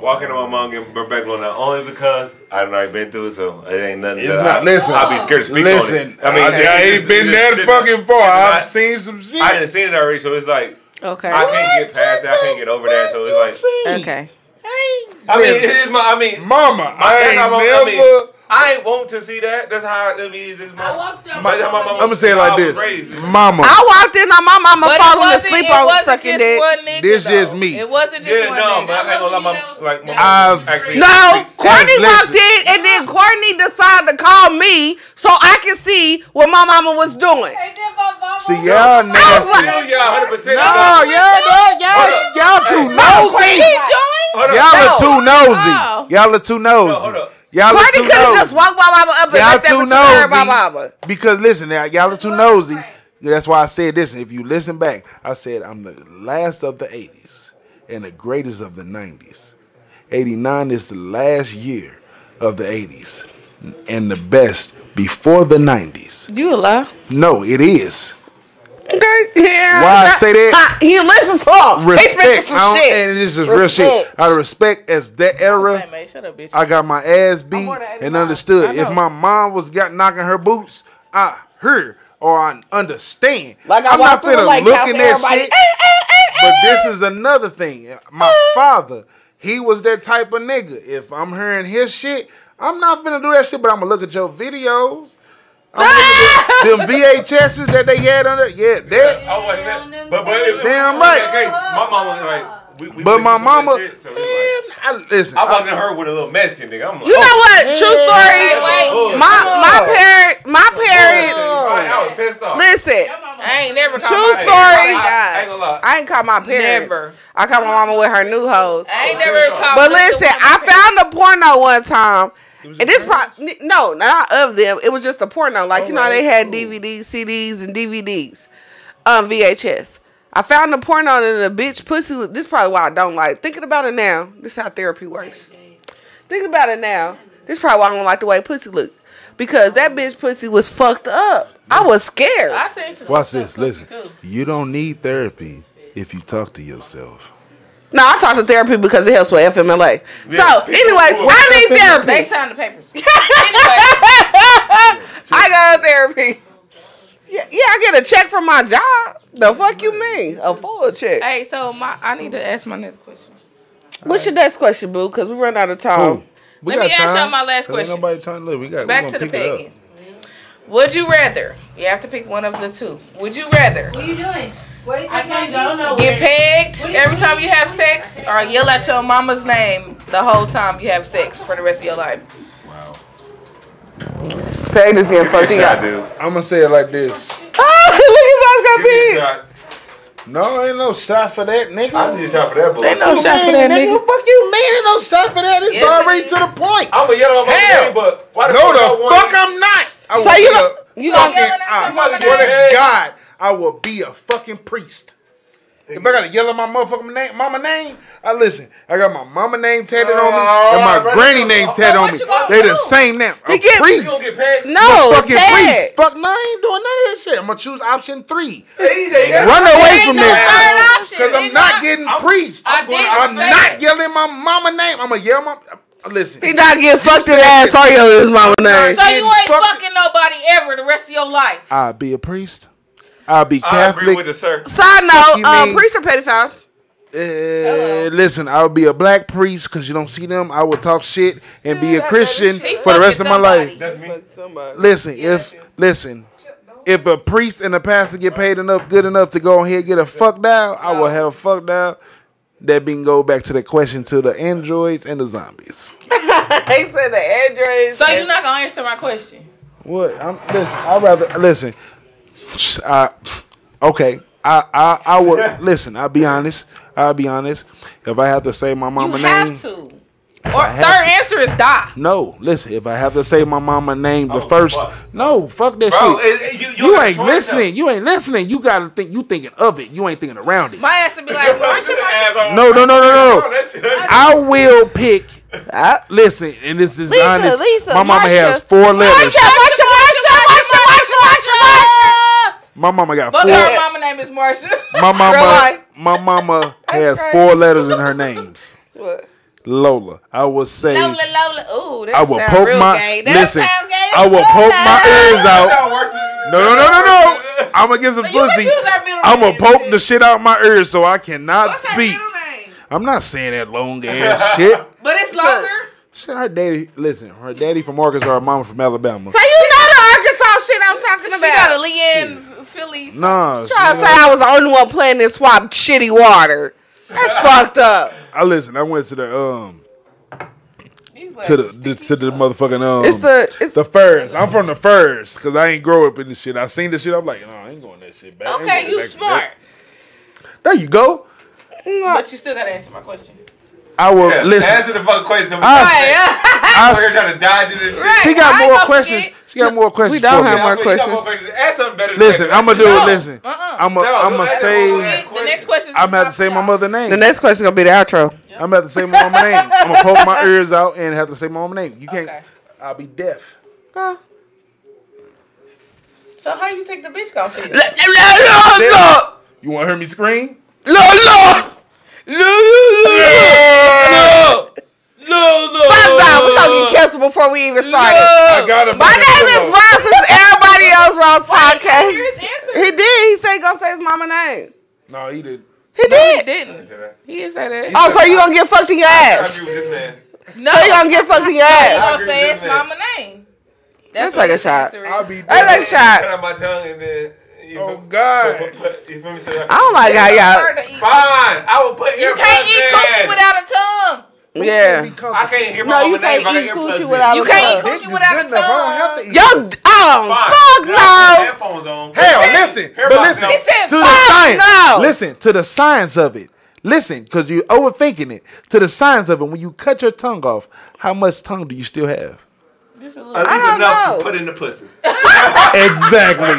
Speaker 7: Walking to my mom getting her back on that only because I done already been through it, so it ain't nothing.
Speaker 6: It's
Speaker 7: that
Speaker 6: not-
Speaker 7: I,
Speaker 6: listen.
Speaker 7: I'll be scared to speak on
Speaker 6: Listen,
Speaker 7: it. I mean,
Speaker 6: I, I ain't been that fucking far. I've seen some shit.
Speaker 7: I done seen it already, so it's like
Speaker 5: Okay.
Speaker 7: I can't get past that. I can't get over that, so it's like.
Speaker 5: Okay.
Speaker 7: I mean, it is my. I mean,
Speaker 6: Mama, I
Speaker 7: that's
Speaker 6: ain't
Speaker 7: how
Speaker 6: never. I
Speaker 7: mean, I ain't want to see that. That's how it is. It's
Speaker 8: I
Speaker 7: my.
Speaker 8: walked up.
Speaker 7: my- my mama-
Speaker 6: am gonna say it like
Speaker 7: I was raised.
Speaker 6: this, Mama.
Speaker 3: I walked in on my mama
Speaker 5: But it
Speaker 3: falling
Speaker 5: wasn't-
Speaker 3: asleep
Speaker 5: it
Speaker 3: on
Speaker 5: wasn't
Speaker 3: sucking
Speaker 5: just
Speaker 3: dick.
Speaker 5: one nigga,
Speaker 6: This just
Speaker 5: though.
Speaker 6: me.
Speaker 5: It wasn't just
Speaker 7: Yeah,
Speaker 5: one
Speaker 7: no,
Speaker 5: nigga.
Speaker 7: but I ain't gonna lie. My, like, my
Speaker 6: I've-
Speaker 7: actually-
Speaker 3: No, Courtney
Speaker 6: Guys,
Speaker 3: walked
Speaker 6: listen.
Speaker 3: in, and then Courtney decided to call me so I could see what my mama was doing.
Speaker 6: See y'all nasty.
Speaker 3: I was
Speaker 7: Still,
Speaker 3: like,
Speaker 7: yeah, 100%.
Speaker 6: no, yeah, dog, y'all,
Speaker 7: Hold
Speaker 6: y'all
Speaker 3: Courtney
Speaker 6: too nosy.
Speaker 3: joined.
Speaker 7: Hold up.
Speaker 6: Y'all are
Speaker 3: No.
Speaker 6: too
Speaker 5: Oh.
Speaker 6: nosy. Y'all are too
Speaker 7: No, hold
Speaker 6: nosy.
Speaker 7: up.
Speaker 6: Y'all are
Speaker 3: Courtney
Speaker 6: too
Speaker 3: could have just
Speaker 6: nosy.
Speaker 3: walked my mama up and
Speaker 6: Y'all
Speaker 3: left that
Speaker 6: too
Speaker 3: bitch to my
Speaker 6: nosy.
Speaker 3: mama.
Speaker 6: Because listen, now y'all are too nosy. That's why I said this. If you listen back, I said I'm the last of the '80s and the greatest of the '90s. '89 is the last year of the '80s and the best before the '90s.
Speaker 5: You a lie.
Speaker 6: No, it is.
Speaker 3: Okay, yeah.
Speaker 6: Why I say that?
Speaker 3: Ha, He listened to him. They
Speaker 6: Respect,
Speaker 3: speaking some
Speaker 6: I don't-
Speaker 3: shit.
Speaker 6: and this is real shit.
Speaker 3: Respect.
Speaker 6: Out of respect, as that era,
Speaker 5: Hey, man, shut up, bitch.
Speaker 6: I got my ass beat
Speaker 3: more than 85.
Speaker 6: and
Speaker 5: I
Speaker 6: understood.
Speaker 5: know.
Speaker 6: If my mom was got knocking her boots, I heard or I understand.
Speaker 3: Like I
Speaker 6: am not
Speaker 3: walked through
Speaker 6: finna
Speaker 3: like
Speaker 6: look in
Speaker 3: looking
Speaker 6: that
Speaker 3: everybody. *laughs*
Speaker 6: shit. But this is another thing. My father He was that type of nigga. If I'm hearing his shit, I'm not finna do that shit, but I'm gonna look at your videos. I'm
Speaker 3: *laughs*
Speaker 6: gonna look at them VHSs that they had on there. Yeah, that.
Speaker 7: I was
Speaker 14: Yeah, on
Speaker 7: that.
Speaker 14: them
Speaker 7: But, but it-
Speaker 6: Damn
Speaker 7: but in
Speaker 6: right.
Speaker 7: that case, my mama was like, we, we
Speaker 6: But
Speaker 7: went
Speaker 6: my
Speaker 7: through some of that
Speaker 6: mama,
Speaker 7: shit, so
Speaker 6: man,
Speaker 7: we like-
Speaker 6: I, listen.
Speaker 7: I walked in her with a little Mexican nigga. I'm like,
Speaker 3: You know what? True
Speaker 14: Wait,
Speaker 3: story.
Speaker 14: wait.
Speaker 7: oh,
Speaker 3: My my parent my
Speaker 7: oh,
Speaker 3: parents.
Speaker 7: I was pissed off.
Speaker 3: Listen,
Speaker 5: I ain't never called
Speaker 3: True
Speaker 5: my
Speaker 3: story.
Speaker 5: parents.
Speaker 7: I ain't gonna
Speaker 6: Uh,
Speaker 7: lie.
Speaker 3: I ain't call my parents.
Speaker 5: Never.
Speaker 3: I call my mama with her new hoes.
Speaker 5: I ain't never called.
Speaker 3: But
Speaker 5: my
Speaker 3: listen,
Speaker 5: sister
Speaker 3: I
Speaker 5: with my
Speaker 3: found a porno one time. And this pro- n- no, not of them. It was just a porno. Like you know, they had DVDs, CDs, and DVDs, um, VHS. I found a porno and the bitch pussy. Was, this probably why I don't like thinking about it now. This is how therapy works. Think about it now. This probably why I don't like the way pussy look because that bitch pussy was fucked up. I was scared.
Speaker 5: I seen some
Speaker 15: Watch this. Listen,
Speaker 5: too.
Speaker 15: you don't need therapy if you talk to yourself.
Speaker 3: No, I talk to therapy because it helps with FMLA. so, anyways, I need therapy.
Speaker 5: They signed
Speaker 3: *laughs*
Speaker 5: the papers.
Speaker 3: I go to therapy. Yeah, yeah, I get a check from my job. The fuck you mean? A full check.
Speaker 5: hey, so my I need to ask my next question.
Speaker 3: What's your next question, boo? Because we run out of time.
Speaker 15: We
Speaker 5: Let me
Speaker 15: got
Speaker 5: ask
Speaker 15: time,
Speaker 5: y'all my last
Speaker 15: 'cause ain't
Speaker 5: question.
Speaker 15: Nobody trying to live. We got.
Speaker 5: Back
Speaker 15: we
Speaker 5: to
Speaker 15: gonna
Speaker 5: the
Speaker 15: pick it up.
Speaker 5: pagan. Would you rather? You have to pick one of the two. Would you rather
Speaker 14: What are you doing? Wait till
Speaker 8: I can't go nowhere.
Speaker 5: get pegged every time you have sex, or yell at your mama's name the whole time you have sex for the rest of your life?
Speaker 3: Peg is *laughs* getting fucked. He
Speaker 7: Give me a
Speaker 3: got.
Speaker 7: shot, dude.
Speaker 6: I'm gonna say it like this.
Speaker 3: Ah, look
Speaker 7: Give me
Speaker 3: his
Speaker 7: a
Speaker 3: eyes got big.
Speaker 7: shot.
Speaker 6: No, ain't no shot for that, nigga.
Speaker 7: I need a shot for that bullshit.
Speaker 5: Ain't no shot for that nigga.
Speaker 6: Fuck you, man. Ain't no shot for that. It's
Speaker 5: Yes,
Speaker 6: already
Speaker 5: it
Speaker 6: to the point.
Speaker 7: I'm gonna yell at my
Speaker 6: Hell.
Speaker 7: name, but why the
Speaker 6: No,
Speaker 7: fuck I
Speaker 6: the
Speaker 7: want-
Speaker 6: fuck I'm not.
Speaker 3: So
Speaker 6: I will
Speaker 3: you
Speaker 6: be
Speaker 3: don't-
Speaker 6: a
Speaker 3: you don't-
Speaker 6: fucking- I swear to
Speaker 7: Hey.
Speaker 6: God, I will be a fucking priest. If I gotta yell at my motherfucking name, mama name, I listen. I got my mama name tatted on me
Speaker 5: Oh,
Speaker 6: and my
Speaker 7: Alright, brother.
Speaker 6: granny name tatted
Speaker 5: what
Speaker 6: on me.
Speaker 5: you gonna
Speaker 6: They the
Speaker 5: do?
Speaker 6: same now. A
Speaker 3: get-
Speaker 7: You
Speaker 6: priest.
Speaker 7: gonna get pegged?
Speaker 3: No,
Speaker 6: fucking
Speaker 3: Peg.
Speaker 6: priest. Fuck no, I ain't doing none of that shit. I'm gonna choose option three.
Speaker 7: He said he got-
Speaker 6: Run away from
Speaker 5: no third
Speaker 6: that
Speaker 5: option,
Speaker 6: because I'm
Speaker 5: nigga.
Speaker 6: not getting
Speaker 7: I'm-
Speaker 6: priest.
Speaker 5: I
Speaker 6: I'm,
Speaker 5: didn't say
Speaker 6: not
Speaker 5: it.
Speaker 6: yelling my mama name. I'm gonna yell my. uh, Listen,
Speaker 3: He not getting fucked in the ass. Sorry, yo, his mama name.
Speaker 5: So you ain't
Speaker 6: Fuck-
Speaker 5: fucking nobody ever the rest of your life.
Speaker 6: I'll be a priest. I'll be
Speaker 7: I agree
Speaker 6: Catholic.
Speaker 7: with the sir.
Speaker 3: Side
Speaker 6: you
Speaker 3: note, uh,
Speaker 6: mean? Eh, *laughs*
Speaker 5: *laughs*
Speaker 6: um, um,
Speaker 3: He did.
Speaker 5: He didn't. He didn't say that.
Speaker 3: Oh, so you gonna get fucked in your
Speaker 7: I
Speaker 3: ass?
Speaker 7: agree with this man.
Speaker 5: No,
Speaker 3: So you gonna get fucked in your ass?
Speaker 5: gonna say it's mama name.
Speaker 3: Let's take a shot.
Speaker 6: I'll be
Speaker 3: Let's take a
Speaker 7: Cut
Speaker 3: shot.
Speaker 7: out my tongue and then. You
Speaker 6: Oh,
Speaker 7: feel-
Speaker 6: God.
Speaker 7: *laughs* You feel me? So I
Speaker 3: I don't like how y'all.
Speaker 7: Fine, I will put earplugs in.
Speaker 5: You can't eat coochie without a tongue.
Speaker 3: Yeah.
Speaker 7: I can't hear
Speaker 3: No,
Speaker 7: my
Speaker 3: you
Speaker 7: mama name.
Speaker 3: can't
Speaker 7: if I
Speaker 3: eat
Speaker 7: got earplugs
Speaker 3: coochie
Speaker 7: in.
Speaker 3: without
Speaker 5: You
Speaker 3: a
Speaker 5: can't
Speaker 3: tongue.
Speaker 5: eat coochie without a
Speaker 6: enough. I don't have
Speaker 5: tongue.
Speaker 6: to eat.
Speaker 3: Yo,
Speaker 7: Fine.
Speaker 3: oh,
Speaker 7: Then I put
Speaker 3: fuck no.
Speaker 7: Headphones on.
Speaker 6: Hell, listen,
Speaker 7: Hear
Speaker 6: but
Speaker 7: my-
Speaker 6: listen
Speaker 7: no.
Speaker 5: He said
Speaker 6: to the
Speaker 3: fuck
Speaker 6: science.
Speaker 3: no.
Speaker 6: Listen to the science of it. Listen, because you're overthinking it. To the science of it, when you cut your tongue off, how much tongue do you still have? Uh,
Speaker 7: At least
Speaker 3: don't
Speaker 7: enough
Speaker 3: know.
Speaker 7: to put in
Speaker 3: *laughs*
Speaker 7: the pussy.
Speaker 6: exactly.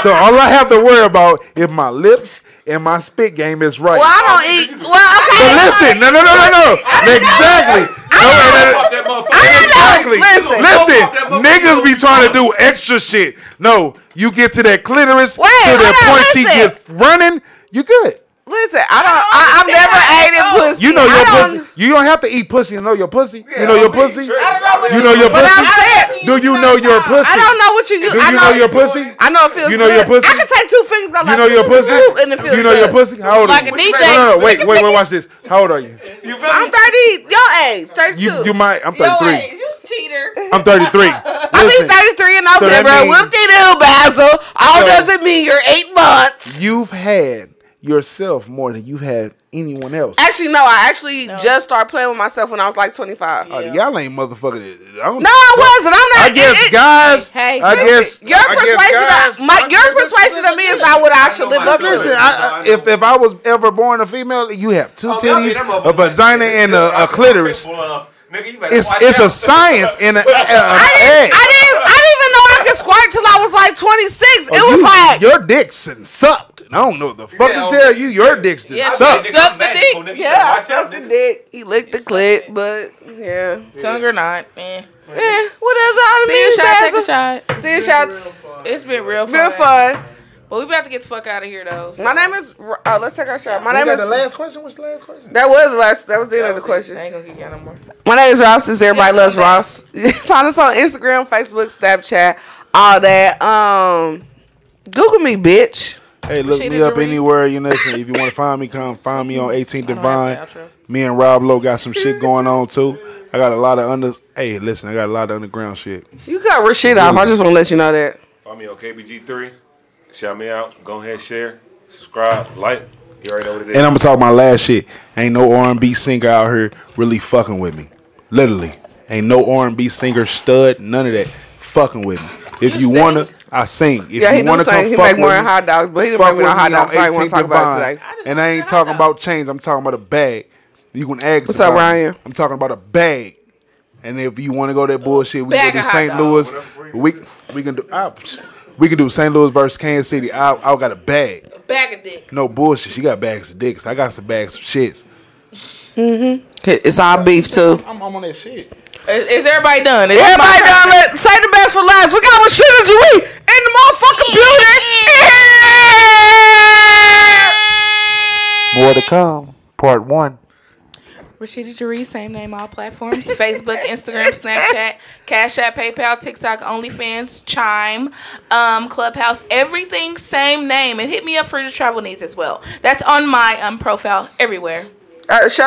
Speaker 6: So all I have to worry about is my lips and my spit game is right.
Speaker 3: Well, I don't eat. Well,
Speaker 6: But
Speaker 3: okay.
Speaker 6: listen, no, no, no, no, no. Exactly. No, no, no,
Speaker 7: Fuck that
Speaker 3: I
Speaker 7: motherfucker.
Speaker 3: don't know.
Speaker 6: Exactly.
Speaker 3: Listen.
Speaker 6: Listen, niggas be trying to do extra shit. No, you get to that clitoris
Speaker 3: Wait,
Speaker 6: to that
Speaker 3: hold on,
Speaker 6: point she
Speaker 3: listen.
Speaker 6: gets running, you good.
Speaker 3: Listen, I don't. I, I've never ate a pussy.
Speaker 6: You know
Speaker 3: I
Speaker 6: your
Speaker 3: don't-
Speaker 6: pussy. You don't have to eat pussy to know your pussy. you know your pussy. You know your
Speaker 3: But I'm
Speaker 6: pussy.
Speaker 3: saying,
Speaker 6: Do you know your pussy?
Speaker 3: I don't know what you do.
Speaker 6: *laughs* Do
Speaker 3: I
Speaker 6: you know your pussy?
Speaker 3: I know it feels.
Speaker 6: You know your
Speaker 3: good.
Speaker 6: pussy?
Speaker 3: I can take two fingers. I'm
Speaker 6: You
Speaker 3: like,
Speaker 6: know your pussy?
Speaker 3: "Ooh," And it feels
Speaker 6: You know your
Speaker 3: good.
Speaker 6: pussy? How old are
Speaker 5: Like
Speaker 6: you?
Speaker 5: a DJ.
Speaker 6: No, no, no, wait, wait, wait, watch this. How old are you?
Speaker 3: I'm
Speaker 7: You feel me?
Speaker 3: thirty. Your age, thirty-two.
Speaker 6: You, you might. I'm
Speaker 5: Yo,
Speaker 6: 33.
Speaker 5: you cheater.
Speaker 6: I'm 33.
Speaker 3: *laughs* I mean,
Speaker 6: Listen,
Speaker 3: thirty-three and over,
Speaker 6: So that
Speaker 3: bro.
Speaker 6: means-
Speaker 3: Whoop de doo, Basil. All
Speaker 6: So-
Speaker 3: doesn't mean you're eight months.
Speaker 6: you've had yourself more than you've had anyone else.
Speaker 3: Actually, no. I actually just started playing with myself when I was like twenty-five.
Speaker 6: Uh, y'all ain't motherfucking. I don't,
Speaker 3: No, I wasn't. I'm not.
Speaker 6: I guess
Speaker 3: it- it-
Speaker 6: guys.
Speaker 5: Hey,
Speaker 6: I
Speaker 5: listen,
Speaker 6: guess
Speaker 3: Your
Speaker 6: I guess
Speaker 3: persuasion,
Speaker 6: guys-
Speaker 3: of, my,
Speaker 6: I
Speaker 3: your
Speaker 6: guess it's-
Speaker 3: persuasion of me is not what I should live up
Speaker 6: But
Speaker 3: to.
Speaker 6: listen, I, I, if if I was ever born a female, you have two
Speaker 7: Oh, that'd be
Speaker 6: titties,
Speaker 7: them
Speaker 6: a
Speaker 7: motherfuckers.
Speaker 6: vagina, and a, a clitoris.
Speaker 7: uh, Nigga, you better
Speaker 6: It's
Speaker 7: watch
Speaker 6: it's a
Speaker 7: out.
Speaker 6: science and a, a,
Speaker 3: I
Speaker 6: a, an egg.
Speaker 3: didn't, I didn't, I didn't even know I could squirt till I was like 26.
Speaker 6: Oh,
Speaker 3: it was
Speaker 6: you-
Speaker 3: like,
Speaker 6: your dick's and sucked. I don't know the fuck
Speaker 7: Yeah,
Speaker 6: to tell
Speaker 7: okay.
Speaker 6: you. Your dick's done
Speaker 5: Yeah,
Speaker 6: sucked.
Speaker 5: she sucked. Suck the dick.
Speaker 7: Nigga, you better
Speaker 3: yeah, I
Speaker 7: watch out,
Speaker 3: sucked the
Speaker 7: nigga.
Speaker 3: dick. He licked the clit, but yeah.
Speaker 5: Tongue or not, man.
Speaker 3: Eh, what else out of
Speaker 5: Take a shot, take a
Speaker 3: me?
Speaker 5: shot.
Speaker 3: See you, shots.
Speaker 5: It's been real fun.
Speaker 3: Been fun.
Speaker 5: But we about to get the fuck out of here though.
Speaker 3: My name is. Oh, let's take our shot. My name is.
Speaker 6: question. What's the last question?
Speaker 3: That was the last. That was the end of the
Speaker 5: I
Speaker 3: question.
Speaker 5: ain't gonna get y'all no more.
Speaker 3: My name is Ross. Since everybody
Speaker 5: Yeah,
Speaker 3: loves
Speaker 5: okay.
Speaker 3: Ross, *laughs* find us on Instagram, Facebook, Snapchat, all that. Um, Google me, bitch.
Speaker 6: Hey, look
Speaker 5: She
Speaker 6: me
Speaker 5: did
Speaker 6: up
Speaker 5: your read.
Speaker 6: anywhere. You know, listen, if you want to find me, come find me on 18 Divine.
Speaker 5: have the outro.
Speaker 6: Me and Rob Lowe got some shit going on too. I got a lot of under. Hey, listen, I got a lot of underground shit.
Speaker 3: You got Rashid off. I just want to let you know that.
Speaker 7: Find me on KBG3. Shout me out. Go ahead, share, subscribe, like. You already know what it is.
Speaker 6: And I'm gonna talk my last shit. Ain't no R&B singer out here really fucking with me. Literally, ain't no R&B singer stud. None of that fucking with me. If you,
Speaker 5: You sing?
Speaker 6: wanna, I sing. If
Speaker 3: Yeah, he
Speaker 6: you
Speaker 3: do
Speaker 6: wanna
Speaker 3: sing.
Speaker 6: come
Speaker 3: He
Speaker 6: fuck
Speaker 3: make more
Speaker 6: with
Speaker 3: than
Speaker 6: me,
Speaker 3: hot dogs, but he didn't
Speaker 6: fuck
Speaker 3: make me no
Speaker 6: with
Speaker 3: hot
Speaker 6: me on
Speaker 3: dogs, so I ain't wanna
Speaker 6: 18
Speaker 3: talk about it
Speaker 6: Divine.
Speaker 3: today.
Speaker 6: And I ain't talking about change. I'm talking about a bag. You can ask.
Speaker 3: What's up,
Speaker 6: about it.
Speaker 3: Ryan?
Speaker 6: I'm talking about a bag. And if you want to go that bullshit, we can
Speaker 5: Bag
Speaker 6: do
Speaker 5: of hot
Speaker 6: St.
Speaker 5: dogs.
Speaker 6: Louis. We we can do. I, we can do St. Louis versus Kansas City. I I got a bag.
Speaker 5: Bag of dick.
Speaker 6: No bullshit. She got bags of dicks. I got some bags of shits.
Speaker 3: It's our beef too.
Speaker 6: I'm, I'm on that shit.
Speaker 5: Is, is everybody done? Is
Speaker 3: Everybody down let say the best for last. We got Rashid and Jaree in the motherfucking building.
Speaker 6: More to come. Part one.
Speaker 5: Rashida Jaree, same name, all platforms. *laughs* Facebook, Instagram, Snapchat, Cash App, PayPal, TikTok, OnlyFans, Chime, um, Clubhouse, everything same name. And hit me up for your travel needs as well. That's on my um, profile everywhere.
Speaker 3: Uh, shout